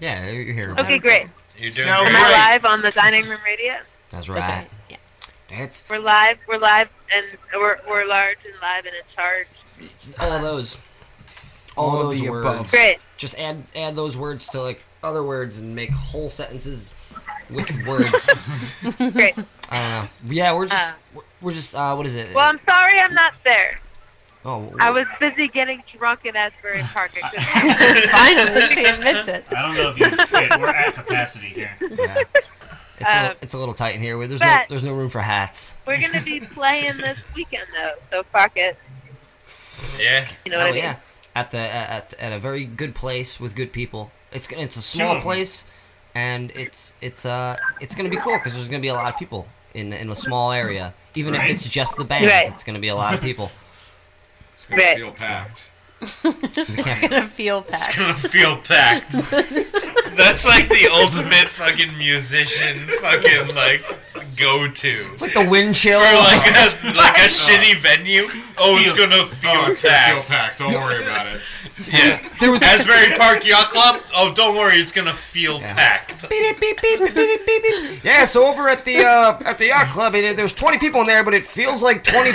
Speaker 5: Yeah, you're here.
Speaker 7: Okay, great.
Speaker 11: You're doing
Speaker 5: Sound
Speaker 7: Am I live on the dining room radio?
Speaker 5: That's right.
Speaker 10: That's right. Yeah.
Speaker 5: That's
Speaker 7: We're live. We're live, and we're, we're large and live and in charge.
Speaker 5: all those, all,
Speaker 6: All of
Speaker 5: those
Speaker 6: the
Speaker 5: words.
Speaker 6: above.
Speaker 7: Great.
Speaker 5: Just add add those words to like other words and make whole sentences with words.
Speaker 7: Great.
Speaker 5: I don't know. Yeah, we're just we're, we're just uh, what is it?
Speaker 7: Well, I'm sorry I'm not there.
Speaker 5: oh,
Speaker 7: I was busy getting drunk in Asbury Park. I couldn't-
Speaker 10: Finally, she admits it.
Speaker 3: I don't know if you fit. We're at capacity here.
Speaker 5: it's, a
Speaker 7: um,
Speaker 5: little, it's a little tight in here. There's no
Speaker 7: but-
Speaker 5: there's no room for hats.
Speaker 7: We're gonna be playing this weekend though, so fuck it.
Speaker 11: Yeah.
Speaker 7: You know what
Speaker 5: oh
Speaker 7: I mean?
Speaker 5: yeah. At the at, the- at a very good place with good people. It's gonna- it's a
Speaker 3: of
Speaker 5: small
Speaker 3: 'em.
Speaker 5: place, and it's it's uh it's gonna be cool because there's gonna be a lot of people in the, in a small area. Even
Speaker 2: Right.
Speaker 5: if it's just the bands,
Speaker 2: Right.
Speaker 5: it's gonna be a lot of people.
Speaker 2: It's gonna
Speaker 7: Right.
Speaker 2: feel packed.
Speaker 10: It's gonna feel packed.
Speaker 11: It's gonna feel packed. That's like the ultimate fucking musician fucking like go to. It's
Speaker 5: like the wind chill.
Speaker 11: Or like a, like a shitty venue. Oh, it's gonna feel
Speaker 2: Oh, it's gonna feel
Speaker 11: packed.
Speaker 2: packed. Don't worry about it.
Speaker 11: Yeah. There was Asbury Park Yacht Club. Oh, don't worry, it's gonna feel packed.
Speaker 5: uh, Yeah, so over at the uh, at the yacht club, it, there's 20 people in there, but it feels like 25.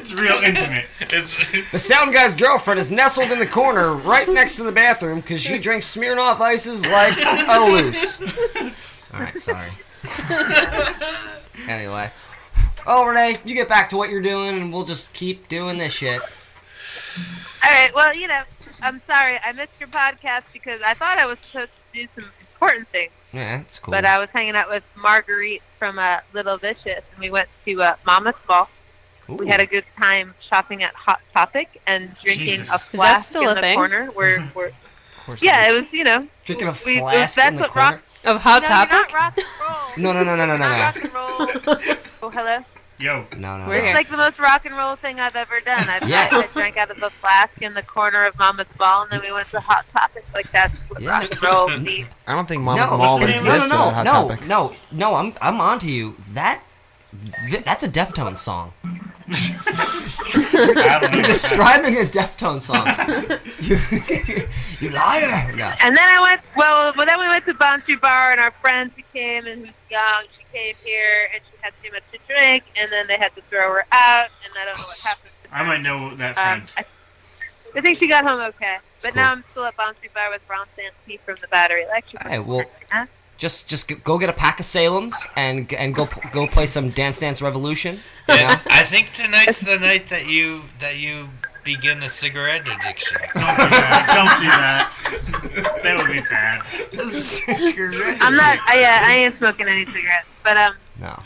Speaker 3: It's real intimate.
Speaker 11: It's
Speaker 5: The sound guy's girlfriend is nestled in the corner, right next to the bathroom, because she drinks Smirnoff ices like a Oh, loose. All right, sorry. anyway, oh Renee, you get back to what you're doing, and we'll just keep doing this shit.
Speaker 7: All right. Well, you know, I'm sorry I missed your podcast because I thought I was supposed to do some important things,
Speaker 5: Yeah, that's cool.
Speaker 7: but I was hanging out with Marguerite from uh, Little Vicious, and we went to uh, Mama's Ball. We had a good time shopping at Hot Topic and drinking
Speaker 5: Jesus.
Speaker 7: a
Speaker 5: Is that
Speaker 7: flask
Speaker 10: still
Speaker 7: in
Speaker 10: a
Speaker 7: the
Speaker 10: thing?
Speaker 7: corner. Where, where
Speaker 5: course
Speaker 7: yeah,
Speaker 5: it
Speaker 7: it was you know
Speaker 5: Drinking a
Speaker 7: we- it was-
Speaker 5: flask
Speaker 7: that's
Speaker 5: in the
Speaker 7: what
Speaker 5: corner.
Speaker 7: rock
Speaker 10: Of Hot
Speaker 7: no, you're
Speaker 10: Topic.
Speaker 7: not rock and
Speaker 5: No,
Speaker 7: roll.
Speaker 5: no, no, no, no, no,
Speaker 7: You're
Speaker 5: no,
Speaker 7: not rock and roll. oh, hello.
Speaker 3: Yo.
Speaker 5: no, no,
Speaker 7: It's
Speaker 5: no.
Speaker 7: like the most rock and roll thing I've ever done. I've
Speaker 5: Yeah.
Speaker 7: I drank out of a flask in the corner of Mama's Ball, and then we went to Hot Topic. Like that's what
Speaker 5: Yeah.
Speaker 7: rock and roll means.
Speaker 6: I don't think
Speaker 5: no,
Speaker 6: Mama Mall would
Speaker 5: no,
Speaker 6: exist
Speaker 5: no, no,
Speaker 6: without Hot
Speaker 5: no,
Speaker 6: Topic.
Speaker 5: no, no, I'm I'm onto you. That th- that's a Deftones song. You're describing a Deftones song. you, you liar. No.
Speaker 7: And then I went. Well, well, then we went to Bouncy Bar, and our friend who came and who's young, she came here and she had too much to drink, and then they had to throw her out, and I don't know what happened.
Speaker 3: I might know
Speaker 7: Um,
Speaker 3: that friend.
Speaker 7: I, I think she got home okay, but
Speaker 5: cool.
Speaker 7: now I'm still at Bouncy Bar with Ron Santee from the Battery Electric.
Speaker 5: Hey, well,
Speaker 7: Huh?
Speaker 5: just just g- go get a pack of Salem's and and go p- go play some Dance Dance Revolution. you know?
Speaker 11: Yeah, I think tonight's the night that you that you begin a cigarette addiction.
Speaker 3: Don't do that. That would be bad.
Speaker 7: I'm not. I, uh, I ain't smoking any cigarettes, but um,
Speaker 5: No.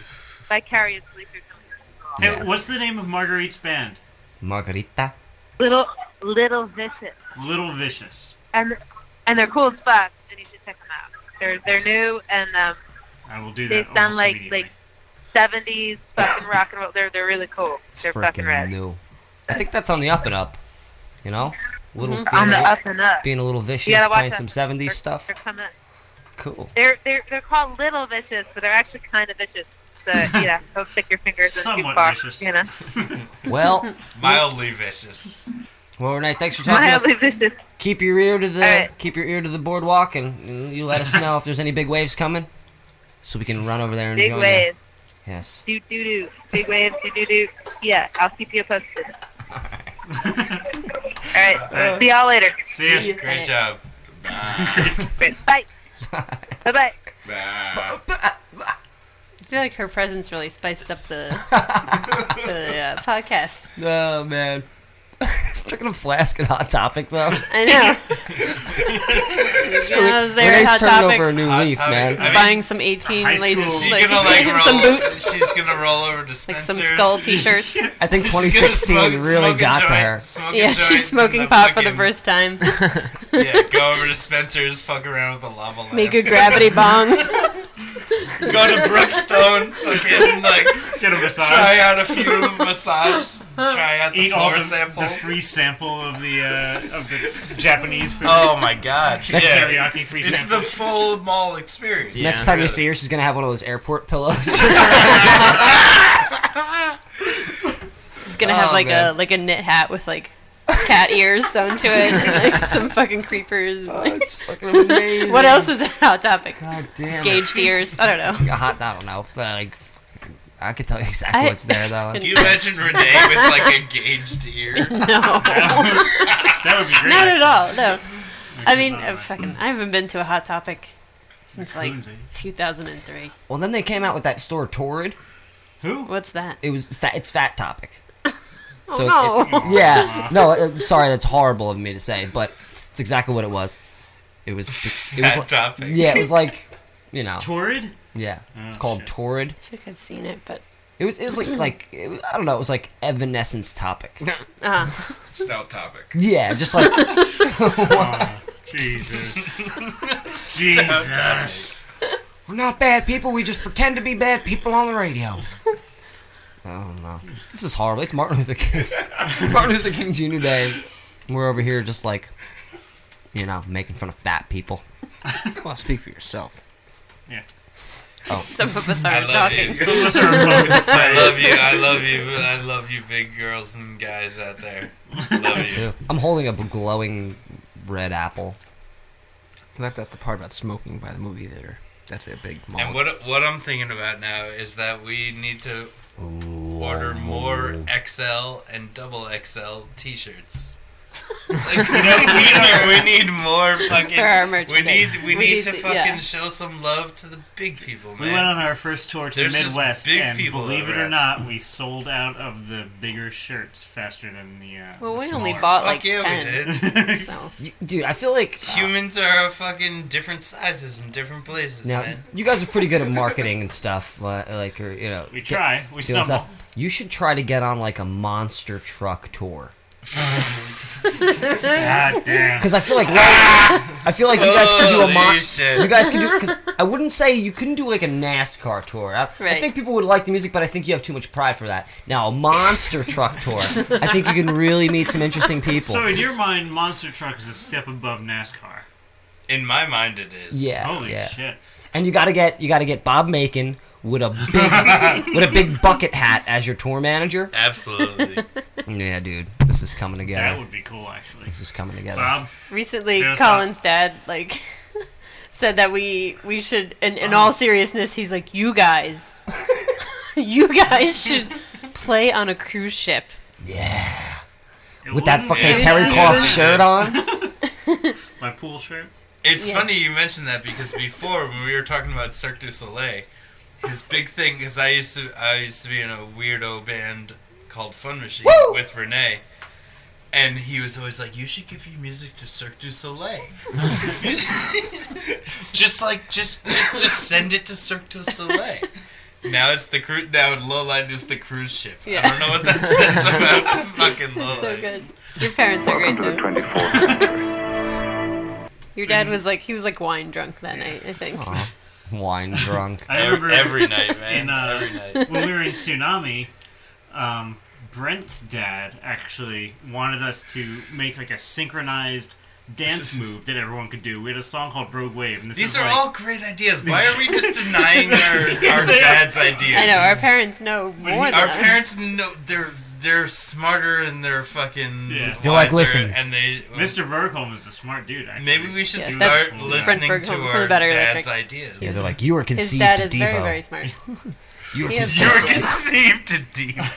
Speaker 7: vicariously through someone.
Speaker 3: Hey,
Speaker 5: Yes.
Speaker 3: what's the name of Marguerite's band?
Speaker 5: Margarita.
Speaker 7: Little, little vicious.
Speaker 3: Little Vicious.
Speaker 7: and and they're cool as fuck, and you should check them out. They're they're new, and um,
Speaker 3: I will do
Speaker 7: they
Speaker 3: that.
Speaker 7: sound
Speaker 3: almost
Speaker 7: like
Speaker 3: immediately.
Speaker 7: like seventies fucking rock and roll. They're they're really cool.
Speaker 5: It's
Speaker 7: they're fucking
Speaker 5: freaking
Speaker 7: rad.
Speaker 5: new. I think that's on the up and up. You know. little
Speaker 7: Mhm.
Speaker 5: being
Speaker 7: On
Speaker 5: a
Speaker 7: the
Speaker 5: little-
Speaker 7: up and up.
Speaker 5: being a little
Speaker 7: You gotta
Speaker 5: vicious,
Speaker 7: watch
Speaker 5: playing
Speaker 7: out.
Speaker 5: some '70s stuff.
Speaker 7: They're coming.
Speaker 5: Cool.
Speaker 7: They're they're they're called little vicious, but they're actually kind of vicious. So you know, don't stick your fingers in too
Speaker 11: Somewhat
Speaker 7: far.
Speaker 11: vicious.
Speaker 7: You know,
Speaker 5: Well,
Speaker 11: mildly vicious.
Speaker 5: well, Renee, thanks for talking
Speaker 7: Mildly
Speaker 5: to us. Keep your ear to the
Speaker 7: right.
Speaker 5: keep your ear to the boardwalk, and, and you let us know if there's any big waves coming, so we can run over there and
Speaker 7: big
Speaker 5: join you.
Speaker 7: waves,
Speaker 5: Yes.
Speaker 7: do do do, big waves, do do do. Yeah, I'll keep you posted. All right. See y'all later.
Speaker 11: Uh, See ya. Great job. Bye.
Speaker 7: Great. Bye. Bye bye.
Speaker 11: Bye.
Speaker 10: I feel like her presence really spiced up the, the uh, podcast.
Speaker 5: Oh man. Drinking a flask at Hot Topic though.
Speaker 10: I know.
Speaker 5: It's
Speaker 10: You know,
Speaker 5: really-
Speaker 10: there
Speaker 5: Renee's
Speaker 10: Hot
Speaker 5: turning
Speaker 10: Topic.
Speaker 5: over a
Speaker 11: Uh,
Speaker 5: new
Speaker 6: Oh,
Speaker 10: Hot
Speaker 5: leaf, man.
Speaker 11: I mean,
Speaker 10: buying some 18
Speaker 11: high
Speaker 10: laces,
Speaker 11: school. She's
Speaker 10: like,
Speaker 11: gonna like roll,
Speaker 10: some boots.
Speaker 11: She's gonna roll over to
Speaker 10: Like
Speaker 11: Spencer's.
Speaker 10: some skull t-shirts.
Speaker 5: I think
Speaker 11: She's gonna
Speaker 5: 2016
Speaker 11: smoke-
Speaker 5: really
Speaker 11: smoke a
Speaker 5: got to
Speaker 11: joint-
Speaker 5: her.
Speaker 11: smoke a
Speaker 10: yeah,
Speaker 11: joint in
Speaker 10: she's smoking
Speaker 11: the
Speaker 10: pot for the
Speaker 11: fucking-
Speaker 10: first time.
Speaker 11: yeah, go over to Spencer's, fuck around with the lava lamp.
Speaker 10: Make a gravity bong.
Speaker 11: go to Brookstone, fucking like
Speaker 3: Get a massage.
Speaker 11: Try out a few massage. Try out the
Speaker 3: Eat all
Speaker 11: floor
Speaker 3: the,
Speaker 11: samples.
Speaker 3: the free sample of the uh, of the Japanese food.
Speaker 11: Oh my god!
Speaker 3: Chicken teriyaki free
Speaker 11: It's
Speaker 3: sample.
Speaker 11: the full mall experience.
Speaker 5: Next time you see her, she's gonna have one of those airport pillows.
Speaker 10: He's gonna
Speaker 5: Oh,
Speaker 10: have like
Speaker 5: man.
Speaker 10: a like a knit hat with like cat ears sewn to it, and like some fucking creepers. And, like,
Speaker 5: Oh, amazing.
Speaker 10: what else is at Hot Topic?
Speaker 5: God damn it.
Speaker 10: Gauged ears. I don't know.
Speaker 5: a hot, I don't know. Uh, Like, I could tell you exactly
Speaker 10: I-
Speaker 5: what's there though.
Speaker 11: Can you imagine Renee with like a gauged ear?
Speaker 10: No. that
Speaker 3: would be
Speaker 11: great,
Speaker 10: Not at all. No. I mean,
Speaker 5: Alright.
Speaker 10: uh, fucking, I haven't been to a Hot Topic since like
Speaker 5: Coonsie.
Speaker 10: 2003.
Speaker 5: Well, then they came out with that store Torrid.
Speaker 3: Who?
Speaker 10: What's that?
Speaker 5: It was fat. It's Fat Topic.
Speaker 10: Oh,
Speaker 5: it's-
Speaker 10: no.
Speaker 5: yeah. No. uh, Sorry, that's horrible of me to say, but it's exactly what it was. It was. It was
Speaker 11: Fat
Speaker 5: like,
Speaker 11: Topic.
Speaker 5: Yeah, it was like, you know.
Speaker 3: Torrid. Oh,
Speaker 5: Yeah, it's called Torrid.
Speaker 10: I think I've seen it, but
Speaker 5: It was. It was like like it was- I don't know. It was like Evanescence Topic.
Speaker 10: uh,
Speaker 11: Stout topic.
Speaker 5: Yeah, just like.
Speaker 3: Oh, Jesus.
Speaker 5: Jesus. We're not bad people. We just pretend to be bad people on the radio. I don't know. This is horrible. It's Martin Luther King. Martin Luther King Jr. Day. And we're over here just like, you know, making fun of fat people. well, speak for yourself.
Speaker 3: Yeah.
Speaker 5: Oh.
Speaker 10: Some of us
Speaker 11: I
Speaker 10: aren't
Speaker 11: love
Speaker 10: talking.
Speaker 11: you. I love you. I love you. I love you, big girls and guys out there. Love you.
Speaker 5: I'm holding a glowing red apple. Left out the part about smoking by the movie theater. That's a big moment.
Speaker 11: And what what I'm thinking about now is that we need to order more XL and double XL T-shirts. like, we, need, we need more fucking.
Speaker 10: For our
Speaker 11: we
Speaker 10: merchandise.
Speaker 11: need we,
Speaker 10: We
Speaker 11: need,
Speaker 10: need
Speaker 11: to,
Speaker 10: to-
Speaker 11: fucking
Speaker 10: yeah.
Speaker 11: show some love to the big people, Oh, man.
Speaker 3: We went on our first tour to
Speaker 11: There's
Speaker 3: the
Speaker 11: just
Speaker 3: Midwest,
Speaker 11: big
Speaker 3: and
Speaker 11: people
Speaker 3: believe it
Speaker 11: over
Speaker 3: or
Speaker 11: at-
Speaker 3: not, we sold out of the bigger shirts faster than the. Uh,
Speaker 10: Well,
Speaker 3: the
Speaker 10: we only
Speaker 3: smaller.
Speaker 10: bought
Speaker 11: Fuck
Speaker 10: like
Speaker 11: yeah, we
Speaker 10: 10. so.
Speaker 5: Dude, I feel like uh,
Speaker 11: humans are fucking different sizes in different places,
Speaker 5: Now,
Speaker 11: man.
Speaker 5: you guys are pretty good at marketing and stuff, li- like or you know.
Speaker 11: We try. We
Speaker 5: doing
Speaker 11: stumble.
Speaker 5: You should try to get on like a monster truck tour.
Speaker 3: God damn.
Speaker 5: Because I feel like I feel like you guys could do a
Speaker 11: Holy
Speaker 5: monster.
Speaker 11: shit.
Speaker 5: You guys could do because I wouldn't say you couldn't do like a NASCAR tour. I, I
Speaker 10: Right.
Speaker 5: think people would like the music, but I think you have too much pride for that. Now a monster truck tour, I think you can really meet some interesting people.
Speaker 3: So in your mind, monster truck is a step above NASCAR.
Speaker 11: In my mind, it is.
Speaker 5: Yeah.
Speaker 3: Holy
Speaker 5: yeah.
Speaker 3: shit.
Speaker 5: And you gotta get you gotta get Bob Macon with a big with a big bucket hat as your tour manager.
Speaker 11: Absolutely.
Speaker 5: yeah, dude. This is coming together.
Speaker 3: That would be cool, actually.
Speaker 5: This is coming together.
Speaker 3: Bob.
Speaker 10: Recently,
Speaker 3: Yes,
Speaker 10: Colin's dad like said that we we should. In, in all seriousness, he's like, "You guys, you guys should play on a cruise ship."
Speaker 5: Yeah.
Speaker 3: It
Speaker 5: With that
Speaker 3: wouldn't
Speaker 5: fucking
Speaker 3: be
Speaker 5: terry
Speaker 3: bad.
Speaker 5: cloth shirt on.
Speaker 3: My pool shirt.
Speaker 11: It's
Speaker 3: Yeah.
Speaker 11: funny you mentioned that because before when we were talking about Cirque du Soleil, his big thing is I used to I used to be in a weirdo band called Fun Machine with Renee. And he was always like, "You should give your music to Cirque du Soleil. You should- just like, just, just, just send it to Cirque du Soleil." Now it's the cruise. Now Lowline is the cruise ship. I don't know what that says about fucking Lowline.
Speaker 10: so good. Your parents are great though. Your dad was like, he was like wine drunk that night. I think.
Speaker 5: Aw, wine drunk.
Speaker 3: I remember
Speaker 11: Every night, man.
Speaker 3: In, uh,
Speaker 11: Every night.
Speaker 3: when we were in tsunami, um,
Speaker 1: Brent's dad actually wanted us to make like a synchronized dance move that everyone could do. We had a song called Rogue Wave, and this
Speaker 11: These
Speaker 1: is
Speaker 11: are
Speaker 1: like,
Speaker 11: all great ideas. Why are we just denying our,
Speaker 1: Yeah,
Speaker 11: our
Speaker 1: they are.
Speaker 11: dad's ideas?
Speaker 10: I know our parents know more than
Speaker 11: our
Speaker 10: us.
Speaker 11: parents know they're they're smarter and they're fucking.
Speaker 1: Yeah.
Speaker 11: wiser, And they uh,
Speaker 1: Mr. Bergholm is a smart dude. Actually.
Speaker 11: Maybe we should Yes, that's start Brent listening to Bergholm from our Better Electric. dad's ideas.
Speaker 5: Yeah, they're like, you were
Speaker 10: His
Speaker 5: conceived
Speaker 10: dad
Speaker 5: to
Speaker 10: is very,
Speaker 5: Devo.
Speaker 10: very smart.
Speaker 5: You were
Speaker 10: He
Speaker 5: conceived
Speaker 10: is
Speaker 5: to
Speaker 10: very
Speaker 5: Devo.
Speaker 11: conceived to Devo.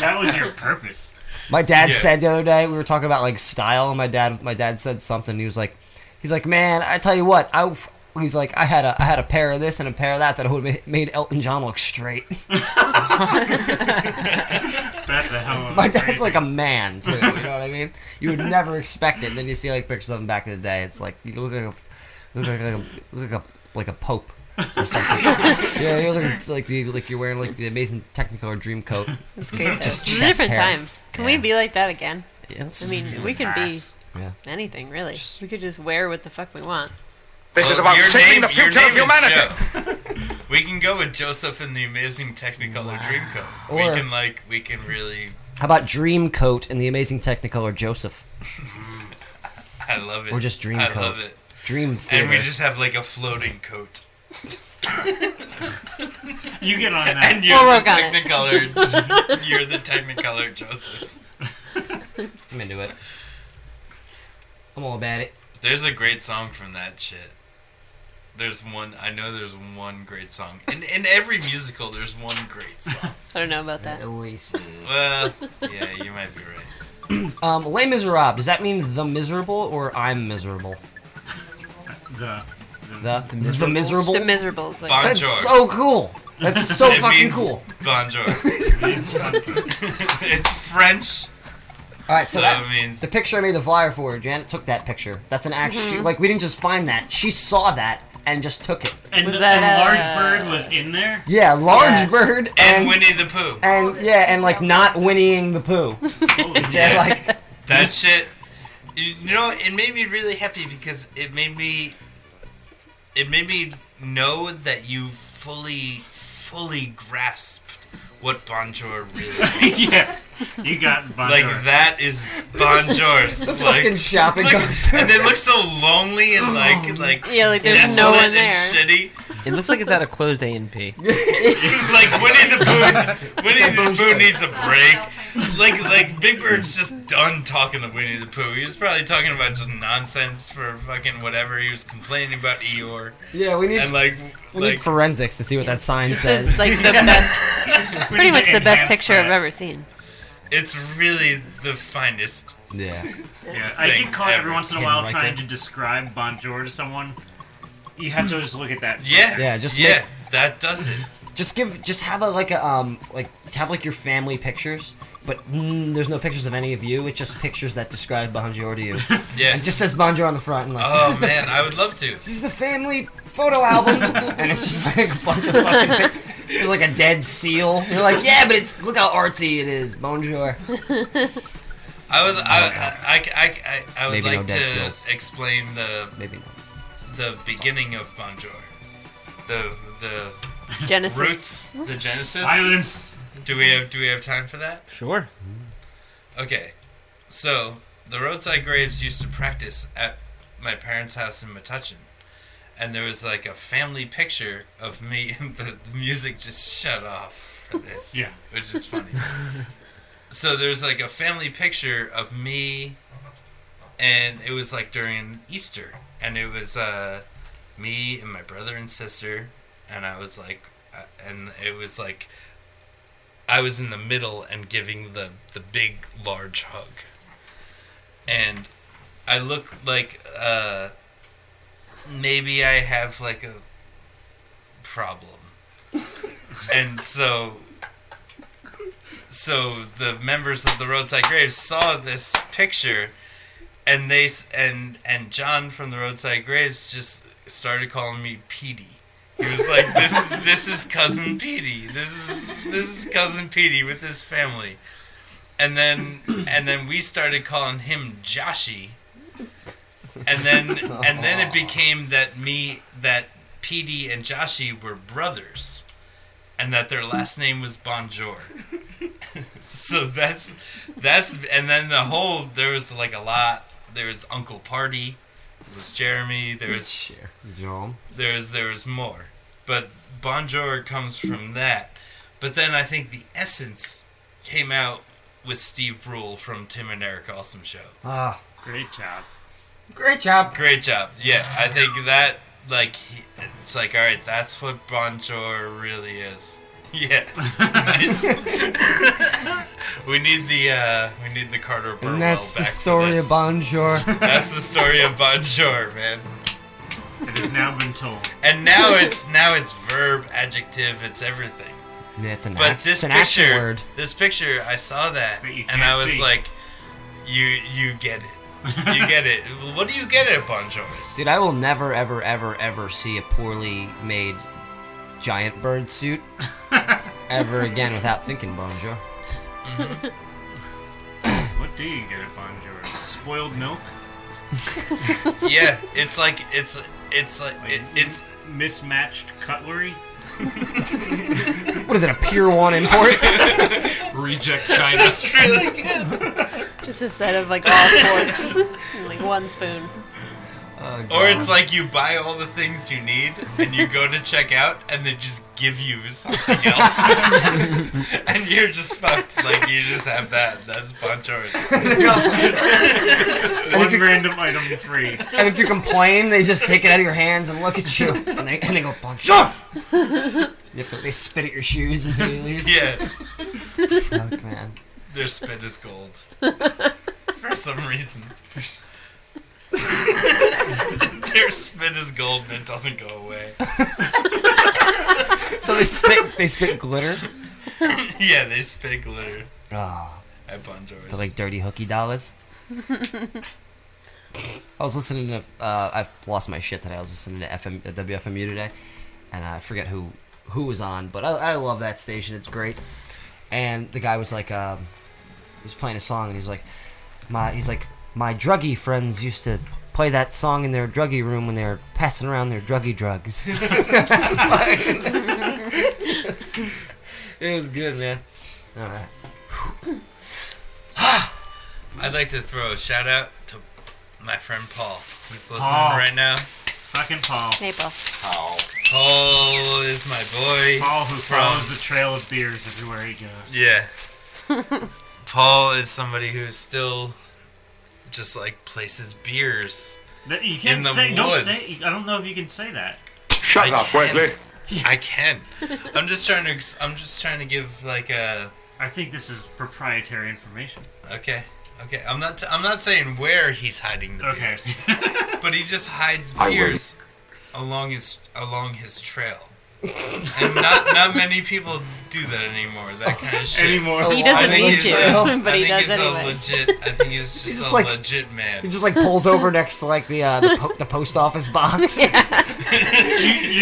Speaker 1: that was your purpose.
Speaker 5: My dad
Speaker 1: Yeah.
Speaker 5: said the other day we were talking about like style, and my dad my dad said something. He was like, he's like, man, I tell you what, I he's like, I had a I had a pair of this and a pair of that that would have made Elton John look straight.
Speaker 1: That's a hell of a
Speaker 5: my dad's
Speaker 1: phrase.
Speaker 5: like a man too. You know what I mean? You would never expect it. And then you see like pictures of him back in the day. It's like you look like a look like a look like a, like a pope. Or something. yeah, you look like, like the like you're wearing like the amazing Technicolor dream coat.
Speaker 10: It's great. Though.
Speaker 5: Just
Speaker 10: It's a
Speaker 5: chest
Speaker 10: different
Speaker 5: hair.
Speaker 10: time. Can we be like that again?
Speaker 5: Yeah, let's
Speaker 10: I
Speaker 5: just
Speaker 10: mean,
Speaker 5: do
Speaker 10: we
Speaker 5: it.
Speaker 10: can be
Speaker 5: Yeah.
Speaker 10: anything really. We could just wear what the fuck we want.
Speaker 11: This
Speaker 10: is about shaping the future of
Speaker 11: humanity. we can go with Joseph and the Amazing Technicolor Dreamcoat. we
Speaker 5: Or-
Speaker 11: can like we can really.
Speaker 5: How about dream coat and the amazing Technicolor Joseph?
Speaker 11: I love it.
Speaker 5: Or just dream
Speaker 11: I
Speaker 5: coat.
Speaker 11: love it.
Speaker 5: Dream
Speaker 11: And we
Speaker 5: theater.
Speaker 11: just have like a floating coat.
Speaker 1: You get on that.
Speaker 11: And you're
Speaker 1: We'll
Speaker 11: the
Speaker 1: work on it.
Speaker 11: Technicolor. you're the Technicolor Joseph.
Speaker 5: I'm into it. I'm all about it.
Speaker 11: There's a great song from that shit. There's one. I know there's one great song. In, in every musical, there's one great song.
Speaker 10: I don't know about that.
Speaker 5: At least.
Speaker 11: Well, yeah, you might be right.
Speaker 5: Um, Les Miserables. Does that mean the miserable or I'm miserable?
Speaker 1: The
Speaker 5: the the
Speaker 1: miserables?
Speaker 5: miserables.
Speaker 10: The miserables, like-
Speaker 5: That's
Speaker 10: Bonjour.
Speaker 5: so cool. That's so
Speaker 11: It
Speaker 5: fucking
Speaker 11: means
Speaker 5: cool.
Speaker 11: Bonjour. it's French.
Speaker 5: All right, so, that
Speaker 11: it means
Speaker 5: the picture I made the flyer for, Janet took that picture. That's an actual
Speaker 10: Mm-hmm.
Speaker 1: Mhm.
Speaker 5: like we didn't just find that. She saw that and just took it.
Speaker 1: And, the, and Large Bird was in there?
Speaker 5: uh, Yeah, large bird and,
Speaker 11: Winnie the Pooh.
Speaker 10: Oh,
Speaker 5: and yeah, and like not whinnying the poo. Is that like
Speaker 11: That shit. You you know, it made me really happy because it made me. It made me know that you fully, fully grasped what bonjour really means.
Speaker 1: yeah, you got bonjour.
Speaker 11: Like that is bonjour.
Speaker 1: The
Speaker 11: like,
Speaker 1: fucking shopping
Speaker 11: look-
Speaker 1: concert.
Speaker 11: and they look so lonely and
Speaker 2: Uh-huh.
Speaker 5: Oh.
Speaker 11: like like
Speaker 10: Yeah, like there's no
Speaker 11: desolate
Speaker 10: one
Speaker 11: and
Speaker 10: there.
Speaker 11: shitty.
Speaker 6: It looks like it's at a closed A and P.
Speaker 11: like Winnie the Pooh. Winnie the Pooh needs a break. Like like Big Bird's just done talking to Winnie the Pooh. He was probably talking about just nonsense for fucking whatever. He was complaining about Eeyore.
Speaker 5: Yeah, we need-
Speaker 11: and like
Speaker 5: we
Speaker 11: like
Speaker 5: need forensics to see what that sign
Speaker 10: This
Speaker 5: says.
Speaker 10: is like the best, pretty much the best picture I've ever seen.
Speaker 11: it's really the finest.
Speaker 5: Yeah.
Speaker 1: Yeah, I
Speaker 11: thing
Speaker 1: get caught every
Speaker 11: ever.
Speaker 1: once in a
Speaker 11: Getting
Speaker 1: while
Speaker 11: right
Speaker 1: trying
Speaker 11: there.
Speaker 1: to describe bonjour to someone. You have to just look at that.
Speaker 11: Yeah.
Speaker 5: Yeah, just
Speaker 11: yeah.
Speaker 5: make-
Speaker 11: that does it.
Speaker 5: Just give, just have a like a um, like have like your family pictures, but mm, there's no pictures of any of you. It's just pictures that describe Bonjour to you.
Speaker 11: Yeah.
Speaker 5: It just says Bonjour on the front, and like this
Speaker 11: Oh
Speaker 5: is the
Speaker 11: man, I would love to. This
Speaker 5: is the family photo album, and it's just like a bunch of fucking. Pic- there's like a dead seal. You're like, yeah, but it's look how artsy it is. Bonjour.
Speaker 11: I would. I, I, I, I, I would
Speaker 5: Maybe no
Speaker 11: like
Speaker 5: dead
Speaker 11: to
Speaker 5: seals.
Speaker 11: explain the
Speaker 5: maybe
Speaker 11: the beginning of Bonjour, the the
Speaker 10: Genesis.
Speaker 11: roots, the Genesis.
Speaker 1: Silence.
Speaker 11: Do we have Do we have time for that?
Speaker 6: Sure.
Speaker 11: Okay, so the roadside graves used to practice at my parents' house in Metuchen, and there was like a family picture of me, and the, the music just shut off for this.
Speaker 1: Yeah.
Speaker 11: which is funny. so there's like a family picture of me, and it was like during Easter, and it was uh, me and my brother and sister, and I was like, uh, and it was like I was in the middle and giving the the big large hug, and I look like uh, maybe I have like a problem, and so so the members of the roadside graves saw this picture, and they s- and and John from the roadside graves just started calling me Petey. He was like, "This this is cousin Petey. This is this is cousin Petey with his family," and then and then we started calling him Joshy, and then and then it became that me that Petey and Joshy were brothers, and that their last name was Bonjour. so that's that's and then the whole there was like a lot. There was Uncle Party, there was Jeremy. There was
Speaker 5: John.
Speaker 11: there's there's more, but Bonjour comes from that. But then I think the essence came out with Steve Rule from Tim and Eric Awesome Show.
Speaker 5: Ah,
Speaker 1: great job.
Speaker 5: Great job.
Speaker 11: Great job. Yeah, I think that like he, it's like all right, that's what Bonjour really is. Yeah. Nice. we need the uh, we need the Carter Burwell
Speaker 5: And that's the
Speaker 11: back.
Speaker 5: story of Bonjour.
Speaker 11: that's the story of Bonjour, man.
Speaker 1: It has now been told.
Speaker 11: And now it's now it's verb, adjective, it's everything.
Speaker 5: That's an,
Speaker 11: but
Speaker 5: act- it's
Speaker 11: this
Speaker 5: an
Speaker 11: picture,
Speaker 5: action word.
Speaker 11: this picture, I saw that, and
Speaker 5: can't
Speaker 11: I was
Speaker 5: see.
Speaker 11: like, "You, you get it, you get it." what do you get at Bonjour's?
Speaker 5: Dude, I will never, ever, ever, ever see a poorly made giant bird suit ever again without thinking bonjour.
Speaker 1: What do you get at Bonjour? Spoiled milk?
Speaker 11: yeah, it's like it's it's like it, it's
Speaker 1: mismatched cutlery.
Speaker 5: What is it, a Pier 1 imports?
Speaker 1: Reject
Speaker 11: China. That's really good.
Speaker 10: Just a set of like all forks, and, like one spoon.
Speaker 5: Uh,
Speaker 11: Or it's like you buy all the things you need and you go to check out and they just give you something else. and you're just fucked. Like you just have that. That's Bonjour's.
Speaker 1: One random item free.
Speaker 5: and if you complain, they just take it out of your hands and look at you, and they, and they go bonjour. You have to, they spit at your shoes and you leave.
Speaker 11: Yeah.
Speaker 5: Fuck, man.
Speaker 11: Their spit is gold. For some reason. Their spit is gold and it doesn't go away.
Speaker 5: So they spit. They spit glitter.
Speaker 11: yeah, they spit glitter.
Speaker 5: Ah.
Speaker 11: At Bonjour's.
Speaker 5: They're like dirty hooky dollars. I was listening to. Uh, I've lost my shit today. I was listening to FM, uh, WFMU today, and I forget who who was on, but I, I love that station. It's great. And the guy was like, um, he was playing a song, and he was like, my he's like my druggy friends used to play that song in their druggy room when they were passing around their druggy drugs. it was good, man. All right.
Speaker 11: I'd like to throw a shout out to my friend Paul, who's listening
Speaker 1: Paul.
Speaker 11: right now.
Speaker 1: Fucking Paul.
Speaker 10: Hey, Paul.
Speaker 11: Paul. Paul is my boy.
Speaker 1: Paul who
Speaker 11: from-
Speaker 1: follows the trail of beers everywhere he goes.
Speaker 11: Yeah. Paul is somebody who's still just like places beers
Speaker 1: That- you can't
Speaker 11: in the
Speaker 1: say.
Speaker 11: woods.
Speaker 1: Don't say. I don't know if you can say that.
Speaker 11: Shut
Speaker 1: up, Wesley.
Speaker 11: I can. I'm just trying to. ex- I'm just trying to give like a.
Speaker 1: I think this is proprietary information.
Speaker 11: Okay. Okay. I'm not. T- I'm not saying where he's hiding the
Speaker 1: Okay.
Speaker 11: beers, but he just hides
Speaker 1: I will-
Speaker 11: beers along his along his trail. and not not many people do that anymore. That kind of shit
Speaker 1: Anymore. He
Speaker 5: doesn't
Speaker 11: I think
Speaker 5: need
Speaker 11: he's
Speaker 5: to,
Speaker 11: a-
Speaker 5: but
Speaker 11: I
Speaker 5: he
Speaker 11: think
Speaker 5: does
Speaker 11: he's a
Speaker 5: anyway.
Speaker 11: legit. I think he's just,
Speaker 5: just
Speaker 11: a
Speaker 5: like-
Speaker 11: legit man.
Speaker 5: He just like pulls over next to like the uh, the, po- the post office box.
Speaker 11: You-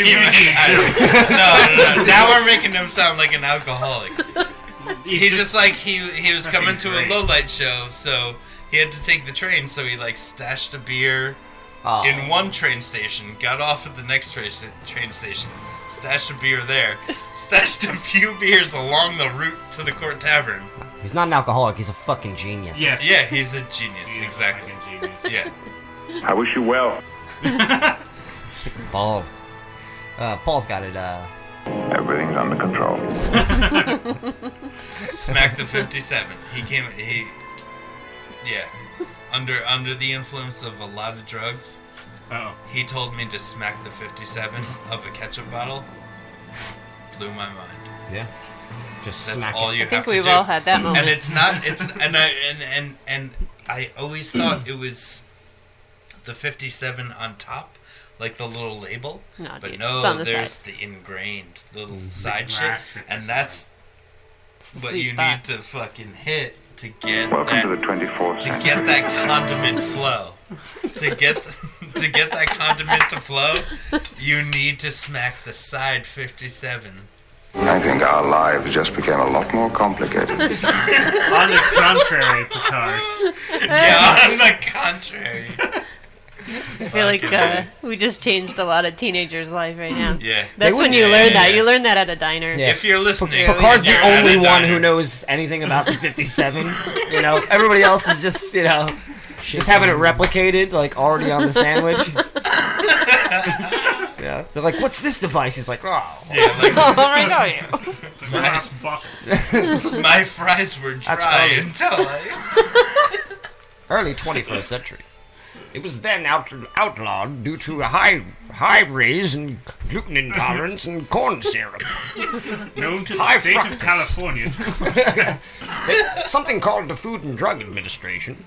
Speaker 11: I- no, no, no. Now we're making him sound like an alcoholic. He just, like he he was coming to a low light show, so he had to take the train. So he like stashed a beer
Speaker 5: Aw.
Speaker 11: in one train station, got off at the next tra- train station, stashed a beer there, stashed a few beers along the route to the court tavern.
Speaker 5: He's not an alcoholic. He's a fucking genius.
Speaker 11: Yeah, he's a genius. exactly.
Speaker 1: genius.
Speaker 11: Yeah.
Speaker 14: I wish you well.
Speaker 5: Paul. Uh, Paul's got it. Uh...
Speaker 14: Everything's under control.
Speaker 11: Smack the 57. He came. He. Yeah. Under under the influence of a lot of drugs.
Speaker 1: Oh.
Speaker 11: He told me to smack the 57 of a ketchup bottle. Blew my mind.
Speaker 5: Yeah. Just
Speaker 11: That's
Speaker 5: smack
Speaker 11: all
Speaker 5: it.
Speaker 11: you
Speaker 10: I think
Speaker 11: have to
Speaker 10: we've
Speaker 11: do.
Speaker 10: all had that moment.
Speaker 11: And it's not. It's and I and and and I always thought it was the 57 on top, like the little label.
Speaker 10: No,
Speaker 11: but
Speaker 10: dude,
Speaker 11: no,
Speaker 10: it's on the
Speaker 11: there's
Speaker 10: side.
Speaker 11: the ingrained little
Speaker 1: The
Speaker 11: side
Speaker 1: grass
Speaker 11: shit, and that's
Speaker 10: the
Speaker 11: what
Speaker 10: sweet
Speaker 11: you
Speaker 10: spot.
Speaker 11: need to fucking hit to get
Speaker 14: Welcome
Speaker 11: that
Speaker 14: to the 24th
Speaker 11: to
Speaker 14: century.
Speaker 11: get that condiment flow. to get to get that condiment to flow, you need to smack the side 57.
Speaker 14: I think our lives just became a lot more complicated.
Speaker 1: On the contrary, Picard.
Speaker 11: Yeah, on the contrary.
Speaker 10: I feel like uh, we just changed a lot of teenagers' life right now.
Speaker 11: Yeah. They
Speaker 10: That's when
Speaker 11: wouldn't-
Speaker 10: you
Speaker 11: yeah,
Speaker 10: learn
Speaker 11: yeah,
Speaker 10: that.
Speaker 11: yeah.
Speaker 10: You learn that at a diner.
Speaker 5: Yeah.
Speaker 11: If you're listening,
Speaker 5: P- Picard's
Speaker 11: you're
Speaker 5: the
Speaker 11: at
Speaker 5: only
Speaker 11: a
Speaker 5: one
Speaker 11: diner.
Speaker 5: who knows anything about the 57. you know, everybody else is just, you know, just having it replicated, like already on the sandwich. yeah. They're like, what's this device? He's like, oh.
Speaker 11: Yeah, like-
Speaker 5: All right, now you.
Speaker 11: My- My fries were
Speaker 5: That's
Speaker 11: dry
Speaker 5: early.
Speaker 11: until I.
Speaker 5: Early 21st century. It was then out- outlawed due to high high raise and gluten intolerance and corn syrup.
Speaker 1: Known to the
Speaker 5: High
Speaker 1: state of
Speaker 5: fructose.
Speaker 1: California.
Speaker 5: Something called the Food and Drug Administration.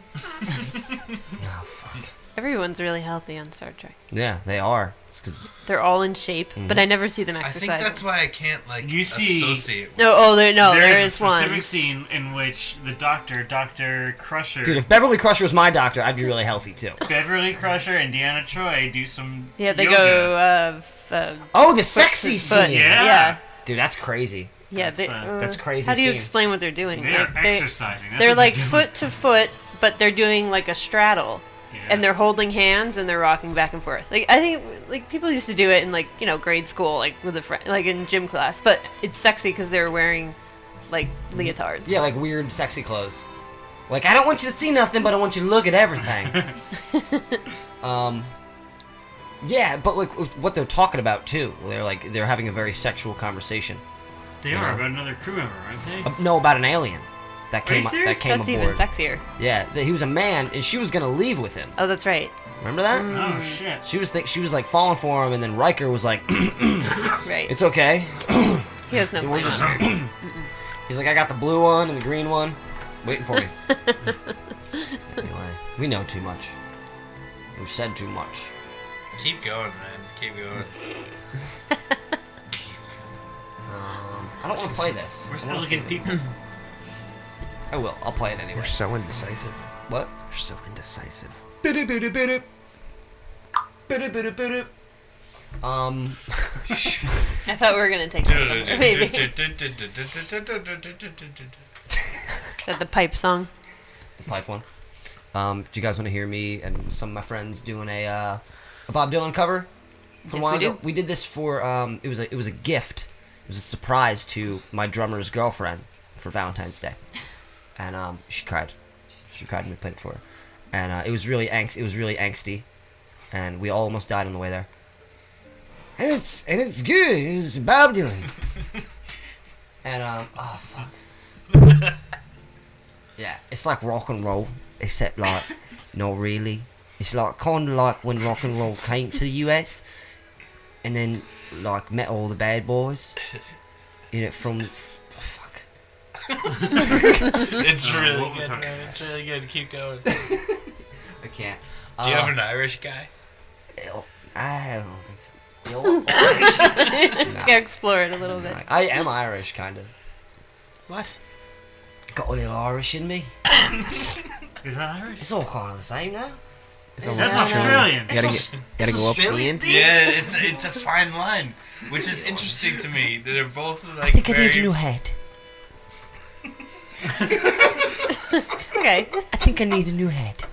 Speaker 10: Everyone's really healthy on Star Trek.
Speaker 5: Yeah, they are. It's 'cause-
Speaker 10: They're all in shape, but
Speaker 5: Mhm.
Speaker 10: I never see them
Speaker 11: I
Speaker 10: exercise.
Speaker 11: think that's why I can't like
Speaker 1: You see,
Speaker 11: associate. with-
Speaker 10: No, oh, there- no, there
Speaker 1: a
Speaker 10: is one.
Speaker 1: specific scene in which the doctor, Doctor Crusher,
Speaker 5: dude, if Beverly Crusher was my doctor, I'd be really healthy too.
Speaker 1: Beverly Crusher and Deanna Troy do some.
Speaker 10: yeah, they
Speaker 1: yoga.
Speaker 10: go. Uh, f- uh,
Speaker 5: Oh, the
Speaker 10: foot
Speaker 5: sexy
Speaker 10: to foot.
Speaker 5: scene.
Speaker 10: Yeah. Yeah.
Speaker 5: Dude, that's crazy.
Speaker 10: they, uh,
Speaker 5: that's crazy.
Speaker 10: How do you
Speaker 5: scene.
Speaker 10: explain what they're doing?
Speaker 5: They're
Speaker 10: Like, they-
Speaker 5: exercising. That's
Speaker 10: They're
Speaker 5: what they're
Speaker 10: like
Speaker 5: doing.
Speaker 10: foot to foot, but they're doing like a straddle, and they're holding hands and they're rocking back and forth. Like I think like people used to do it in like you know grade school, like with a friend, like in gym class. But it's sexy because they're wearing like Mm-hmm. leotards.
Speaker 5: Mm-hmm. Yeah, like weird, sexy clothes. Like I don't want you to see nothing, but I want you to look at everything. um, yeah, but like what they're talking about too. They're like they're having a very sexual conversation.
Speaker 1: They
Speaker 5: you
Speaker 1: are
Speaker 5: know?
Speaker 1: about another crew member, aren't they?
Speaker 5: Uh, no, about an alien that
Speaker 10: Are you
Speaker 5: came
Speaker 10: serious?
Speaker 5: that came
Speaker 10: That's even
Speaker 5: aboard.
Speaker 10: sexier.
Speaker 5: Yeah, that he was a man, and she was gonna leave with him.
Speaker 10: Oh, that's right.
Speaker 5: Remember that?
Speaker 10: Mm. Oh,
Speaker 1: shit.
Speaker 5: She was think she was like falling for him, and then Riker was like,
Speaker 10: Right.
Speaker 5: "It's okay."
Speaker 10: He has no
Speaker 5: We're
Speaker 10: plans.
Speaker 5: just- He's like, "I got the blue one and the green one, waiting for you." anyway, we know too much. We've said too much.
Speaker 11: Keep going, man. Keep going.
Speaker 5: Um, I don't want to play this.
Speaker 11: We're
Speaker 5: I wanna
Speaker 11: elegant
Speaker 5: save it.
Speaker 11: people.
Speaker 5: I will. I'll play it anyway.
Speaker 9: You're so indecisive.
Speaker 5: What?
Speaker 9: You're so indecisive.
Speaker 5: Um.
Speaker 10: I thought we were gonna take that somewhere, maybe. Is that the pipe song?
Speaker 5: pipe one. Um, do you guys want to hear me and some of my friends doing a, uh, a Bob Dylan cover? From
Speaker 10: Yes,
Speaker 5: a while
Speaker 10: we
Speaker 5: ago?
Speaker 10: do.
Speaker 5: we did this for um, it was a, it was a gift. It was a surprise to my drummer's girlfriend for Valentine's Day, and um, she cried. She cried and we played it for her, and uh, it was really angst. It was really angsty, and we almost died on the way there. And it's and it's good. It's Bob Dylan. and um, oh fuck. Yeah, it's like rock and roll, except like, not really. It's like kind of like when rock and roll came to the US, and then like met all the bad boys, you know, from.
Speaker 11: it's
Speaker 5: Uh,
Speaker 11: really
Speaker 5: what we're
Speaker 11: good,
Speaker 5: talking
Speaker 11: man. It's really good. Keep going.
Speaker 5: I can't.
Speaker 11: Do you
Speaker 5: Uh,
Speaker 11: have an Irish guy?
Speaker 5: I don't think so. The old
Speaker 10: Gotta
Speaker 5: Nah.
Speaker 10: explore it a little bit.
Speaker 5: I am Irish, kind of.
Speaker 10: What?
Speaker 5: Got a little Irish in me.
Speaker 1: Is that Irish?
Speaker 5: It's all kind of the same now.
Speaker 11: It's
Speaker 5: all
Speaker 11: That's
Speaker 5: the same.
Speaker 11: Australian.
Speaker 5: Gotta
Speaker 11: It's
Speaker 5: get-
Speaker 11: Aus-
Speaker 5: gotta
Speaker 11: it's
Speaker 5: go up
Speaker 11: Australian
Speaker 5: Ian.
Speaker 11: thing. Yeah, it's it's a fine line, which is interesting to me. That they're both like
Speaker 5: I think I need a
Speaker 11: very-
Speaker 5: new hat.
Speaker 10: Okay.
Speaker 5: I think I need a new hat.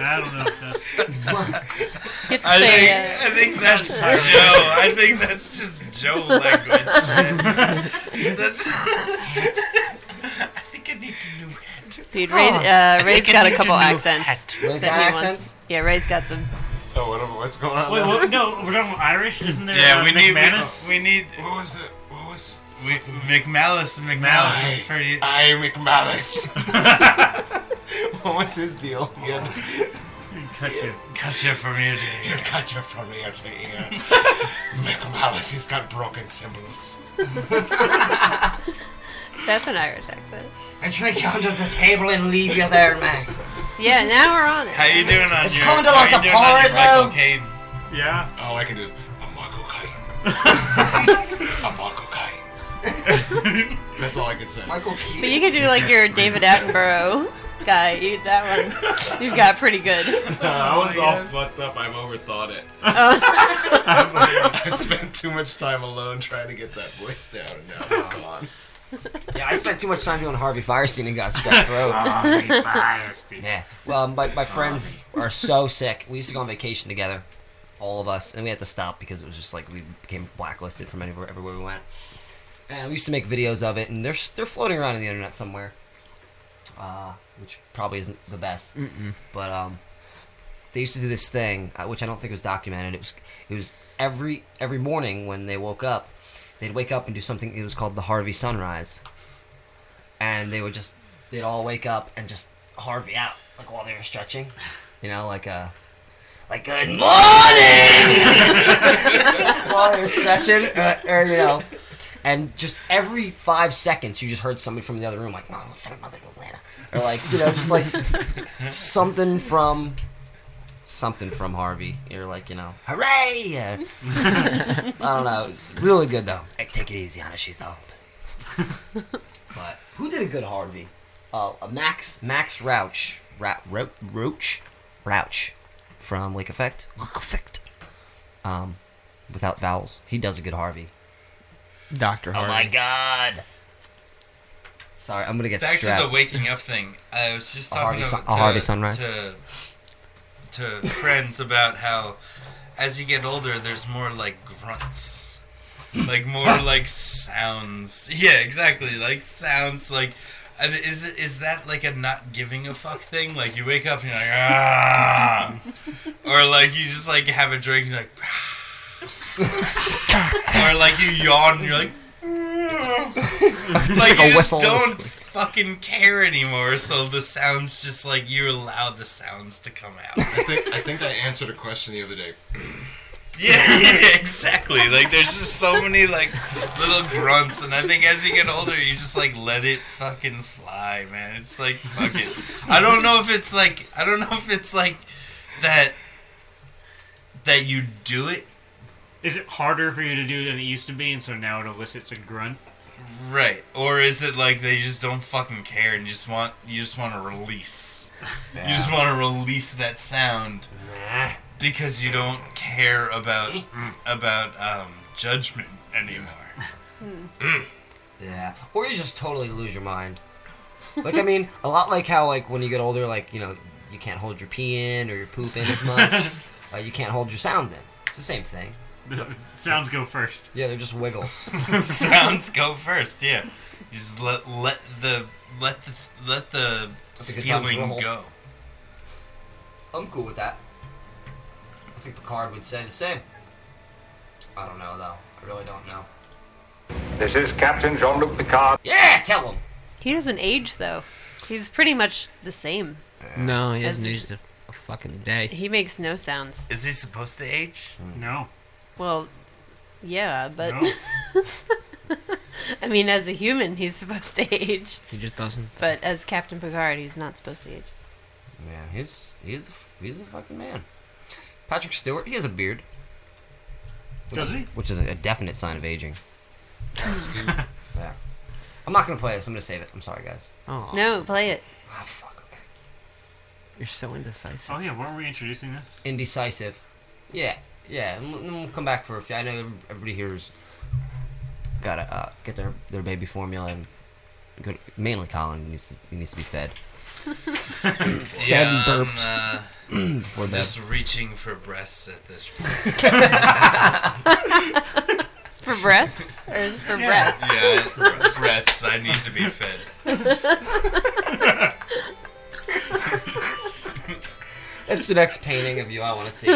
Speaker 1: I don't know if that's.
Speaker 10: Get
Speaker 11: I think, I think that's Joe. I think that's just Joe language. man. that's, I think I need to do it.
Speaker 10: Dude, Ray,
Speaker 11: Oh. I
Speaker 10: uh,
Speaker 11: think
Speaker 10: Ray's
Speaker 11: I
Speaker 10: got a
Speaker 11: need
Speaker 10: couple
Speaker 11: new
Speaker 10: accents.
Speaker 11: hat. Ray's
Speaker 10: that
Speaker 11: got
Speaker 10: he wants-
Speaker 11: accents?
Speaker 10: Yeah, Ray's got some.
Speaker 2: Oh, what, what's going on? Oh.
Speaker 1: Wait,
Speaker 2: now?
Speaker 1: what, no, we're talking about Irish, isn't there?
Speaker 11: Yeah,
Speaker 1: uh,
Speaker 11: we need
Speaker 1: McManus?
Speaker 11: we need. What was the what was we, McMalice? McMalice is pretty. I McMalice.
Speaker 2: what was his deal? He had-
Speaker 1: Gotcha.
Speaker 11: Gotcha from ear to ear.
Speaker 2: Gotcha from ear to ear. McMalice, he's got broken cymbals.
Speaker 10: That's an Irish accent.
Speaker 5: And drink you under the table and leave you there, mate.
Speaker 10: Yeah, now we're on it.
Speaker 11: How you doing on
Speaker 10: It's
Speaker 11: your?
Speaker 10: kinda
Speaker 11: how
Speaker 10: like
Speaker 11: you
Speaker 10: a
Speaker 11: doing on your
Speaker 10: porno.
Speaker 11: Michael Caine?
Speaker 1: Yeah.
Speaker 2: All I can do is, I'm Michael Caine. I'm Michael Caine. That's all I can say. Michael Caine.
Speaker 10: But you could do like your David Attenborough guy. You, that one you've got pretty good.
Speaker 2: that one's all fucked up. I've overthought it.
Speaker 10: Oh.
Speaker 11: Uh-huh.
Speaker 2: I've spent too much time alone trying to get that voice down, and now it's gone.
Speaker 5: yeah, I spent too much time doing Harvey Firestein and got strep throat.
Speaker 8: Harvey Fierstein.
Speaker 5: Yeah. Well, my, my friends are so sick. We used to go on vacation together, all of us, and we had to stop because it was just like we became blacklisted from anywhere, everywhere we went. And we used to make videos of it, and they're s- they're floating around on the internet somewhere, uh, which probably isn't the best.
Speaker 6: Mm-mm.
Speaker 5: But um, they used to do this thing, uh, which I don't think was documented. It was it was every every morning when they woke up, they'd wake up and do something. It was called the Harvey Sunrise, and they would just they'd all wake up and just Harvey out like while they were stretching, you know, like uh, like good morning while they were stretching, uh, or you know. And just every five seconds, you just heard somebody from the other room like, "No, send my mother to Atlanta," or like, you know, just like something from something from Harvey. You're like, you know, hooray! or- I don't know. It's really good though. Hey, take it easy, Anna. She's old. but who did a good Harvey? Uh, uh, Max Max Rouch Ra- Ro- Roach Rouch from Lake Effect. Lake Effect. Um, without vowels, he does a good Harvey.
Speaker 6: Doctor
Speaker 5: Oh
Speaker 6: Harvey.
Speaker 5: my God. Sorry, I'm gonna get
Speaker 11: Back
Speaker 5: strapped.
Speaker 11: to the waking up thing. I was just
Speaker 5: A
Speaker 11: talking
Speaker 5: Harvey
Speaker 11: to,
Speaker 5: sun- a
Speaker 11: to,
Speaker 5: Harvey sunrise.
Speaker 11: to to friends about how as you get older, there's more like grunts, like more like sounds. Yeah, exactly. Like sounds. Like and is it- is that like a not giving a fuck thing? Like you wake up and you're like ah, or like you just like have a drink and you're like. "Ah." or like you yawn and you're like
Speaker 8: Just
Speaker 11: Mm. like,
Speaker 8: like a
Speaker 11: you just
Speaker 8: whistle.
Speaker 11: don't fucking care anymore. So the sounds just like you allow the sounds to come out. I
Speaker 2: think I think I answered a question the other day.
Speaker 11: yeah, yeah, exactly. Like there's just so many like little grunts, and I think as you get older, you just like let it fucking fly, man. It's like fuck it. I don't know if it's like I don't know if it's like that that you do it.
Speaker 1: Is it harder for you to do than it used to be, and so now it elicits a grunt?
Speaker 11: Right. Or is it like they just don't fucking care and you just want you just want to release. You just want to release that sound because you don't care about about um, judgment anymore.
Speaker 5: Yeah. Or you just totally lose your mind. Like I mean, a lot like how like when you get older, like you know, you can't hold your pee in or your poop in as much. uh, you can't hold your sounds in. It's the same thing.
Speaker 1: sounds go first.
Speaker 5: Yeah, they're just wiggles.
Speaker 11: sounds go first, yeah. You just let let the let the let the,
Speaker 5: The guitars
Speaker 11: feeling
Speaker 5: roll.
Speaker 11: go.
Speaker 5: I'm cool with that. I think Picard would say the same. I don't know though. I really don't know.
Speaker 14: This is Captain Jean Luc Picard.
Speaker 5: Yeah, tell him.
Speaker 10: He doesn't age though. He's pretty much the same.
Speaker 6: No, he
Speaker 10: As
Speaker 6: hasn't
Speaker 10: is-
Speaker 6: used a, a fucking day.
Speaker 10: He makes no sounds.
Speaker 11: Is he supposed to age?
Speaker 5: Mm.
Speaker 1: No.
Speaker 10: Well, yeah, but I mean, as a human, he's supposed to age.
Speaker 6: He just doesn't.
Speaker 10: But as Captain Picard, he's not supposed to age.
Speaker 5: Yeah, he's he's he's a fucking man. Patrick Stewart, he has a beard. Which
Speaker 11: Does
Speaker 5: is,
Speaker 11: he?
Speaker 5: Which is a definite sign of aging. yeah. I'm not gonna play this. I'm gonna save it. I'm sorry, guys.
Speaker 6: Oh,
Speaker 10: No, play it.
Speaker 6: you're so indecisive.
Speaker 1: Oh yeah, weren't we introducing this?
Speaker 5: Indecisive. Yeah, yeah. And we'll, and we'll come back for a few. I know ev- everybody here's gotta uh, get their, their baby formula and good, mainly Colin he needs to, he needs to be fed.
Speaker 11: Yeah,
Speaker 5: and burped.
Speaker 11: I'm, uh,
Speaker 5: Before bed.
Speaker 11: just reaching for breasts at this point.
Speaker 10: For breasts? Or is it for
Speaker 11: yeah.
Speaker 10: breath?
Speaker 11: Yeah, for breasts. breasts. I need to be fed.
Speaker 5: That's the next painting of you I want to see.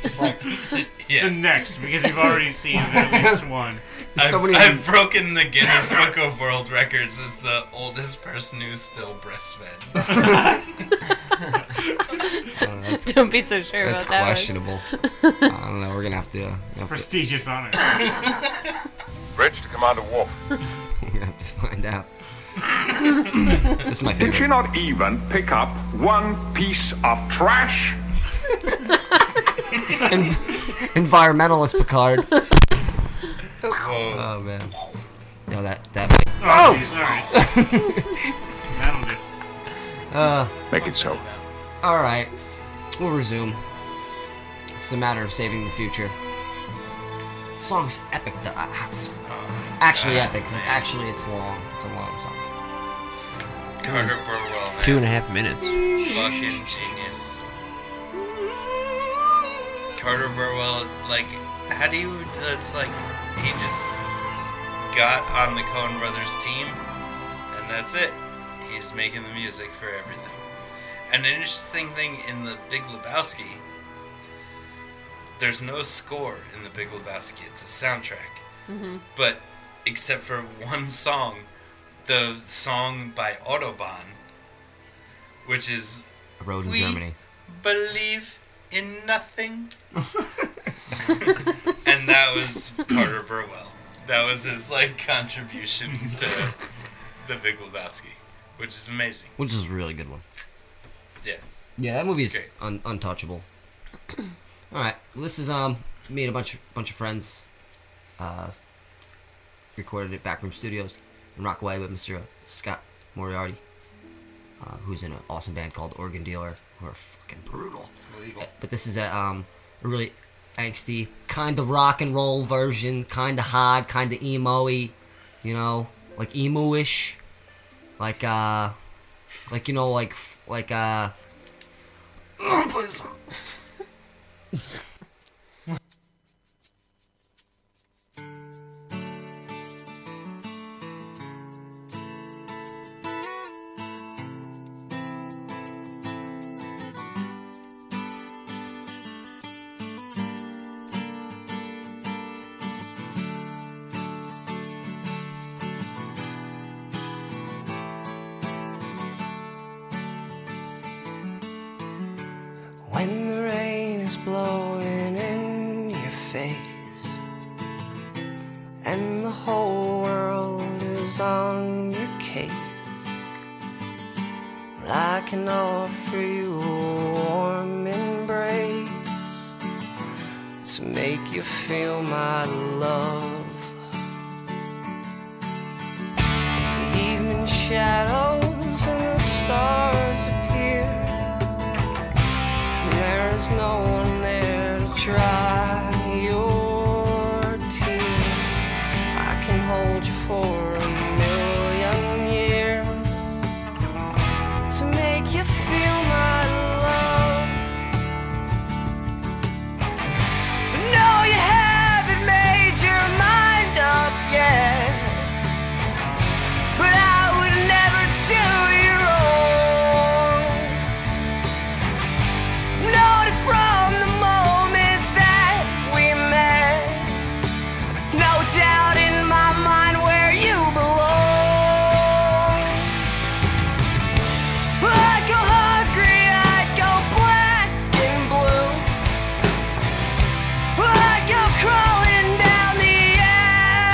Speaker 5: Just like
Speaker 1: The next, because we've already seen at least one.
Speaker 11: I've, I've broken the Guinness Book of World Records as the oldest person who's still breastfed.
Speaker 10: Don't be so sure
Speaker 5: Uh, That's
Speaker 10: about that one.
Speaker 5: questionable. I don't know. We're gonna have to. we have to-
Speaker 1: Prestigious honor.
Speaker 14: Bridge to Commander Wolf.
Speaker 5: We're gonna have to find out.
Speaker 14: this
Speaker 5: is my
Speaker 16: Did
Speaker 5: favorite.
Speaker 16: you not even pick up one piece of trash?
Speaker 5: En- environmentalist Picard.
Speaker 11: Oh
Speaker 5: man. No, that that.
Speaker 1: Oh, geez, all right. That'll do.
Speaker 5: Uh,
Speaker 16: Make it so.
Speaker 5: all right, we'll resume. Ah, It's a matter of saving the future. The song's epic. Though. I, I s- actually epic, but actually it's long. It's a long song.
Speaker 11: Carter Burwell. Man.
Speaker 6: Two and a half minutes.
Speaker 11: Fucking genius. Carter Burwell, like, how do you just, like, he just got on the Coen Brothers team, and that's it. He's making the music for everything. And an interesting thing in The Big Lebowski, there's no score in The Big Lebowski, it's a soundtrack.
Speaker 8: Mm-hmm.
Speaker 11: But except for one song, the song by Autobahn, which is
Speaker 5: A road in
Speaker 11: We-
Speaker 5: Germany.
Speaker 11: Believe in Nothing. and that was Carter Burwell. That was his like contribution to the Big Lebowski, which is amazing.
Speaker 5: Which is a really good one.
Speaker 11: Yeah.
Speaker 5: Yeah, that
Speaker 11: It's
Speaker 5: movie's
Speaker 11: great.
Speaker 5: un- untouchable. All right, well, this is um me and a bunch bunch of friends, uh, recorded at Backroom Studios in Rockaway with Mr. Scott Moriarty, uh, who's in an awesome band called Organ Dealer, who are fucking brutal. Uh,
Speaker 11: Illegal.
Speaker 5: But this is a um a really angsty kind of rock and roll version, kind of hard, kind of emo-y, you know, like emo-ish, like uh, like you know, like f- like uh.
Speaker 11: Oh,
Speaker 8: When the rain is blowing in your face, and the whole world is on your case, well, I can offer you a warm embrace to make you feel my love. The evening shadows and the stars appear. There's no one there to dry your tears. I can hold you for a million years to make you feel my love. No, you haven't made your mind up yet. But I would never do you wrong. Noted from the moment that we met. No doubt in my mind where you belong. I'd go hungry, I'd go black and blue. I'd go crawling down the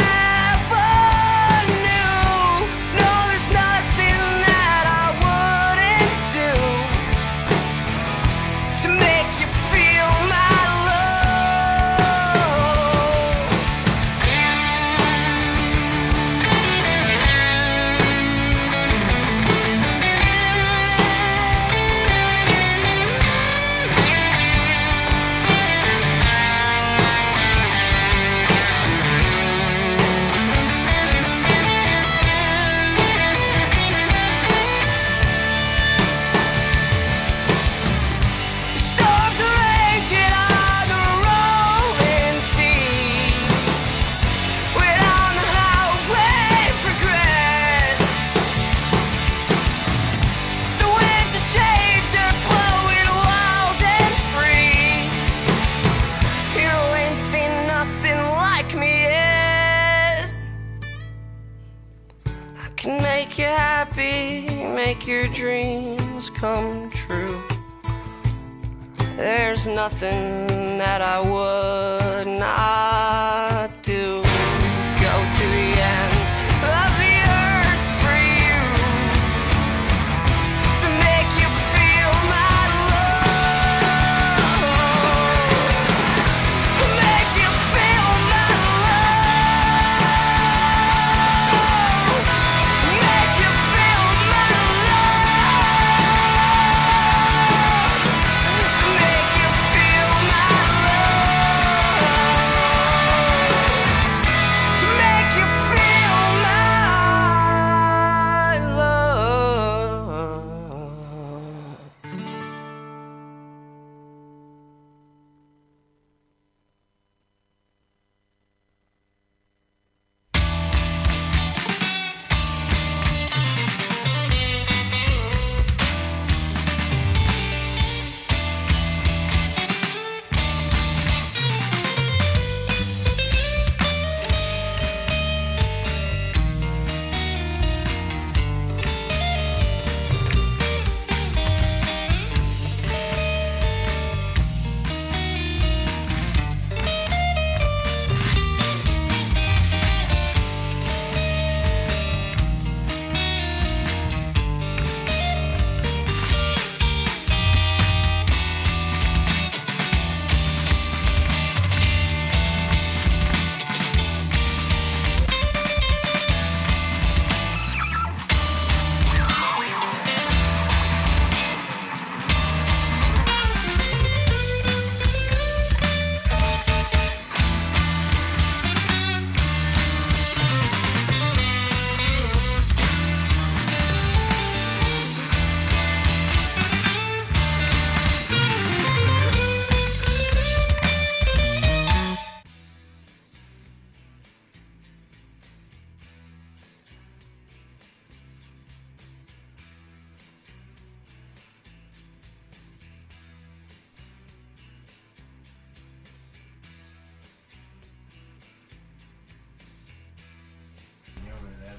Speaker 8: avenue. No, there's nothing that I wouldn't do to make you feel my love. Storms are raging on the rolling sea. We're on the highway regret. The winds of change are blowing wild and free. You ain't seen nothing like me yet. I can make you happy, make your dreams come true. There's nothing that I would not do. Go to the ends of the earth for you to make you feel my love. Make you feel my love. Make you feel my love. To make you feel my love.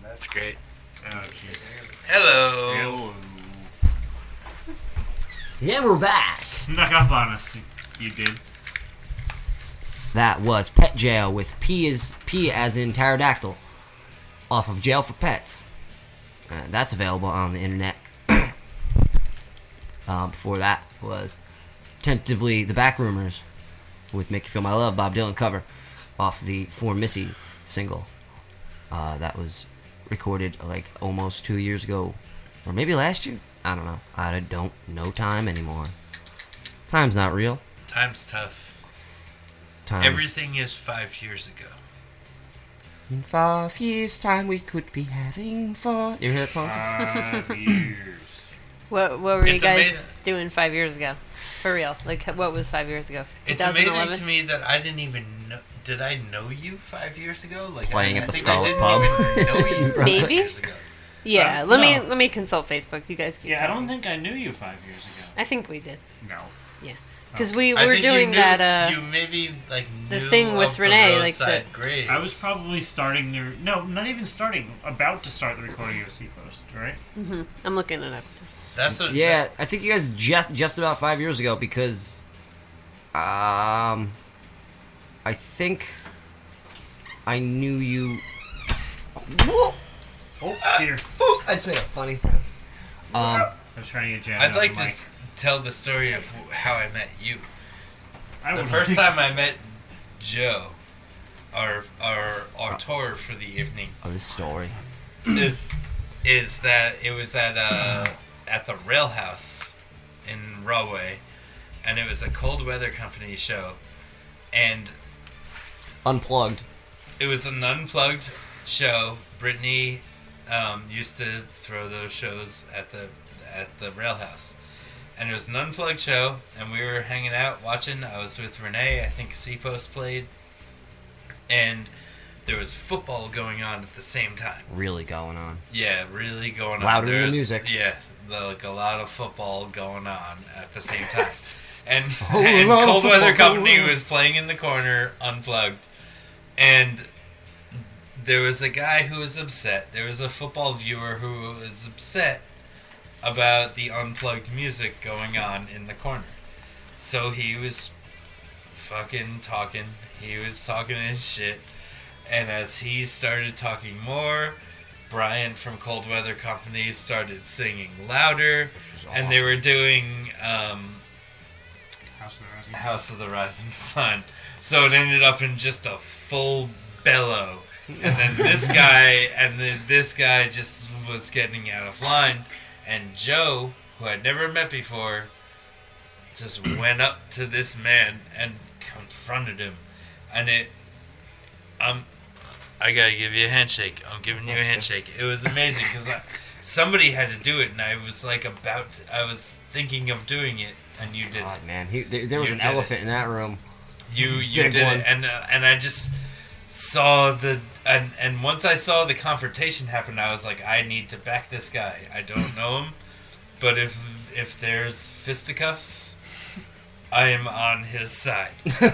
Speaker 11: That's great. Hello.
Speaker 5: Yeah, we're back.
Speaker 1: Snuck up on us. You did.
Speaker 5: That was Pet Jail with P is P as in pterodactyl, off of Jail for Pets. Uh, that's available on the internet. uh, before that was tentatively The Back Rumors with Make You Feel My Love, Bob Dylan cover, off the For Missy single. Uh, that was recorded like almost two years ago, or maybe last year. I don't know. I don't know time anymore. Time's not real.
Speaker 11: Time's tough.
Speaker 5: Time.
Speaker 11: Everything is five years ago.
Speaker 5: In five years' time, we could be having fun. You hear that song?
Speaker 10: Five years. What, what were you
Speaker 11: It's
Speaker 10: guys
Speaker 11: amazing-
Speaker 10: doing five years ago? For real. Like, what was five years ago?
Speaker 11: It's amazing to me that I didn't even know. Did I know you five years ago? Like
Speaker 5: Playing at
Speaker 11: I, I
Speaker 5: the
Speaker 11: think
Speaker 5: Scarlet
Speaker 11: I didn't
Speaker 5: Pub.
Speaker 11: even know you five
Speaker 10: Maybe?
Speaker 11: years ago.
Speaker 10: Yeah,
Speaker 3: Um,
Speaker 10: let me
Speaker 3: no.
Speaker 10: let me consult Facebook. You guys keep
Speaker 3: Yeah, I
Speaker 10: talking.
Speaker 3: don't think I knew you five years ago.
Speaker 10: I think we did.
Speaker 3: No.
Speaker 10: Yeah. Because we
Speaker 11: I
Speaker 10: were
Speaker 11: think you
Speaker 10: doing
Speaker 11: knew-
Speaker 10: that. Uh,
Speaker 11: you maybe like
Speaker 10: the
Speaker 11: knew
Speaker 10: thing with
Speaker 11: of the
Speaker 10: Renee, like the
Speaker 11: roadside graves.
Speaker 3: I was probably starting the no, not even starting, about to start the recording of C post, right?
Speaker 10: Mhm. I'm looking it up.
Speaker 11: That's what,
Speaker 5: yeah. I think you guys just just about five years ago because, um, I think I knew you. Whoa!
Speaker 3: Oh, here.
Speaker 5: I just made a funny sound. Um,
Speaker 3: I was trying to get Jen.
Speaker 11: I'd
Speaker 3: on
Speaker 11: like
Speaker 3: the
Speaker 11: to
Speaker 3: mic.
Speaker 11: s- tell the story of w- how I met you.
Speaker 3: I
Speaker 11: the
Speaker 3: would
Speaker 11: first
Speaker 3: like-
Speaker 11: time I met Joe, our our auteur for the evening,
Speaker 5: oh, this story.
Speaker 11: is is that it was at uh at the Rail House in Railway, and it was a cold weather company show, and
Speaker 5: Unplugged.
Speaker 11: it was an unplugged show. Brittany um, used to throw those shows at the at the rail house, and it was an unplugged show. And we were hanging out watching. I was with Renee. I think C Post played, and there was football going on at the same time.
Speaker 5: Really going on.
Speaker 11: Yeah, really going on.
Speaker 5: Louder than
Speaker 11: There's-
Speaker 5: music.
Speaker 11: Yeah, like a lot of football going on at the same time. and
Speaker 5: whole
Speaker 11: and
Speaker 5: lot of
Speaker 11: Cold Weather
Speaker 5: Oh, football
Speaker 11: Company
Speaker 5: going on.
Speaker 11: was playing in the corner, unplugged. And there was a guy who was upset. There was a football viewer who was upset about the unplugged music going on in the corner. So he was fucking talking. He was talking his shit. And as he started talking more, Brian from Cold Weather Company started singing louder. And they were doing um,
Speaker 3: House of the Rising
Speaker 11: House of the Rising Sun. So it ended up in just a full bellow. And then this guy, and then this guy just was getting out of line. And Joe, who I'd never met before, just went up to this man and confronted him. And it, um, I'm, I gotta give you a handshake. I'm giving
Speaker 5: Oh,
Speaker 11: you a handshake. It was amazing because somebody had to do it, and I was like about, to, I was thinking of doing it, and you did it.
Speaker 5: Man, he, there, there was
Speaker 11: You
Speaker 5: an
Speaker 11: did it.
Speaker 5: elephant in that room.
Speaker 11: You you
Speaker 5: Big
Speaker 11: did
Speaker 5: one.
Speaker 11: it, and uh, and I just saw the and and once I saw the confrontation happen, I was like, I need to back this guy. I don't know him, but if if there's fisticuffs, I am on his side. oh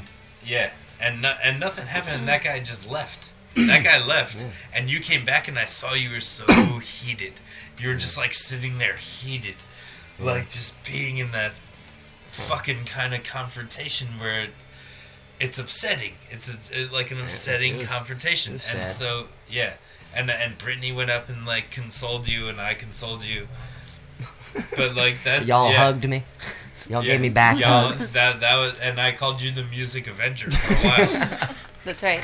Speaker 5: man.
Speaker 11: yeah, and no, and nothing happened. And that guy just left. That guy left, and you came back, and I saw you were so heated. You were just like sitting there heated, like just being in that fucking kind of confrontation where it, it's upsetting. It's, it's it, like an
Speaker 5: it
Speaker 11: upsetting
Speaker 5: is.
Speaker 11: confrontation,
Speaker 5: It's
Speaker 11: and
Speaker 5: sad.
Speaker 11: so yeah, and and Brittany went up and like consoled you, and I consoled you. But like that's
Speaker 5: Y'all
Speaker 11: yeah.
Speaker 5: hugged me. Y'all
Speaker 11: Yeah.
Speaker 5: gave me back
Speaker 11: Y'all-
Speaker 5: hugs.
Speaker 11: That that was, and I called you the Music Avenger for a while.
Speaker 10: That's right.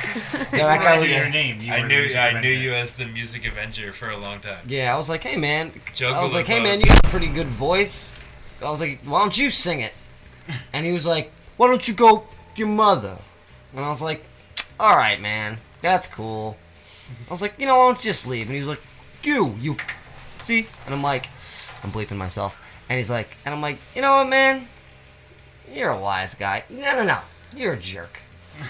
Speaker 5: No, that guy
Speaker 11: I
Speaker 5: was
Speaker 11: knew
Speaker 5: a-
Speaker 11: your name.
Speaker 5: You
Speaker 11: I
Speaker 5: were
Speaker 11: knew
Speaker 5: Music
Speaker 11: I knew you as the Music Avenger for a long time.
Speaker 5: Yeah, I was like, hey man,
Speaker 11: Joke
Speaker 5: I was
Speaker 11: with
Speaker 5: like, hey
Speaker 11: love.
Speaker 5: man, you got a pretty good voice. I was like, why don't you sing it? And he was like, why don't you go with your mother? And I was like, all right, man, that's cool. I was like, you know, why don't you just leave? And he was like, you, you, see? And I'm like, I'm bleeping myself. And he's like, and I'm like, you know what, man? You're a wise guy. No, no, no, you're a jerk.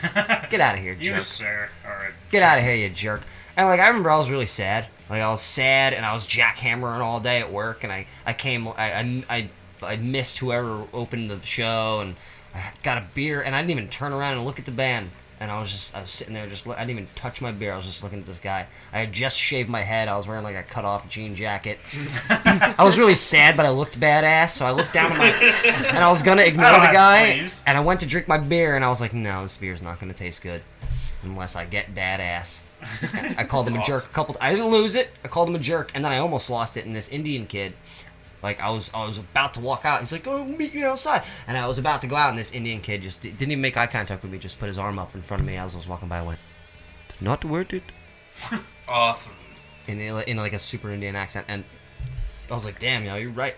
Speaker 5: Get out of here,
Speaker 3: You,
Speaker 5: jerk.
Speaker 3: sir, are a
Speaker 5: Get out of here, you jerk. And like I remember I was really sad. Like I was sad and I was jackhammering all day at work and I, I came I, I, I, I missed whoever opened the show and I got a beer and I didn't even turn around and look at the band. and I was just I was sitting there just look, I didn't even touch my beer. I was just looking at this guy. I had just shaved my head. I was wearing like a cut off jean jacket. I was really sad, but I looked badass. So I looked down at my and I was gonna ignore
Speaker 15: I
Speaker 5: the
Speaker 15: don't have
Speaker 5: guy.
Speaker 15: sleeves.
Speaker 5: And I went to drink my beer, and I was like, no, this beer's not gonna taste good unless I get badass. I called him a jerk a couple. I didn't lose it. I called him a jerk, and then I almost lost it. And this Indian kid, like I was, I was about to walk out. He's like, "Go meet me outside," and I was about to go out, and this Indian kid just di- didn't even make eye contact with me. Just put his arm up in front of me as I was walking by. I went, "Did not worth it,"
Speaker 11: Awesome.
Speaker 5: in a- in like a super Indian accent, and I was like, "Damn, yo, you're right.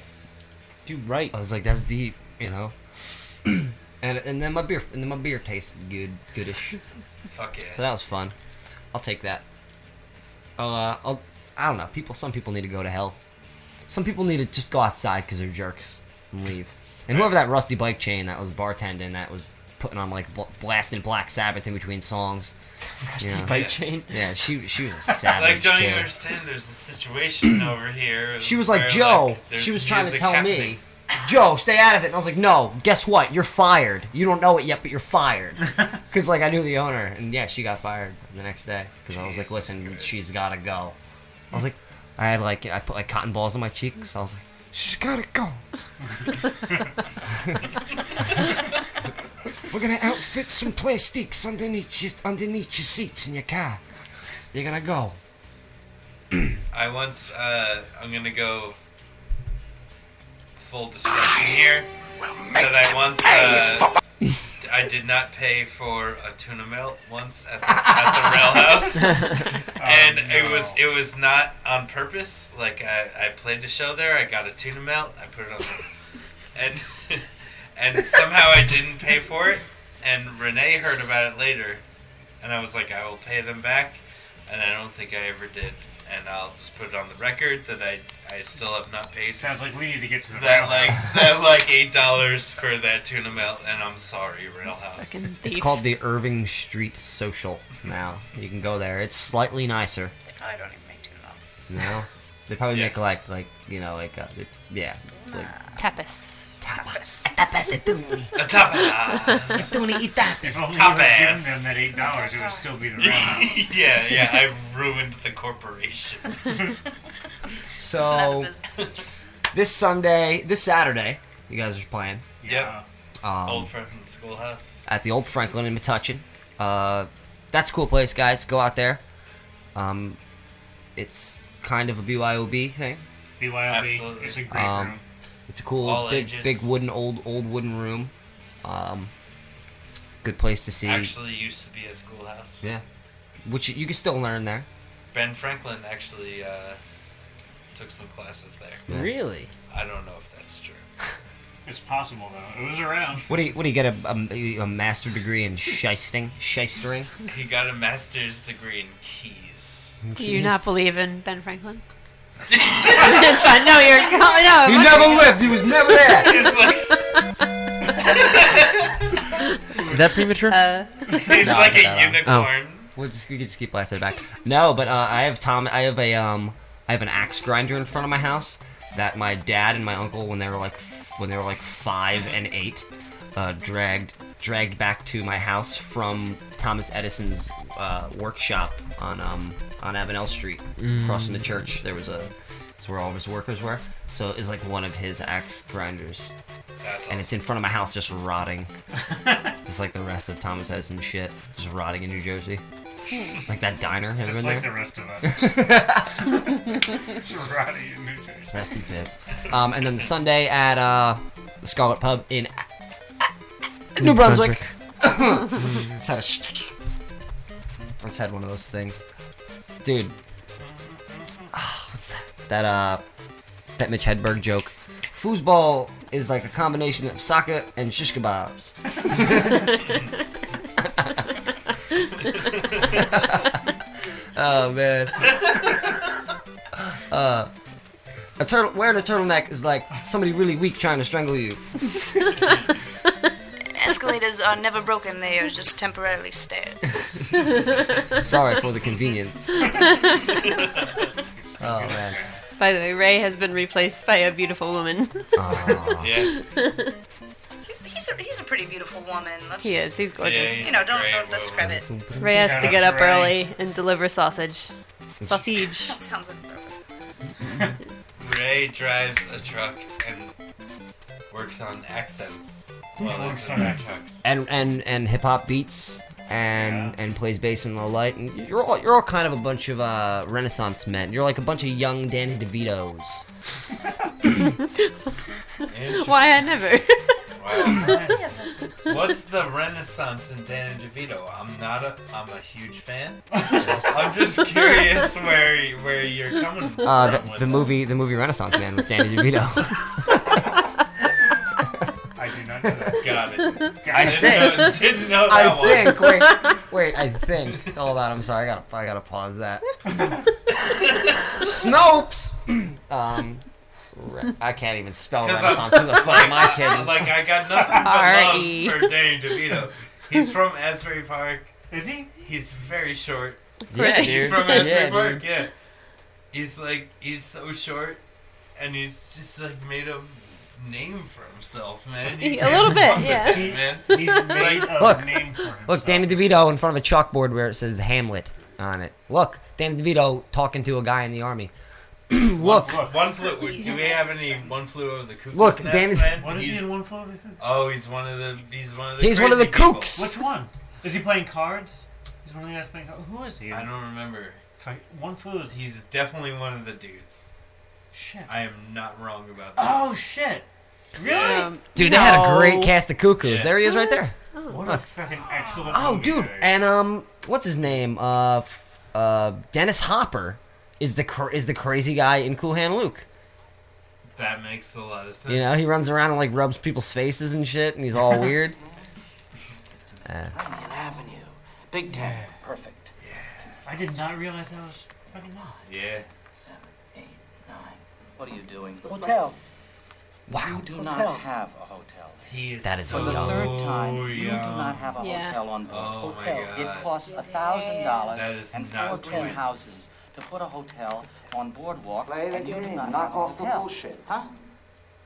Speaker 5: You're right." I was like, "That's deep," you know. and and then my beer and then my beer tasted good, goodish.
Speaker 11: Fuck yeah.
Speaker 5: So that was fun. I'll take that. I'll, uh, I'll, I don't know. People. Some people need to go to hell. Some people need to just go outside because they're jerks and leave. And whoever that rusty bike chain that was bartending that was putting on like bl- blasting Black Sabbath in between songs. you
Speaker 11: Rusty
Speaker 5: know.
Speaker 11: Bike Chain?
Speaker 5: Yeah, she she was a
Speaker 11: like,
Speaker 5: savage.
Speaker 11: don't you
Speaker 5: too.
Speaker 11: understand? There's a situation over here.
Speaker 5: She was like,
Speaker 11: where,
Speaker 5: Joe.
Speaker 11: there's
Speaker 5: she was trying to
Speaker 11: music
Speaker 5: tell
Speaker 11: happening."
Speaker 5: me, Joe, stay out of it. And I was like, no, guess what? You're fired. You don't know it yet, but you're fired. Because, like, I knew the owner. And yeah, she got fired the next day. Because I was like, listen, she's got to go. I was like, I had, like, I put, like, cotton balls on my cheeks. I was like, she's got to go.
Speaker 9: We're gonna outfit some plastics underneath your, underneath your seats in your car. You're gonna go.
Speaker 11: I once, uh, I'm gonna go full discretion here. That I once, uh, I did not pay for a tuna melt once at the, at the rail house,
Speaker 1: Oh,
Speaker 11: and
Speaker 1: no.
Speaker 11: it was it was not on purpose. Like I, I played the show there, I got a tuna melt, I put it on, the, and and somehow I didn't pay for it. And Renee heard about it later, and I was like, I will pay them back, and I don't think I ever did. And I'll just put it on the record that I, I still have not paid.
Speaker 3: Sounds like we need to get to the
Speaker 11: that
Speaker 3: rail
Speaker 11: like
Speaker 3: house.
Speaker 11: that like eight dollars for that tuna melt, and I'm sorry, Rail House.
Speaker 5: It's called the Irving Street Social now. You can go there. It's slightly nicer.
Speaker 17: I don't even make tuna melts.
Speaker 5: No, they probably make like like you know like uh, it, yeah. Like,
Speaker 10: Tapas.
Speaker 17: Tapas.
Speaker 10: Tapas e
Speaker 3: Tapas. If only you had given them that eight dollars, it would still be the rail house.
Speaker 11: yeah, yeah, I ruined the corporation.
Speaker 5: so this Sunday, this Saturday, you guys are playing.
Speaker 11: Yep.
Speaker 5: Um,
Speaker 11: Old friend from the schoolhouse.
Speaker 5: at the old Franklin in Metuchen. Uh, that's a cool place, guys. Go out there. Um, it's kind of a BYOB thing.
Speaker 3: BYOB.
Speaker 11: Absolutely.
Speaker 3: It's a great
Speaker 5: Um,
Speaker 3: room.
Speaker 5: It's a cool
Speaker 11: All
Speaker 5: big
Speaker 11: ages.
Speaker 5: big wooden old old wooden room. Um, good place to see.
Speaker 11: Actually, used to be a schoolhouse.
Speaker 5: yeah, which you can still learn there.
Speaker 11: Ben Franklin actually uh, took some classes there.
Speaker 5: Yeah. Really?
Speaker 11: I don't know if that's true.
Speaker 1: It's possible though. It was around.
Speaker 5: What do you what do you get a, a, a master degree in shysting shystering?
Speaker 11: He got a master's degree in keys.
Speaker 10: Do you not believe in Ben Franklin? it's fine. No, you're going. No,
Speaker 5: He
Speaker 10: what-
Speaker 5: never lived. He was never there. Is that premature?
Speaker 10: Uh,
Speaker 11: He's like a
Speaker 6: Oh,
Speaker 11: unicorn.
Speaker 5: We'll just we can just keep blasting it back. No, but uh, I have Tom. I have a um. I have an axe grinder in front of my house that my dad and my uncle, when they were like, when they were like five and eight, uh, dragged dragged back to my house from Thomas Edison's uh, workshop on um on Avenel Street, across from the
Speaker 9: Mm.
Speaker 5: church. There was a, it's where all of his workers were. So it's like one of his axe grinders, and it's in front of my house, just rotting, just like the rest of Thomas Edison shit, just rotting in New Jersey. Like that diner, have you
Speaker 3: Hmm. Just
Speaker 5: been
Speaker 3: like
Speaker 5: there?
Speaker 3: the rest of us. it's rotting in New Jersey.
Speaker 5: Rest in piss. Um, and then Sunday at uh, the Scarlet Pub in New Brunswick. Let's have a sh- Let's had one of those things, dude. Ah, what's that? That uh, that Mitch Hedberg joke. Foosball is like a combination of soccer and shish kebabs. oh man. Uh, a turtle wearing a turtleneck is like somebody really weak trying to strangle you.
Speaker 17: Escalators are never broken, they are just temporarily stairs.
Speaker 5: Sorry for the convenience. Oh man.
Speaker 10: By the way, Ray has been replaced by a beautiful woman.
Speaker 5: Aw.
Speaker 11: Yeah.
Speaker 17: He's, he's he's a, he's a pretty beautiful woman. Let's,
Speaker 10: He is. He's gorgeous.
Speaker 17: you know, don't don't discredit.
Speaker 10: Ray has to get up
Speaker 17: Ray.
Speaker 10: early and deliver sausage. Sausage.
Speaker 17: that sounds inappropriate.
Speaker 11: Ray drives a truck and works on accents. Well,
Speaker 3: Works
Speaker 11: it's
Speaker 3: on
Speaker 11: an
Speaker 3: accents.
Speaker 11: accent.
Speaker 5: and and and hip hop beats and and plays bass in low light and you're all you're all kind of a bunch of uh, renaissance men. You're like a bunch of young Danny DeVitos.
Speaker 10: Why I never.
Speaker 11: What's the Renaissance in Dan and DeVito? I'm not a. I'm a huge fan. I'm just curious where where you're coming from.
Speaker 5: Uh,
Speaker 11: with
Speaker 5: the, the movie the movie Renaissance Man with Danny DeVito.
Speaker 11: I do not know that. Got it.
Speaker 5: I
Speaker 11: Didn't
Speaker 5: think.
Speaker 11: know- didn't know
Speaker 5: I
Speaker 11: that one.
Speaker 5: think. Wait, wait. I think. Hold on. I'm sorry. I gotta. I gotta pause that. Snopes. um. re- I can't even spell
Speaker 11: 'Cause I'm-
Speaker 5: Renaissance. Who the fuck am I kidding?
Speaker 11: Like I got nothing but love
Speaker 5: R.E..
Speaker 11: for Danny DeVito. He's from Asbury Park.
Speaker 3: Is he?
Speaker 11: He's very short.
Speaker 5: Yeah, Right.
Speaker 11: he's
Speaker 5: dude.
Speaker 11: from Asbury
Speaker 5: Yeah,
Speaker 11: Park.
Speaker 5: dude.
Speaker 11: Yeah. He's like he's so short, and he's just like made a name for himself, man. You
Speaker 10: He- a
Speaker 11: can't
Speaker 10: little bit,
Speaker 11: help it,
Speaker 10: yeah.
Speaker 11: man.
Speaker 10: He's made
Speaker 11: Like,
Speaker 5: look, look, Danny DeVito in front of a chalkboard where it says Hamlet on it. Look, Danny DeVito talking to a guy in the army. look,
Speaker 11: One flew. Do we have any one flew over the Cuckoo's
Speaker 5: Look,
Speaker 11: Nest,
Speaker 5: Danny-
Speaker 11: Man?
Speaker 3: What is he
Speaker 11: He's-
Speaker 3: in One Flew Over the Cuckoo's
Speaker 11: Oh, he's one of the. He's one of the.
Speaker 5: He's one of
Speaker 11: crazy
Speaker 5: the
Speaker 11: people.
Speaker 5: kooks.
Speaker 3: Which one? Is he playing cards? He's one of the guys playing cards. Who is he?
Speaker 11: I don't remember.
Speaker 3: One flew. Over the-
Speaker 11: He's definitely one of the dudes.
Speaker 3: Shit.
Speaker 11: I am not wrong about this.
Speaker 3: Oh shit! Really?
Speaker 5: dude, they had a great cast of cuckoos. There he is, right there.
Speaker 3: What a
Speaker 5: Look.
Speaker 3: fucking excellent.
Speaker 5: Oh,
Speaker 3: movie
Speaker 5: dude,
Speaker 3: that is.
Speaker 5: and um, what's his name? Uh, f- uh, Dennis Hopper is the cr- is the crazy guy in Cool Hand Luke.
Speaker 11: That makes a lot of sense.
Speaker 5: You know, he runs around and like rubs people's faces and shit, and he's all weird. Uh,
Speaker 8: Onion Avenue. Big Ten. Perfect.
Speaker 3: I did not realize that was fucking hot.
Speaker 11: Yeah.
Speaker 8: What are you doing?
Speaker 3: Hotel.
Speaker 8: Wow. You do
Speaker 3: Hotel.
Speaker 8: not have a hotel.
Speaker 11: He is
Speaker 8: that
Speaker 5: is
Speaker 8: For the
Speaker 5: young.
Speaker 8: third time, you do
Speaker 5: young.
Speaker 8: not have a
Speaker 5: Oh, Yeah.
Speaker 8: hotel on board.
Speaker 5: Oh my
Speaker 8: hotel.
Speaker 5: God.
Speaker 8: It costs a thousand
Speaker 5: That
Speaker 8: dollars
Speaker 5: is
Speaker 8: and
Speaker 5: not
Speaker 8: four tin
Speaker 5: right.
Speaker 8: houses to put a hotel on boardwalk, and you do not knock have off the bullshit, huh?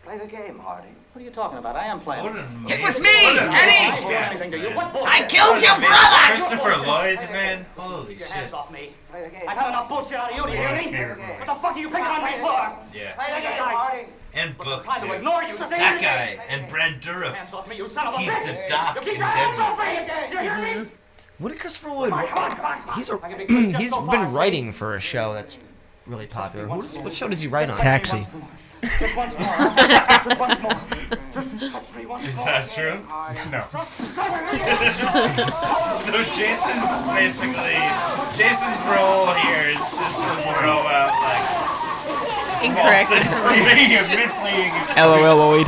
Speaker 8: Play the game, Hardy. What are you talking about? I am playing.
Speaker 11: It was me, What an Eddie! amazing cast, man.
Speaker 8: I killed your brother!
Speaker 11: Christopher Lloyd, man. Holy
Speaker 8: Get your
Speaker 11: shit.
Speaker 8: hands off me. I've had enough bullshit out of you, do you hear
Speaker 11: One of my favorite
Speaker 8: me? What the fuck are you picking on me for?
Speaker 11: Yeah.
Speaker 8: Play the game, Hardy.
Speaker 11: And Book,
Speaker 8: trying
Speaker 11: too.
Speaker 8: to ignore you, see?
Speaker 11: That guy. And Brad Dourif.
Speaker 8: Hands off me, you son of a
Speaker 11: He's
Speaker 8: bitch!
Speaker 11: the doc
Speaker 8: You keep
Speaker 11: in
Speaker 8: your hands
Speaker 11: Denver.
Speaker 8: off me! You hear me?
Speaker 5: what did Christopher Lloyd?
Speaker 8: Come on, come on, come on.
Speaker 5: He's
Speaker 8: I can
Speaker 5: a,
Speaker 8: make this just
Speaker 5: he's
Speaker 8: so
Speaker 5: been
Speaker 8: far, see?
Speaker 5: writing for a show that's really popular. What, is, what show does he write on?
Speaker 8: Taxi. Just once more. Just once more. Just touch me once
Speaker 11: Is
Speaker 8: more.
Speaker 11: that true? No.
Speaker 8: Just-
Speaker 11: So Jason's basically Jason's role here is just to throw out like
Speaker 10: Incorrect
Speaker 11: false information and
Speaker 10: information.
Speaker 11: misleading.
Speaker 6: LOL Lloyd.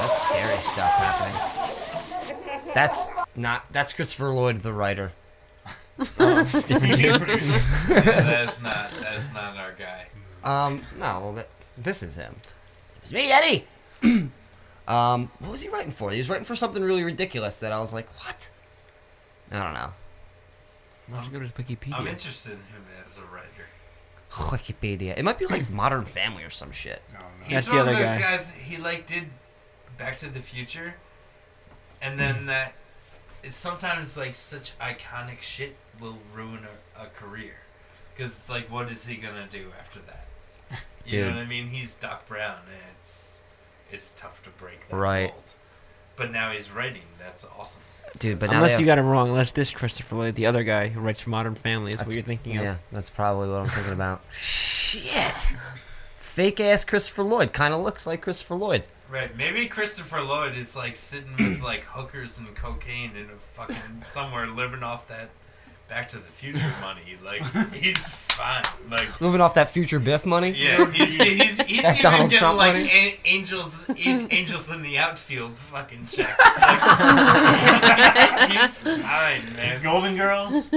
Speaker 5: That's scary stuff happening. That's not. That's Christopher Lloyd, the writer. Oh,
Speaker 11: Yeah, that's not that's not our guy.
Speaker 5: Um, no, well, that, this is him. It's me, Eddie. um, what was he writing for? He was writing for something really ridiculous that I was like, what? I don't know.
Speaker 6: Why don't you go to his Wikipedia?
Speaker 11: I'm interested in him as a writer.
Speaker 5: Wikipedia. It might be like Modern Family or some shit.
Speaker 11: He's one of those guys. He like did Back to the Future, and
Speaker 5: Mm.
Speaker 11: then that. It's sometimes like such iconic shit will ruin a, a career, because it's like, what is he gonna do after that? You know
Speaker 5: Dude.
Speaker 11: what I mean? He's Doc Brown, and it's it's tough to break that
Speaker 5: Right.
Speaker 11: mold. But now he's writing. That's awesome.
Speaker 5: Dude, but now
Speaker 6: unless
Speaker 5: they
Speaker 6: you
Speaker 5: have-
Speaker 6: got him wrong, unless this Christopher Lloyd, the other guy who writes for Modern Family, is what you're thinking
Speaker 5: yeah,
Speaker 6: of.
Speaker 5: that's probably what I'm thinking about. Shit. Fake ass Christopher Lloyd kind of looks like Christopher Lloyd.
Speaker 11: Right, maybe Christopher Lloyd is like sitting with like hookers and cocaine in a fucking somewhere living off that Back to the Future money. Like he's fine. Like
Speaker 5: Moving off that future Biff money.
Speaker 11: yeah, he's he's, he's
Speaker 5: That
Speaker 11: even
Speaker 5: Donald
Speaker 11: getting
Speaker 5: Trump
Speaker 11: like
Speaker 5: money.
Speaker 11: a- angels an- angels in the outfield fucking checks. Like, he's fine, man.
Speaker 3: Golden Girls.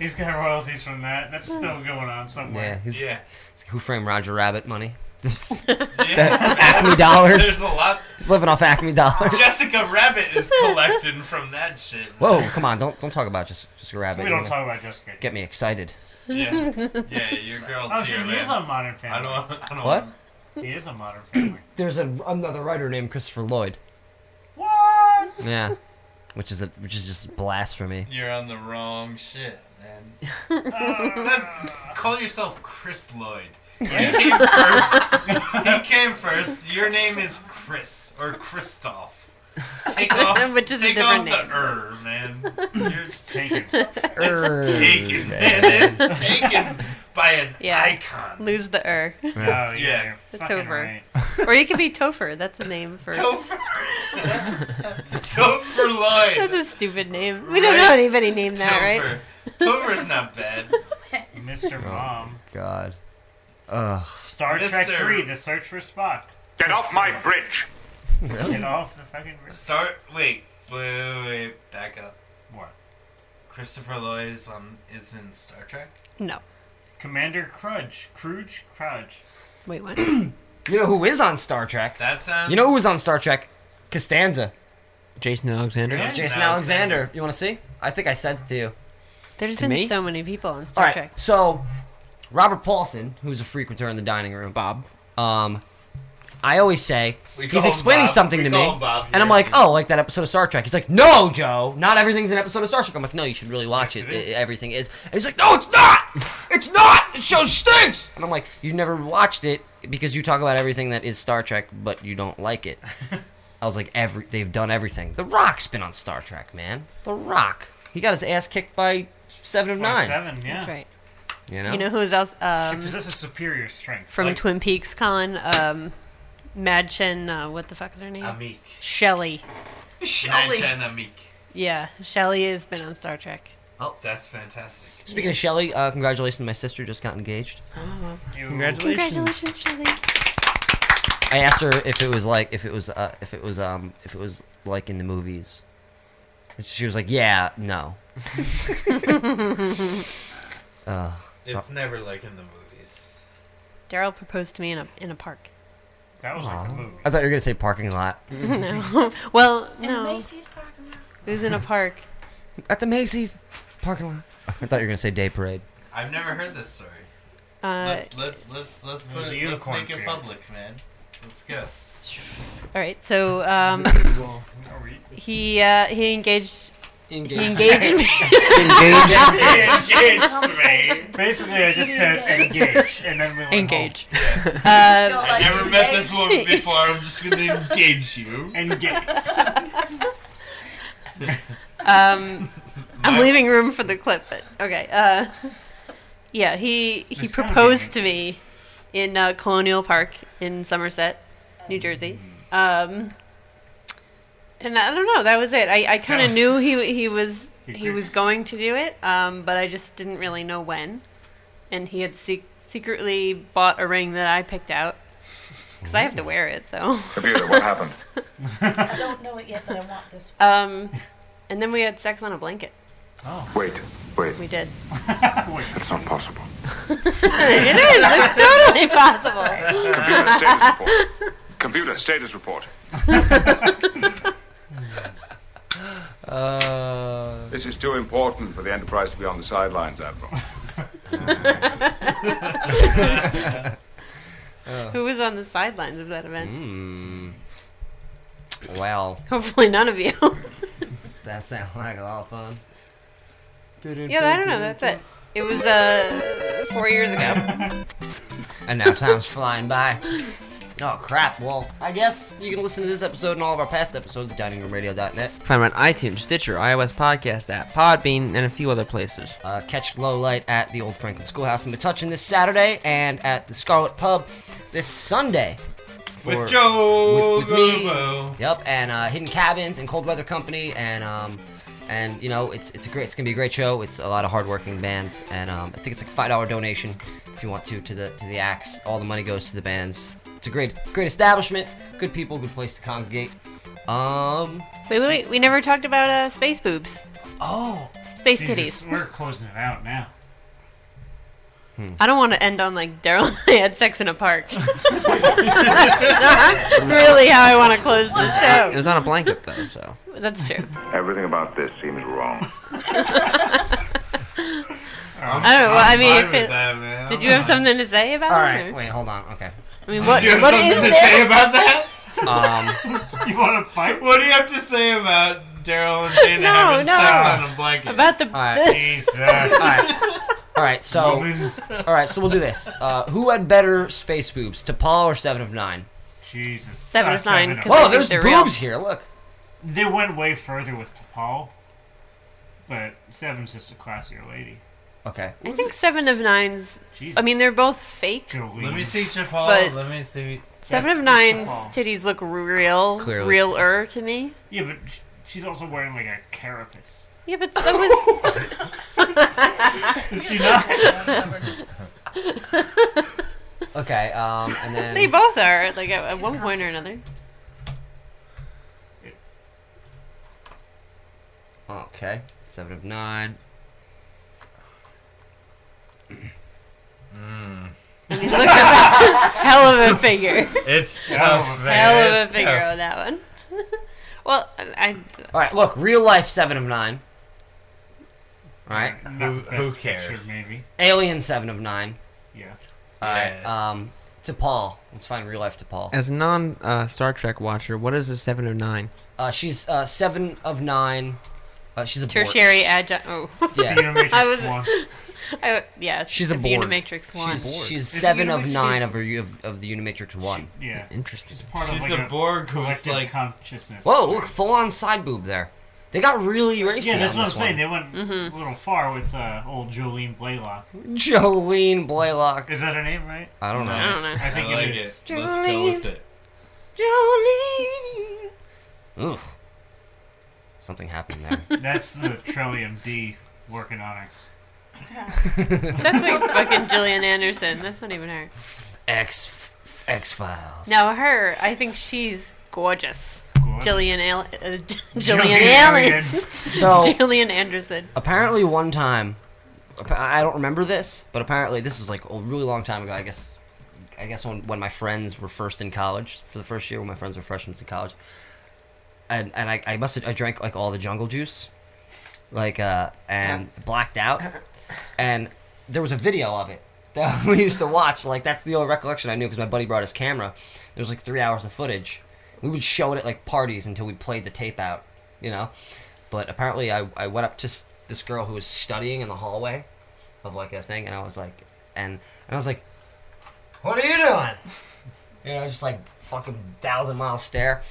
Speaker 3: He's got royalties from that.
Speaker 10: Hmm.
Speaker 3: That's still going on
Speaker 5: Yeah,
Speaker 3: somewhere.
Speaker 5: he's,
Speaker 11: yeah.
Speaker 5: he's Who Framed Roger Rabbit money? That Acme dollars.
Speaker 11: There's a lot.
Speaker 5: He's living off Acme dollars.
Speaker 11: Jessica Rabbit is collecting from that shit.
Speaker 5: Whoa, come on! Don't don't talk about just just Rabbit.
Speaker 11: We
Speaker 5: you
Speaker 11: don't
Speaker 5: know.
Speaker 11: talk about Jessica.
Speaker 5: Get me excited.
Speaker 11: Yeah, yeah, your girl's
Speaker 3: Oh, she
Speaker 11: here, man.
Speaker 3: is on Modern Family.
Speaker 11: I don't. I don't.
Speaker 5: What?
Speaker 3: He is a modern family.
Speaker 5: There's a, another writer named Christopher Lloyd.
Speaker 3: What?
Speaker 5: Yeah, which is a, which is just blasphemy.
Speaker 11: You're on the wrong shit, man. That's, call yourself Chris Lloyd.
Speaker 5: Yeah.
Speaker 11: He came first. he came first. Your name is Chris or Christoph. Take off,
Speaker 10: Which is a
Speaker 11: take
Speaker 10: different name.
Speaker 11: off the er, man. You're taken.
Speaker 10: Er,
Speaker 11: It's taken, man. It's taken by an
Speaker 10: Yeah.
Speaker 11: icon.
Speaker 10: Lose the er.
Speaker 11: Yeah. Oh, yeah, you're
Speaker 10: The
Speaker 11: fucking
Speaker 10: Topher. or you could be Topher. That's a name for.
Speaker 11: Topher. Topher Lloyd.
Speaker 10: That's a stupid name. We don't know
Speaker 11: Right?
Speaker 10: anybody named that, right?
Speaker 11: Topher. Topher's not bad.
Speaker 3: Mr. Mom.
Speaker 5: Oh, God. Ugh.
Speaker 3: Star Trek
Speaker 11: Mr.
Speaker 3: 3, The Search for Spock.
Speaker 11: Get off my bridge.
Speaker 3: Get off the fucking bridge.
Speaker 11: Start. Wait, wait, wait, wait. Back up.
Speaker 3: What?
Speaker 11: Christopher Lloyd is on is in Star Trek.
Speaker 10: No.
Speaker 3: Commander Crudge. Crudge? Crudge.
Speaker 10: Wait, what?
Speaker 5: You know who is on Star Trek?
Speaker 11: That sounds.
Speaker 5: You know who was on Star Trek? Costanza.
Speaker 6: Jason Alexander.
Speaker 5: Jason, Alexander.
Speaker 6: Alexander.
Speaker 5: You want to see? I think I sent it to you.
Speaker 10: There's
Speaker 5: To
Speaker 10: been
Speaker 5: me?
Speaker 10: so many people on
Speaker 5: All
Speaker 10: Star
Speaker 5: right.
Speaker 10: Trek.
Speaker 5: So, Robert Paulson, who's a frequenter in the dining room, Bob. Um, I always say
Speaker 11: We
Speaker 5: he's
Speaker 11: call him
Speaker 5: explaining
Speaker 11: Bob.
Speaker 5: something
Speaker 11: We
Speaker 5: to
Speaker 11: call
Speaker 5: me,
Speaker 11: him Bob
Speaker 5: and I'm
Speaker 11: here.
Speaker 5: like, "Oh, like that episode of Star Trek." He's like, "No, Joe, not everything's an episode of Star Trek." I'm like, "No, you should really watch it. I- everything is." And he's like, "No, it's not. It's not. The show stinks." And I'm like, "You never watched it because you talk about everything that is Star Trek, but you don't like it." I was like, "Every they've done everything. The Rock's been on Star Trek, man. The Rock. He got his ass kicked by Seven of
Speaker 3: By
Speaker 5: Nine.
Speaker 3: Seven, yeah.
Speaker 10: That's right.
Speaker 5: You know?
Speaker 10: You know who's else? Um,
Speaker 3: She possesses superior strength.
Speaker 10: from
Speaker 3: Like,
Speaker 10: Twin Peaks, Colin. Um, Madchen, uh, what the fuck is her name?
Speaker 11: Amik.
Speaker 10: Shelly.
Speaker 11: Shelly. Amik.
Speaker 10: Yeah, Shelly has been on Star Trek.
Speaker 5: Oh,
Speaker 11: that's fantastic.
Speaker 5: Speaking of Shelly, uh, congratulations, my sister just got engaged.
Speaker 11: Oh,
Speaker 10: Congratulations, Shelly.
Speaker 5: I asked her if it was like if it was uh, if it was um if it was like in the movies. And she was like, "Yeah, no." uh, so-
Speaker 11: It's never like in the movies.
Speaker 10: Daryl proposed to me in a in a park.
Speaker 3: That was like a movie.
Speaker 5: I thought you were gonna say parking lot.
Speaker 10: no. Well,
Speaker 17: In
Speaker 10: no.
Speaker 17: Macy's parking lot.
Speaker 10: It was in a park.
Speaker 5: At the Macy's parking lot. I thought you were gonna say day parade.
Speaker 11: I've never heard this story.
Speaker 10: Uh,
Speaker 11: Let, let's let's
Speaker 3: was
Speaker 11: let's put
Speaker 3: a
Speaker 11: it, let's
Speaker 3: unicorn
Speaker 11: make it
Speaker 3: field.
Speaker 11: public, man. Let's go.
Speaker 10: all right, so um, he uh, he engaged.
Speaker 5: Engaged.
Speaker 10: He engaged me.
Speaker 3: Engaged. Engaged me. Basically, I just said engage, and then we went
Speaker 10: engage.
Speaker 3: home.
Speaker 10: Um,
Speaker 11: I never met this woman before. I'm just gonna engage you.
Speaker 3: Engage.
Speaker 10: Um, I'm leaving room for the clip, but okay. Uh, yeah, he he
Speaker 17: This kinda
Speaker 10: proposed to me in uh, Colonial Park in Somerset, New Jersey. Um, and I don't know. That was it. I, I kind of
Speaker 17: was-
Speaker 10: knew he he was he was going to do it, um, but I just didn't really know when. And he had sec secretly bought a ring that I picked out because I have to wear it. So
Speaker 14: Computer, what happened?
Speaker 17: I don't know it yet, but I want this.
Speaker 10: Um, and then we had sex on a blanket.
Speaker 17: Oh.
Speaker 14: Wait, wait.
Speaker 10: We did.
Speaker 14: That's not possible.
Speaker 10: it is. It's totally possible.
Speaker 14: Computer, status report. Computer, status report. This is too important for the Enterprise to be on the sidelines, Admiral.
Speaker 10: Who was on the sidelines of that event?
Speaker 5: Hmm. Well,
Speaker 10: Hopefully, none of you.
Speaker 5: that sounds like a lot of fun.
Speaker 10: yeah, I don't know. That's it. It was uh four years ago.
Speaker 5: And now time's flying by. Oh crap! Well, I guess you can listen to this episode and all of our past episodes at diningroomradio.net.
Speaker 6: Find them on iTunes, Stitcher, iOS Podcast app, Podbean, and a few other places.
Speaker 5: Uh, catch Low Light at the Old Franklin Schoolhouse in Metuchen this Saturday and at the Scarlet Pub this Sunday.
Speaker 11: With
Speaker 5: for-
Speaker 11: Joe
Speaker 5: with, with me.
Speaker 11: Garbo.
Speaker 5: Yep, and uh, Hidden Cabins and Cold Weather Company and um, and you know it's it's a great it's gonna be a great show. It's a lot of hardworking bands and um, I think it's like a five dollar donation if you want to to the to the acts. All the money goes to the bands. It's a great great establishment, good people, good place to congregate. Um,
Speaker 10: wait, wait, wait. We never talked about uh, space boobs.
Speaker 5: Oh.
Speaker 10: Space
Speaker 3: Jesus,
Speaker 10: titties.
Speaker 3: We're closing it out now.
Speaker 10: I don't want to end on like Daryl and I had sex in a park. That's not really how I want to close the
Speaker 6: It
Speaker 10: show.
Speaker 6: was on a blanket though, so.
Speaker 10: That's true.
Speaker 14: Everything about this seems wrong.
Speaker 10: I don't know. Well, I
Speaker 11: I'm
Speaker 10: mean,
Speaker 11: fine
Speaker 10: if
Speaker 11: with
Speaker 10: it-
Speaker 11: that, man.
Speaker 10: did
Speaker 11: I'm
Speaker 10: you have
Speaker 11: fine.
Speaker 10: something to say about
Speaker 5: All
Speaker 10: it?
Speaker 5: right,
Speaker 10: or-
Speaker 5: wait, hold on. Okay.
Speaker 10: I mean, what,
Speaker 11: Do you have
Speaker 10: what
Speaker 11: something
Speaker 10: is
Speaker 11: to
Speaker 10: there?
Speaker 11: say about that?
Speaker 10: Um,
Speaker 11: you want to fight? What do you have to say about Daryl and Jane
Speaker 10: No,
Speaker 11: having
Speaker 10: no.
Speaker 11: sex on a blanket?
Speaker 10: About the- All right.
Speaker 11: Jesus.
Speaker 5: All right. All right, so
Speaker 11: Woman.
Speaker 5: all right, so we'll do this. Uh, who had better space boobs, T'Pol or Seven of Nine?
Speaker 3: Jesus.
Speaker 10: Seven
Speaker 11: Uh,
Speaker 10: of Nine, 'cause I
Speaker 5: Whoa,
Speaker 10: think
Speaker 5: there's
Speaker 10: they're
Speaker 5: boobs
Speaker 10: real.
Speaker 5: here. Look.
Speaker 3: They went way further with T'Pol, but Seven's just a classier lady.
Speaker 5: Okay.
Speaker 10: I think seven of nines. I mean, they're both fake.
Speaker 11: Let me see Chipotle.
Speaker 10: But
Speaker 11: Let me see.
Speaker 10: Seven
Speaker 3: Yeah,
Speaker 10: of
Speaker 3: it's
Speaker 10: nines
Speaker 3: T'Pol.
Speaker 10: titties look real,
Speaker 11: Clearly.
Speaker 10: realer to me.
Speaker 3: Yeah, but sh- she's also wearing like a carapace.
Speaker 10: Yeah, but so was.
Speaker 3: Is she not?
Speaker 5: Okay. Um, and then
Speaker 10: they both are like at, at one point or another.
Speaker 5: Okay, seven of nine.
Speaker 10: I mean, look at that. Hell of a figure.
Speaker 5: It's tough, man.
Speaker 10: Hell of
Speaker 5: It's
Speaker 10: a figure
Speaker 5: tough.
Speaker 10: on that one. well, I.
Speaker 5: All right, look, real life seven of nine. All right.
Speaker 3: Not the Who- best who cares? picture, maybe.
Speaker 5: Alien seven of nine.
Speaker 3: Yeah.
Speaker 5: All right. Um, to Paul. Let's find real life to Paul.
Speaker 6: As a non uh, Star Trek watcher, what is a seven of nine?
Speaker 5: Uh, she's uh, seven of nine. Uh, she's a Borg.
Speaker 10: Tertiary adjunct. Oh,
Speaker 5: Yeah. Unimatrix
Speaker 10: I was.
Speaker 5: one.
Speaker 10: I, yeah,
Speaker 5: She's a
Speaker 10: the
Speaker 5: Borg.
Speaker 10: Unimatrix one.
Speaker 5: She's, she's seven of nine of, her, of of the Unimatrix one.
Speaker 3: Yeah.
Speaker 6: Interesting.
Speaker 3: It's part
Speaker 11: She's
Speaker 3: of
Speaker 11: a
Speaker 3: like
Speaker 11: Borg who's
Speaker 3: collective
Speaker 11: like-
Speaker 3: consciousness.
Speaker 5: Whoa! Look, full on side boob there. They got really racy.
Speaker 3: Yeah, that's
Speaker 5: on
Speaker 3: what I'm
Speaker 5: this
Speaker 3: saying. They
Speaker 5: one.
Speaker 3: went
Speaker 10: Mm-hmm.
Speaker 3: a little far with uh, old Jolene Blaylock.
Speaker 5: Jolene Blaylock.
Speaker 3: Is that her name, right?
Speaker 5: I don't know. I don't know.
Speaker 3: I think
Speaker 5: I like
Speaker 3: it is.
Speaker 5: it. Let's go with
Speaker 11: it.
Speaker 5: Jolene. Ugh. Something happened there.
Speaker 3: That's the Trillium D working on her.
Speaker 10: That's like fucking Jillian Anderson. That's not even her.
Speaker 5: X X Files.
Speaker 10: No, her. I think she's gorgeous.
Speaker 5: Gorgeous.
Speaker 10: Jillian, Al- uh, J-
Speaker 5: Jillian
Speaker 10: Jillian Allen.
Speaker 5: So-
Speaker 10: Jillian Anderson.
Speaker 5: Apparently, one time, appa- I don't remember this, but apparently this was like a really long time ago. I guess, I guess when, when my friends were first in college for the first year when my friends were freshmen in college, and and I, I must have, I drank like all the jungle juice, like uh and blacked out, and there was a video of it that we used to watch. Like that's the only recollection I knew because my buddy brought his camera. There was like three hours of footage. We would show it at like parties until we played the tape out, you know. But apparently, I, I went up to s- this girl who was studying in the hallway of like a thing, and I was like, and and I was like, what are you doing? You know, just like fucking thousand mile stare.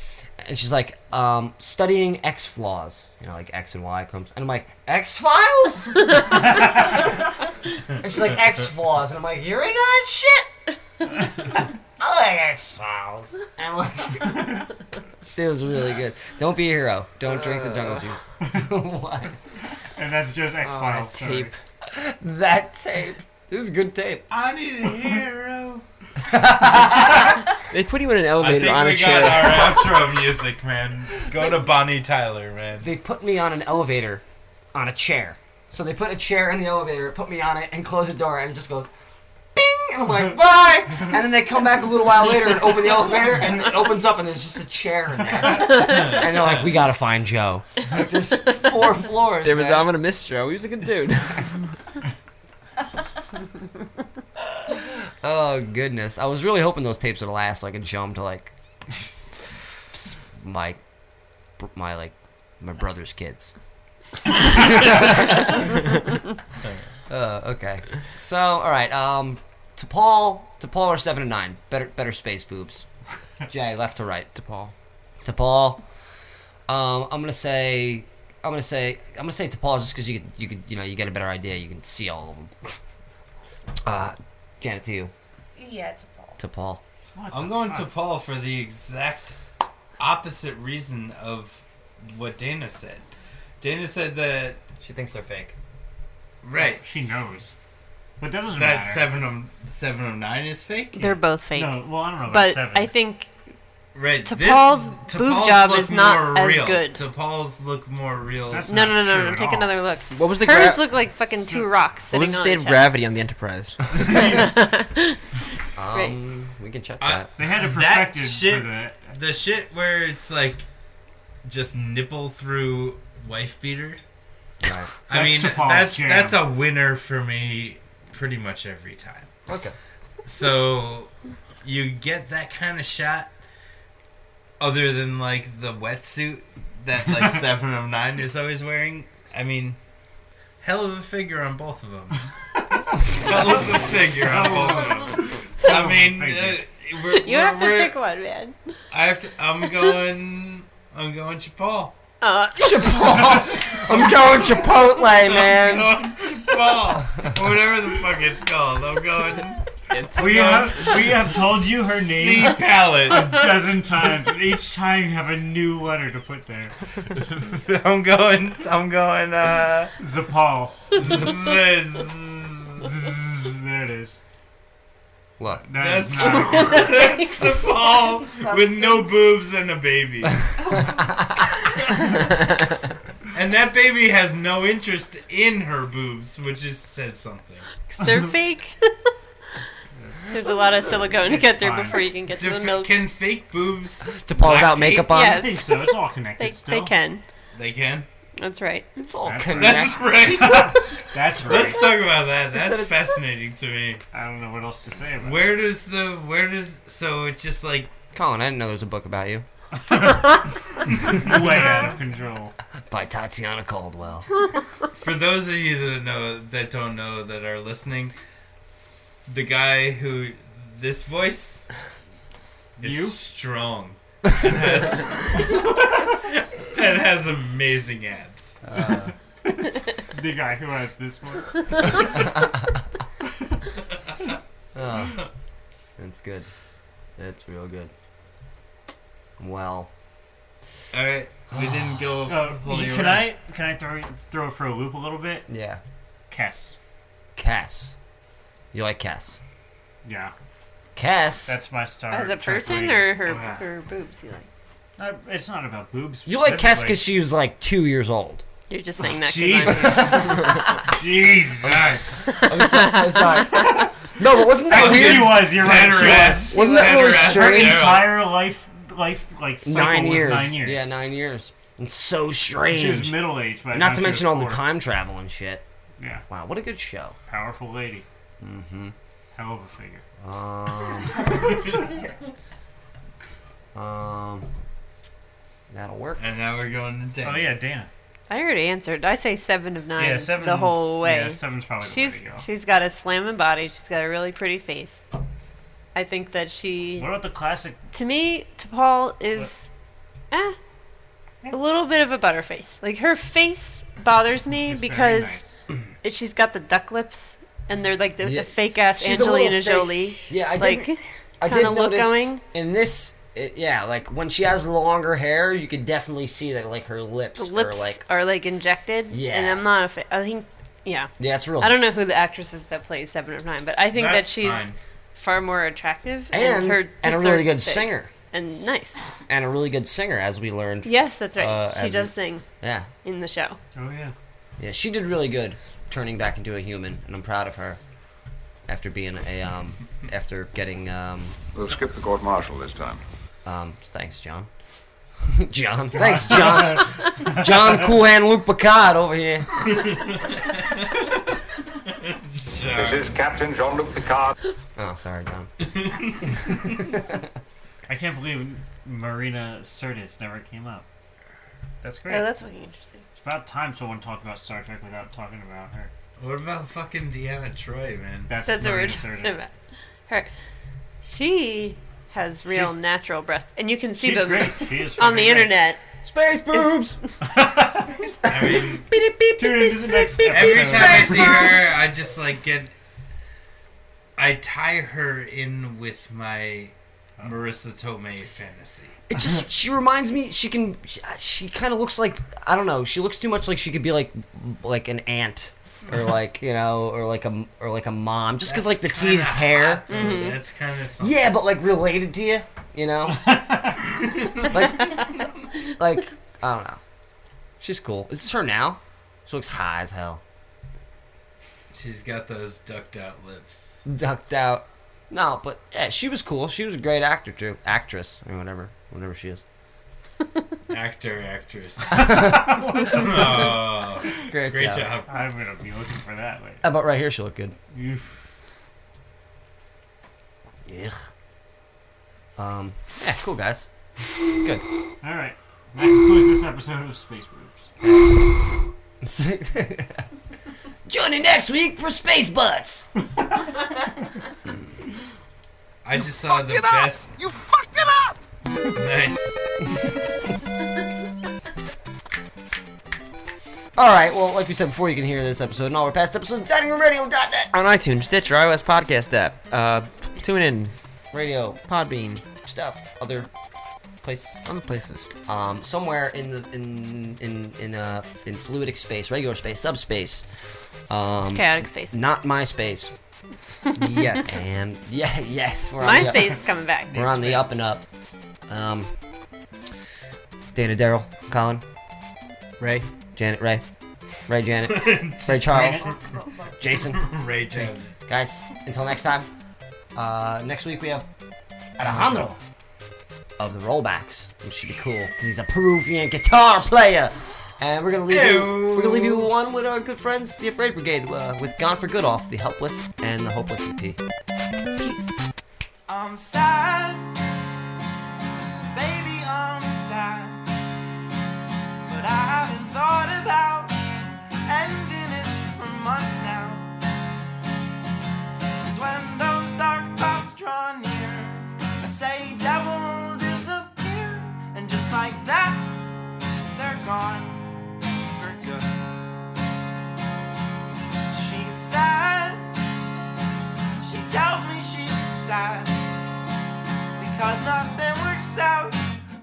Speaker 5: And she's like, um, studying X flaws. You know, like X and Y comes. And I'm like, X files? and she's like, X flaws. And I'm like, you're into that shit? I like X files. And I'm like, it was really good. Don't be a hero. Don't drink the
Speaker 11: Uh.
Speaker 5: jungle juice. what?
Speaker 3: And that's just X
Speaker 5: Oh,
Speaker 3: Files.
Speaker 5: that tape. That tape. It was good tape.
Speaker 11: I need a hero.
Speaker 6: They put you in an
Speaker 11: I
Speaker 6: elevator
Speaker 11: think
Speaker 6: on a
Speaker 11: we
Speaker 6: chair.
Speaker 11: got our outro music, man. Go to Bonnie Tyler, man.
Speaker 5: They put me on an elevator on a chair. So they put a chair in the elevator, put me on it, and close the door, and it just goes bing, and I'm like, bye! And then they come back a little while later and open the elevator, and it opens up, and there's just a chair in there. and they're like, we gotta find Joe. Like, there's four floors.
Speaker 6: There was
Speaker 5: man.
Speaker 6: I'm gonna miss Joe. He was a good dude.
Speaker 5: Oh, goodness. I was really hoping those tapes would last so I could show them to, like, s- my, my, like, my brother's kids. uh, okay. So, all right. Um, to Paul, to Paul or seven to nine. Better, better space boobs. Jay, left to right. To Paul. To Paul. Um, I'm gonna say, I'm gonna say, I'm gonna say to Paul just because you could, you could, you know, you get a better idea. You can see all of them. Uh, Janet, to you.
Speaker 17: Yeah, it's
Speaker 5: To Paul.
Speaker 11: I'm going to Paul for the exact opposite reason of what Dana said. Dana said that
Speaker 5: she thinks they're fake.
Speaker 11: Right.
Speaker 3: She knows. But that doesn't
Speaker 11: that
Speaker 3: matter.
Speaker 11: seven of seven of nine is fake.
Speaker 10: They're both fake.
Speaker 11: No, well, I don't know about
Speaker 3: oh
Speaker 10: but
Speaker 11: seven.
Speaker 10: I think
Speaker 11: Right.
Speaker 10: To
Speaker 11: this-
Speaker 10: Paul's
Speaker 11: to
Speaker 10: boob
Speaker 11: Paul's
Speaker 10: job
Speaker 11: look
Speaker 10: is not
Speaker 11: more
Speaker 10: as
Speaker 11: real.
Speaker 10: good.
Speaker 11: To Paul's look more real.
Speaker 10: no, no, no, no, no. Take another look.
Speaker 6: What was the
Speaker 10: hers?
Speaker 6: gra-
Speaker 10: look like fucking two rocks sitting
Speaker 6: what was the
Speaker 10: on
Speaker 6: state
Speaker 10: each
Speaker 6: of
Speaker 10: other.
Speaker 6: gravity on the Enterprise?
Speaker 10: Right.
Speaker 5: Um, we can check
Speaker 11: I-
Speaker 3: They had it
Speaker 11: that
Speaker 3: perfected
Speaker 11: shit,
Speaker 3: for the-
Speaker 11: the shit where it's like just nipple through wife beater.
Speaker 5: Right.
Speaker 11: I
Speaker 3: That's
Speaker 11: mean,
Speaker 3: to Paul's
Speaker 11: that's
Speaker 3: jam.
Speaker 11: that's a winner for me pretty much every time.
Speaker 5: Okay.
Speaker 11: So you get that kind of shot other than like the wetsuit that like seven of nine is always wearing. I mean, hell of a figure on both of them. hell of a figure on both of them.
Speaker 5: Oh,
Speaker 11: I mean, uh, we're,
Speaker 10: you have to
Speaker 11: we're-
Speaker 10: pick one, man.
Speaker 11: I have to. I'm going. I'm going Chapal.
Speaker 10: Uh,
Speaker 11: Chipotle.
Speaker 5: I'm going Chipotle, man.
Speaker 11: I'm going Chipotle. Or whatever the fuck it's called. I'm going. It's
Speaker 3: We have we have told you her name
Speaker 11: Sea palette.
Speaker 3: a dozen times, and each time you have a new letter to put there.
Speaker 11: I'm going. I'm going. uh...
Speaker 3: Zapal.
Speaker 11: Zzz.
Speaker 3: there it is.
Speaker 5: Look,
Speaker 3: That is
Speaker 11: That's
Speaker 3: not correct.
Speaker 11: that's Chapal with no boobs and a baby. and that baby has no interest in her boobs, which just says something.
Speaker 10: 'cause they're fake. There's a lot of silicone to get through
Speaker 11: Fine.
Speaker 10: before you can get to
Speaker 11: Do
Speaker 10: the milk.
Speaker 11: Can fake boobs?
Speaker 5: To Paul
Speaker 11: black
Speaker 5: without
Speaker 11: tape?
Speaker 5: makeup on?
Speaker 10: Yes. They, they can.
Speaker 11: They can.
Speaker 10: That's right. It's
Speaker 5: all
Speaker 11: That's right. That's right. Let's talk about that. That's fascinating to me.
Speaker 3: I don't know what else to say about
Speaker 11: Where does the where does so it's just like
Speaker 5: Colin, I didn't know there was a book about you.
Speaker 3: Way out of control.
Speaker 5: By Tatiana Caldwell.
Speaker 11: for those of you that know that don't know that are listening, the guy who this voice is
Speaker 3: You?
Speaker 11: strong and has, and has amazing abs.
Speaker 5: Uh,
Speaker 3: the guy who has this one.
Speaker 5: Oh, that's good. That's real good. Well,
Speaker 11: All right, we didn't go.
Speaker 3: Uh,
Speaker 11: fully
Speaker 3: can
Speaker 11: around.
Speaker 3: I can I throw throw it for a loop a little bit?
Speaker 5: Yeah.
Speaker 3: Kess.
Speaker 5: Cass. You like Cass?
Speaker 3: Yeah.
Speaker 5: Cass?
Speaker 3: That's my star.
Speaker 10: As a
Speaker 3: track
Speaker 10: person
Speaker 3: rating.
Speaker 10: or her,
Speaker 3: Wow.
Speaker 10: her boobs, you like?
Speaker 3: Uh, it's not about boobs.
Speaker 5: You like Cass because
Speaker 3: specifically.
Speaker 5: she was like two years old.
Speaker 10: You're just saying that 'cause
Speaker 3: Jesus.
Speaker 6: Oh,
Speaker 3: Jesus.
Speaker 5: I'm so- I'm sorry. No, but wasn't that
Speaker 3: Fuck,
Speaker 5: weird?
Speaker 3: She was. You're right. She
Speaker 5: Paderast.
Speaker 3: was.
Speaker 5: Wasn't that really Paderast. strange?
Speaker 3: Her entire life, life like cycle
Speaker 5: Nine
Speaker 3: was
Speaker 5: years.
Speaker 3: nine years.
Speaker 5: Yeah, nine years. It's so strange.
Speaker 3: She was middle aged by the
Speaker 5: Not
Speaker 3: time
Speaker 5: to
Speaker 3: she
Speaker 5: mention
Speaker 3: was
Speaker 5: all the
Speaker 3: four.
Speaker 5: time travel and shit.
Speaker 3: Yeah.
Speaker 5: Wow, what a good show.
Speaker 3: Powerful lady.
Speaker 5: Mm-hmm.
Speaker 3: Hell of a figure.
Speaker 5: Um.
Speaker 3: Uh.
Speaker 5: um. That'll work.
Speaker 11: And now we're going to Dana.
Speaker 3: Oh yeah, Dana.
Speaker 10: I already answered. I say seven of nine
Speaker 3: Yeah, seven-
Speaker 10: the whole way.
Speaker 3: yeah, seven's probably the way
Speaker 10: she's
Speaker 3: to go.
Speaker 10: she's got a slamming body. She's got a really pretty face. I think that she.
Speaker 3: What about the classic?
Speaker 10: To me, T'Pol is, eh, a little bit of a butterface. Like her face bothers me
Speaker 3: It's very
Speaker 10: because it, she's got the duck lips and they're like the,
Speaker 5: Yeah.
Speaker 10: the fake ass
Speaker 5: She's a little
Speaker 10: Angelina
Speaker 5: fake.
Speaker 10: Jolie.
Speaker 5: Yeah, I
Speaker 10: like
Speaker 5: did. I
Speaker 10: kind
Speaker 5: did
Speaker 10: of look
Speaker 5: notice
Speaker 10: going.
Speaker 5: in this. It, yeah, like when she has longer hair, you can definitely see that like her lips,
Speaker 10: The lips
Speaker 5: are like.
Speaker 10: are like injected. and
Speaker 5: Yeah.
Speaker 10: I'm not a fa- I think yeah.
Speaker 5: Yeah, it's real.
Speaker 10: I don't know who the actress is that plays Seven of Nine, but I think that
Speaker 5: That's
Speaker 10: she's
Speaker 5: fine.
Speaker 10: far more attractive
Speaker 5: And-
Speaker 10: her
Speaker 5: and a
Speaker 10: tits
Speaker 5: really
Speaker 10: are
Speaker 5: good
Speaker 10: thick
Speaker 5: singer.
Speaker 10: and nice.
Speaker 5: And a really good singer, as we learned.
Speaker 10: Yes, that's right.
Speaker 5: uh,
Speaker 10: she
Speaker 5: as
Speaker 10: does
Speaker 5: we-
Speaker 10: sing
Speaker 5: Yeah,
Speaker 10: in the show.
Speaker 3: Oh yeah.
Speaker 5: yeah, she did really good turning back into a human, and I'm proud of her. After being a um, after getting um.
Speaker 14: We'll skip the court martial this time.
Speaker 5: Um, thanks, John. John, thanks, John. John Cool Hand Luke Picard over here.
Speaker 14: This is Captain Jean-Luc Picard.
Speaker 5: Oh, sorry, John.
Speaker 3: I can't believe Marina Sirtis never came up. That's great.
Speaker 10: Oh, that's fucking interesting.
Speaker 3: It's about time someone talked about Star Trek without talking about her.
Speaker 11: What about fucking Deanna Troy, man?
Speaker 3: That's,
Speaker 10: That's what
Speaker 3: Marina
Speaker 10: we're talking
Speaker 3: Sirtis.
Speaker 10: about. Her, she has real
Speaker 3: She's-
Speaker 10: natural breasts, and you can see
Speaker 3: She's
Speaker 10: them
Speaker 3: great. She is
Speaker 10: on the
Speaker 3: fucking great.
Speaker 10: internet.
Speaker 5: Space boobs.
Speaker 11: I mean,
Speaker 3: Tune into the next
Speaker 11: Every
Speaker 3: episode.
Speaker 11: time I see her, I just like get. I tie her in with my Marissa Tomei fantasy.
Speaker 5: It just she reminds me she can she, she kind of looks like I don't know she looks too much like she could be like like an aunt or like you know or like a or like a mom just because like the
Speaker 11: That's kinda
Speaker 5: teased hair.
Speaker 11: hot, though.
Speaker 8: Mm-hmm.
Speaker 11: That's kind of something.
Speaker 5: Yeah, but like related to you, you know. like, like I don't know. She's cool. Is this her now? She looks high as hell.
Speaker 11: She's got those ducked out lips.
Speaker 5: ducked out. No, but yeah, she was cool. She was a great actor too, actress or whatever, whatever she is.
Speaker 11: Actor, actress. oh,
Speaker 5: Great job.
Speaker 3: I'm gonna be looking for that
Speaker 5: Uh,
Speaker 3: later.
Speaker 5: How about right here? She looked good.
Speaker 3: Oof.
Speaker 5: Ugh. Um, yeah, cool guys. Good.
Speaker 1: All right. That concludes this episode of Space
Speaker 5: Boobs.
Speaker 15: Join me next week for Space Butts.
Speaker 11: I just saw the
Speaker 8: it up!
Speaker 11: best.
Speaker 8: You fucked it up!
Speaker 11: Nice.
Speaker 5: All right. Well, like we said before, you can hear this episode and all our past episodes at diningroomradio.net.
Speaker 6: On iTunes, Stitcher, iOS podcast app. Uh, tune in.
Speaker 5: Radio, Podbean, stuff, other places,
Speaker 6: other places.
Speaker 5: Um, somewhere in the in in in uh in fluidic space, regular space, subspace, um,
Speaker 10: Chaotic space.
Speaker 5: not my space. yet and yeah, yes, we're on the up-
Speaker 10: MySpace is coming back.
Speaker 5: We're on the up and up. Um, Dana, Daryl, Colin, Ray, Janet, Ray, Ray, Janet, Ray, Charles, Jason,
Speaker 11: Ray, Janet.
Speaker 5: Guys, until next time. Uh, next week we have Alejandro of the Rollbacks, which should be cool because he's a Peruvian guitar player. And we're gonna leave you. We're gonna leave you one with our good friends, the Afraid Brigade, uh, with "Gone for Good" off the Helpless and the Hopeless E EP.
Speaker 8: I'm sad, baby, I'm sad. But I haven't thought about ending it for months now. 'Cause when those dark thoughts draw near, I say, devil, disappear. And just like that, they're gone for good. She's sad. She tells me she's sad because nothing works out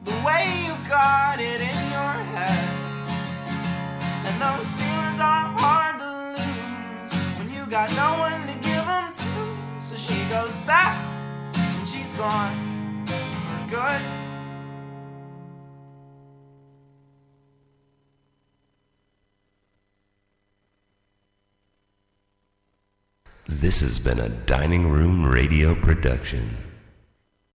Speaker 8: the way you got it in your head. And those feelings are hard to lose when you got no one to give them to. So she goes back and she's gone for good.
Speaker 23: This has been a dining room radio production.